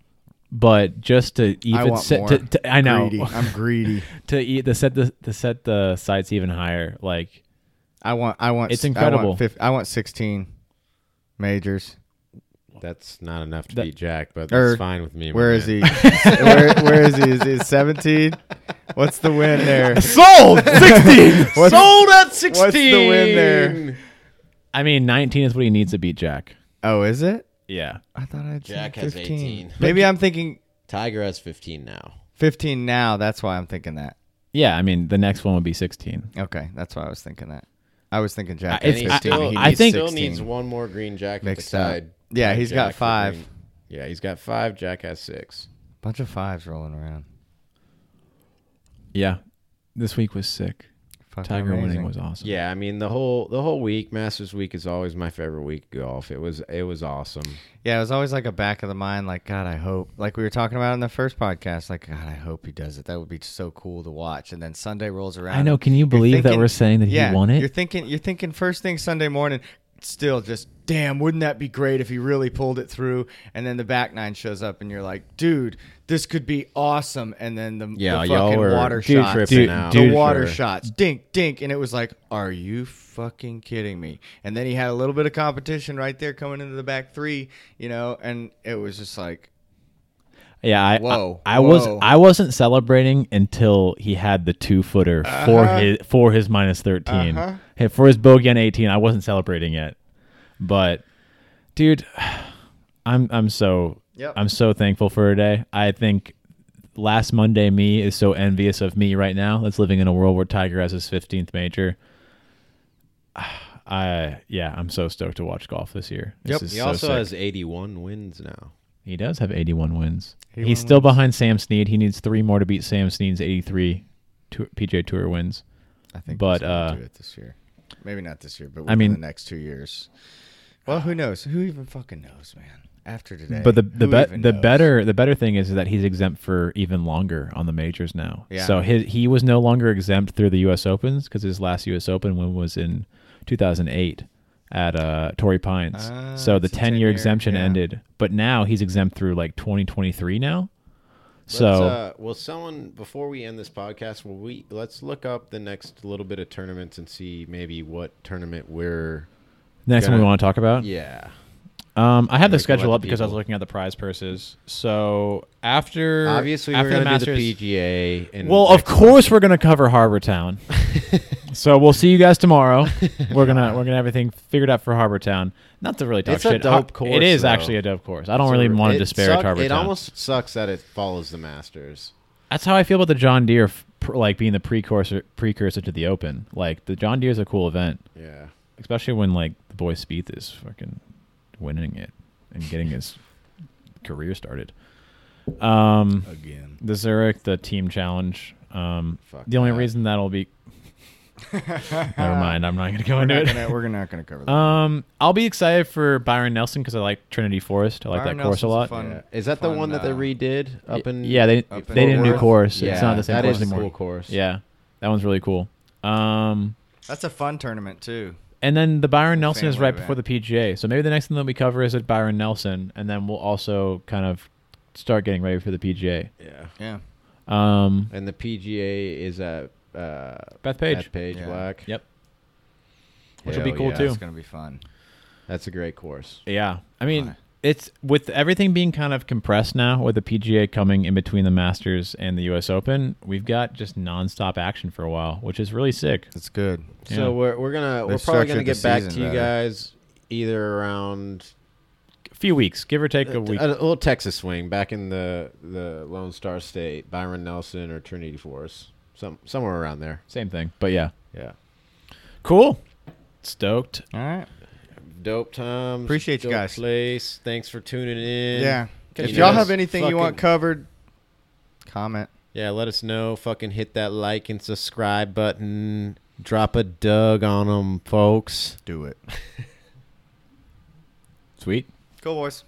Speaker 3: But just to
Speaker 2: I
Speaker 3: even
Speaker 2: want
Speaker 3: set,
Speaker 2: more.
Speaker 3: to, to, I know
Speaker 2: Greedy. I'm greedy.
Speaker 3: to eat the set the to set the sights even higher. Like
Speaker 2: I want I want
Speaker 3: It's
Speaker 2: s- I want
Speaker 3: incredible.
Speaker 2: fif- I want, 16 majors.
Speaker 1: That's not enough to
Speaker 3: That-
Speaker 1: beat Jack, but
Speaker 2: Or-
Speaker 1: that's fine with me. my
Speaker 2: Where is
Speaker 1: man.
Speaker 2: he? where, where is he? Is he 17? What's the win there?
Speaker 3: sold sixteen.
Speaker 2: What's,
Speaker 1: Sold at 16.
Speaker 2: the win there?
Speaker 3: I mean, nineteen is what he needs to beat Jack.
Speaker 2: oh, is it?
Speaker 3: Yeah.
Speaker 2: I thought I'd
Speaker 1: Jack
Speaker 2: seen
Speaker 1: has
Speaker 2: 15.
Speaker 1: 18.
Speaker 2: Maybe I'm thinking
Speaker 1: Tiger has 15 now.
Speaker 2: 15 now. That's why I'm thinking that.
Speaker 3: Yeah. I mean, the next one would be sixteen.
Speaker 2: Okay, that's why I was thinking that. I was thinking Jack.
Speaker 3: I-
Speaker 2: had
Speaker 1: And he
Speaker 3: it's- I-
Speaker 2: 15.
Speaker 1: still,
Speaker 2: he
Speaker 3: I
Speaker 1: he
Speaker 2: needs
Speaker 3: think-
Speaker 1: still
Speaker 2: 16.
Speaker 1: needs one more green jacket
Speaker 2: Mixed
Speaker 1: to
Speaker 2: up.
Speaker 1: tie-
Speaker 2: Yeah,
Speaker 1: tie
Speaker 2: he's got
Speaker 1: Jack for
Speaker 2: five.
Speaker 1: green. Yeah, he's got five. Jack has six.
Speaker 2: bunch of fives rolling around.
Speaker 3: Yeah. This week was sick.
Speaker 2: Fucking
Speaker 3: Tiger winning
Speaker 2: amazing.
Speaker 3: was awesome.
Speaker 1: Yeah, I mean the whole the whole week, Masters week is always my favorite week of golf. It was it was awesome.
Speaker 2: Yeah, it was always like a back of the mind. Like God, I hope. Like we were talking about in the first podcast. Like God, I hope he does it. That would be so cool to watch. And then Sunday rolls around.
Speaker 3: I know.
Speaker 2: and
Speaker 3: Can you
Speaker 2: you're
Speaker 3: believe that
Speaker 2: thinking-
Speaker 3: we're saying that
Speaker 2: yeah,
Speaker 3: he won
Speaker 2: You're
Speaker 3: it?
Speaker 2: thinking. You're thinking first thing Sunday morning. Still, just
Speaker 4: Damn, wouldn't that be great if he really pulled it through?
Speaker 2: through, and then the back nine shows up, and you're like, dude, this could be awesome. And then the,
Speaker 1: Yeah,
Speaker 2: the
Speaker 1: y'all
Speaker 2: fucking
Speaker 1: were
Speaker 2: water
Speaker 1: dude
Speaker 2: shots,
Speaker 1: tripping
Speaker 3: Dude,
Speaker 1: out.
Speaker 3: dude,
Speaker 2: the water
Speaker 1: Sure.
Speaker 2: shots, dink, dink, and it was like, are you fucking kidding me? And then he had a little bit of competition right there coming into the back three, you know, and it was just like,
Speaker 3: Yeah. I,
Speaker 2: Whoa,
Speaker 3: I, I was.
Speaker 2: whoa.
Speaker 3: I wasn't celebrating until he had the two footer
Speaker 2: Uh-huh.
Speaker 3: for his for his minus 13 Hey, for his bogey on eighteen. I wasn't celebrating yet, but dude, I'm I'm so
Speaker 2: Yep.
Speaker 3: I'm so thankful for today. I think last Monday me is so envious of me right now. That's living in a world where Tiger has his 15th major. I yeah, I'm so stoked to watch golf this year. This
Speaker 2: Yep.
Speaker 3: is
Speaker 1: He
Speaker 3: so
Speaker 1: also
Speaker 3: sick.
Speaker 1: has 81 wins now.
Speaker 3: He does have 81 wins. He's still behind Sam Snead. He needs three more to beat Sam Snead's 83 tour, PJ Tour wins.
Speaker 2: I think, that's
Speaker 3: But,
Speaker 2: gonna
Speaker 3: uh,
Speaker 2: do it this year, maybe not this year, but
Speaker 3: I
Speaker 2: within
Speaker 3: mean-
Speaker 2: the next two years. Well, who knows? Who even fucking knows, man? After today,
Speaker 3: But the the
Speaker 2: who
Speaker 3: be,
Speaker 2: even
Speaker 3: the
Speaker 2: knows?
Speaker 3: better the better thing is that he's exempt for even longer on the majors now.
Speaker 2: Yeah.
Speaker 3: So his, he was no longer exempt through the U.S. Opens because his last U.S. Open win was in 2008 at uh, Torrey Pines.
Speaker 2: Ah,
Speaker 3: so the
Speaker 2: it's a
Speaker 3: 10 year
Speaker 2: 10-year,
Speaker 3: exemption
Speaker 2: yeah.
Speaker 3: ended, but now he's exempt through like 2023 now. So
Speaker 1: Let's, uh, will someone before we end this podcast, will we let's look up the next little bit of tournaments and see maybe what tournament we're.
Speaker 3: next one we
Speaker 1: gonna-
Speaker 3: want to talk about.
Speaker 1: Yeah,
Speaker 3: Um, I have the
Speaker 1: Like,
Speaker 3: schedule
Speaker 1: let
Speaker 3: up
Speaker 1: the
Speaker 3: because I was
Speaker 1: people-
Speaker 3: looking at the prize purses. So after
Speaker 1: obviously
Speaker 3: after
Speaker 1: we're gonna
Speaker 3: Masters-
Speaker 1: do the PGA. And
Speaker 3: Well, of course we're gonna cover Harbor Town. so we'll see you guys tomorrow. We're gonna we're gonna have everything figured out for Harbor Town. Not to really talk
Speaker 1: It's a
Speaker 3: shit. Har-
Speaker 1: dope course,
Speaker 3: It is
Speaker 1: though.
Speaker 3: actually a dope course. I don't really want to
Speaker 1: It
Speaker 3: disparage
Speaker 1: suck-
Speaker 3: Harbor
Speaker 1: It
Speaker 3: Town.
Speaker 1: almost sucks that it follows the Masters.
Speaker 3: That's how I feel about the John Deere, f- pr- like being the precursor precursor to the Open. Like the John Deere's a cool event.
Speaker 1: Yeah.
Speaker 3: especially when like the boy Spieth is fucking winning it and getting his career started. Um,
Speaker 5: again.
Speaker 3: the Zurich, the team challenge. Um,
Speaker 1: Fuck
Speaker 3: the only
Speaker 1: that.
Speaker 3: reason that'll be never mind. I'm not gonna go into
Speaker 2: We're
Speaker 3: it.
Speaker 2: not gonna- we're not going to cover that.
Speaker 3: Um, I'll be excited for Byron Nelson because I like Trinity Forest. I like
Speaker 2: Byron
Speaker 3: that course
Speaker 2: Nelson's
Speaker 3: a lot.
Speaker 2: fun-
Speaker 1: Yeah. Is that the
Speaker 2: fun,
Speaker 1: one that they
Speaker 2: uh,
Speaker 1: redid up in?
Speaker 3: yeah, they
Speaker 2: up in
Speaker 3: they did a new
Speaker 2: Fort Worth?
Speaker 3: course. it's not the same
Speaker 1: that
Speaker 3: course
Speaker 1: is a
Speaker 3: anymore.
Speaker 1: cool course.
Speaker 3: Yeah, that one's really cool. Um,
Speaker 2: That's a fun tournament too.
Speaker 3: and then the Byron Nelson is
Speaker 2: Family
Speaker 3: right
Speaker 2: event.
Speaker 3: before the PGA, so maybe the next thing that we cover is at Byron Nelson, and then we'll also kind of start getting ready for the PGA.
Speaker 1: yeah.
Speaker 2: Yeah.
Speaker 3: Um,
Speaker 1: And the PGA is at uh,
Speaker 3: Beth Page,
Speaker 1: At Page
Speaker 2: Yeah.
Speaker 1: Black.
Speaker 3: Yep. Which will be
Speaker 1: Hell
Speaker 3: cool,
Speaker 1: yeah.
Speaker 3: too.
Speaker 2: It's going to be fun.
Speaker 1: That's a great course.
Speaker 3: yeah, I mean.
Speaker 2: Hi.
Speaker 3: It's with everything being kind of compressed now, with the PGA coming in between the Masters and the U.S. Open, we've got just nonstop action for a while, which is really sick.
Speaker 2: It's good.
Speaker 3: Yeah.
Speaker 1: So we're we're gonna we're probably
Speaker 2: structured
Speaker 1: gonna
Speaker 2: the
Speaker 1: get back to
Speaker 2: season
Speaker 1: you
Speaker 2: better.
Speaker 1: guys either around
Speaker 3: A few weeks, give or take
Speaker 1: a,
Speaker 3: a week.
Speaker 1: a little Texas swing back in the the Lone Star State, Byron Nelson or Trinity Forest, some somewhere around there.
Speaker 3: Same thing, but yeah,
Speaker 1: Yeah,
Speaker 3: cool. Stoked.
Speaker 2: All right.
Speaker 1: dope times.
Speaker 2: Appreciate you
Speaker 1: dope
Speaker 2: guys.
Speaker 1: Place. Thanks for tuning in.
Speaker 2: Yeah.
Speaker 1: Catch
Speaker 2: If
Speaker 1: you
Speaker 2: y'all
Speaker 1: guys
Speaker 2: have anything you want
Speaker 1: fucking-
Speaker 2: covered, comment.
Speaker 1: Yeah, let us know. Fucking hit that like and subscribe button. Drop a dug on them, folks.
Speaker 2: Do it.
Speaker 3: Sweet.
Speaker 2: Cool boys.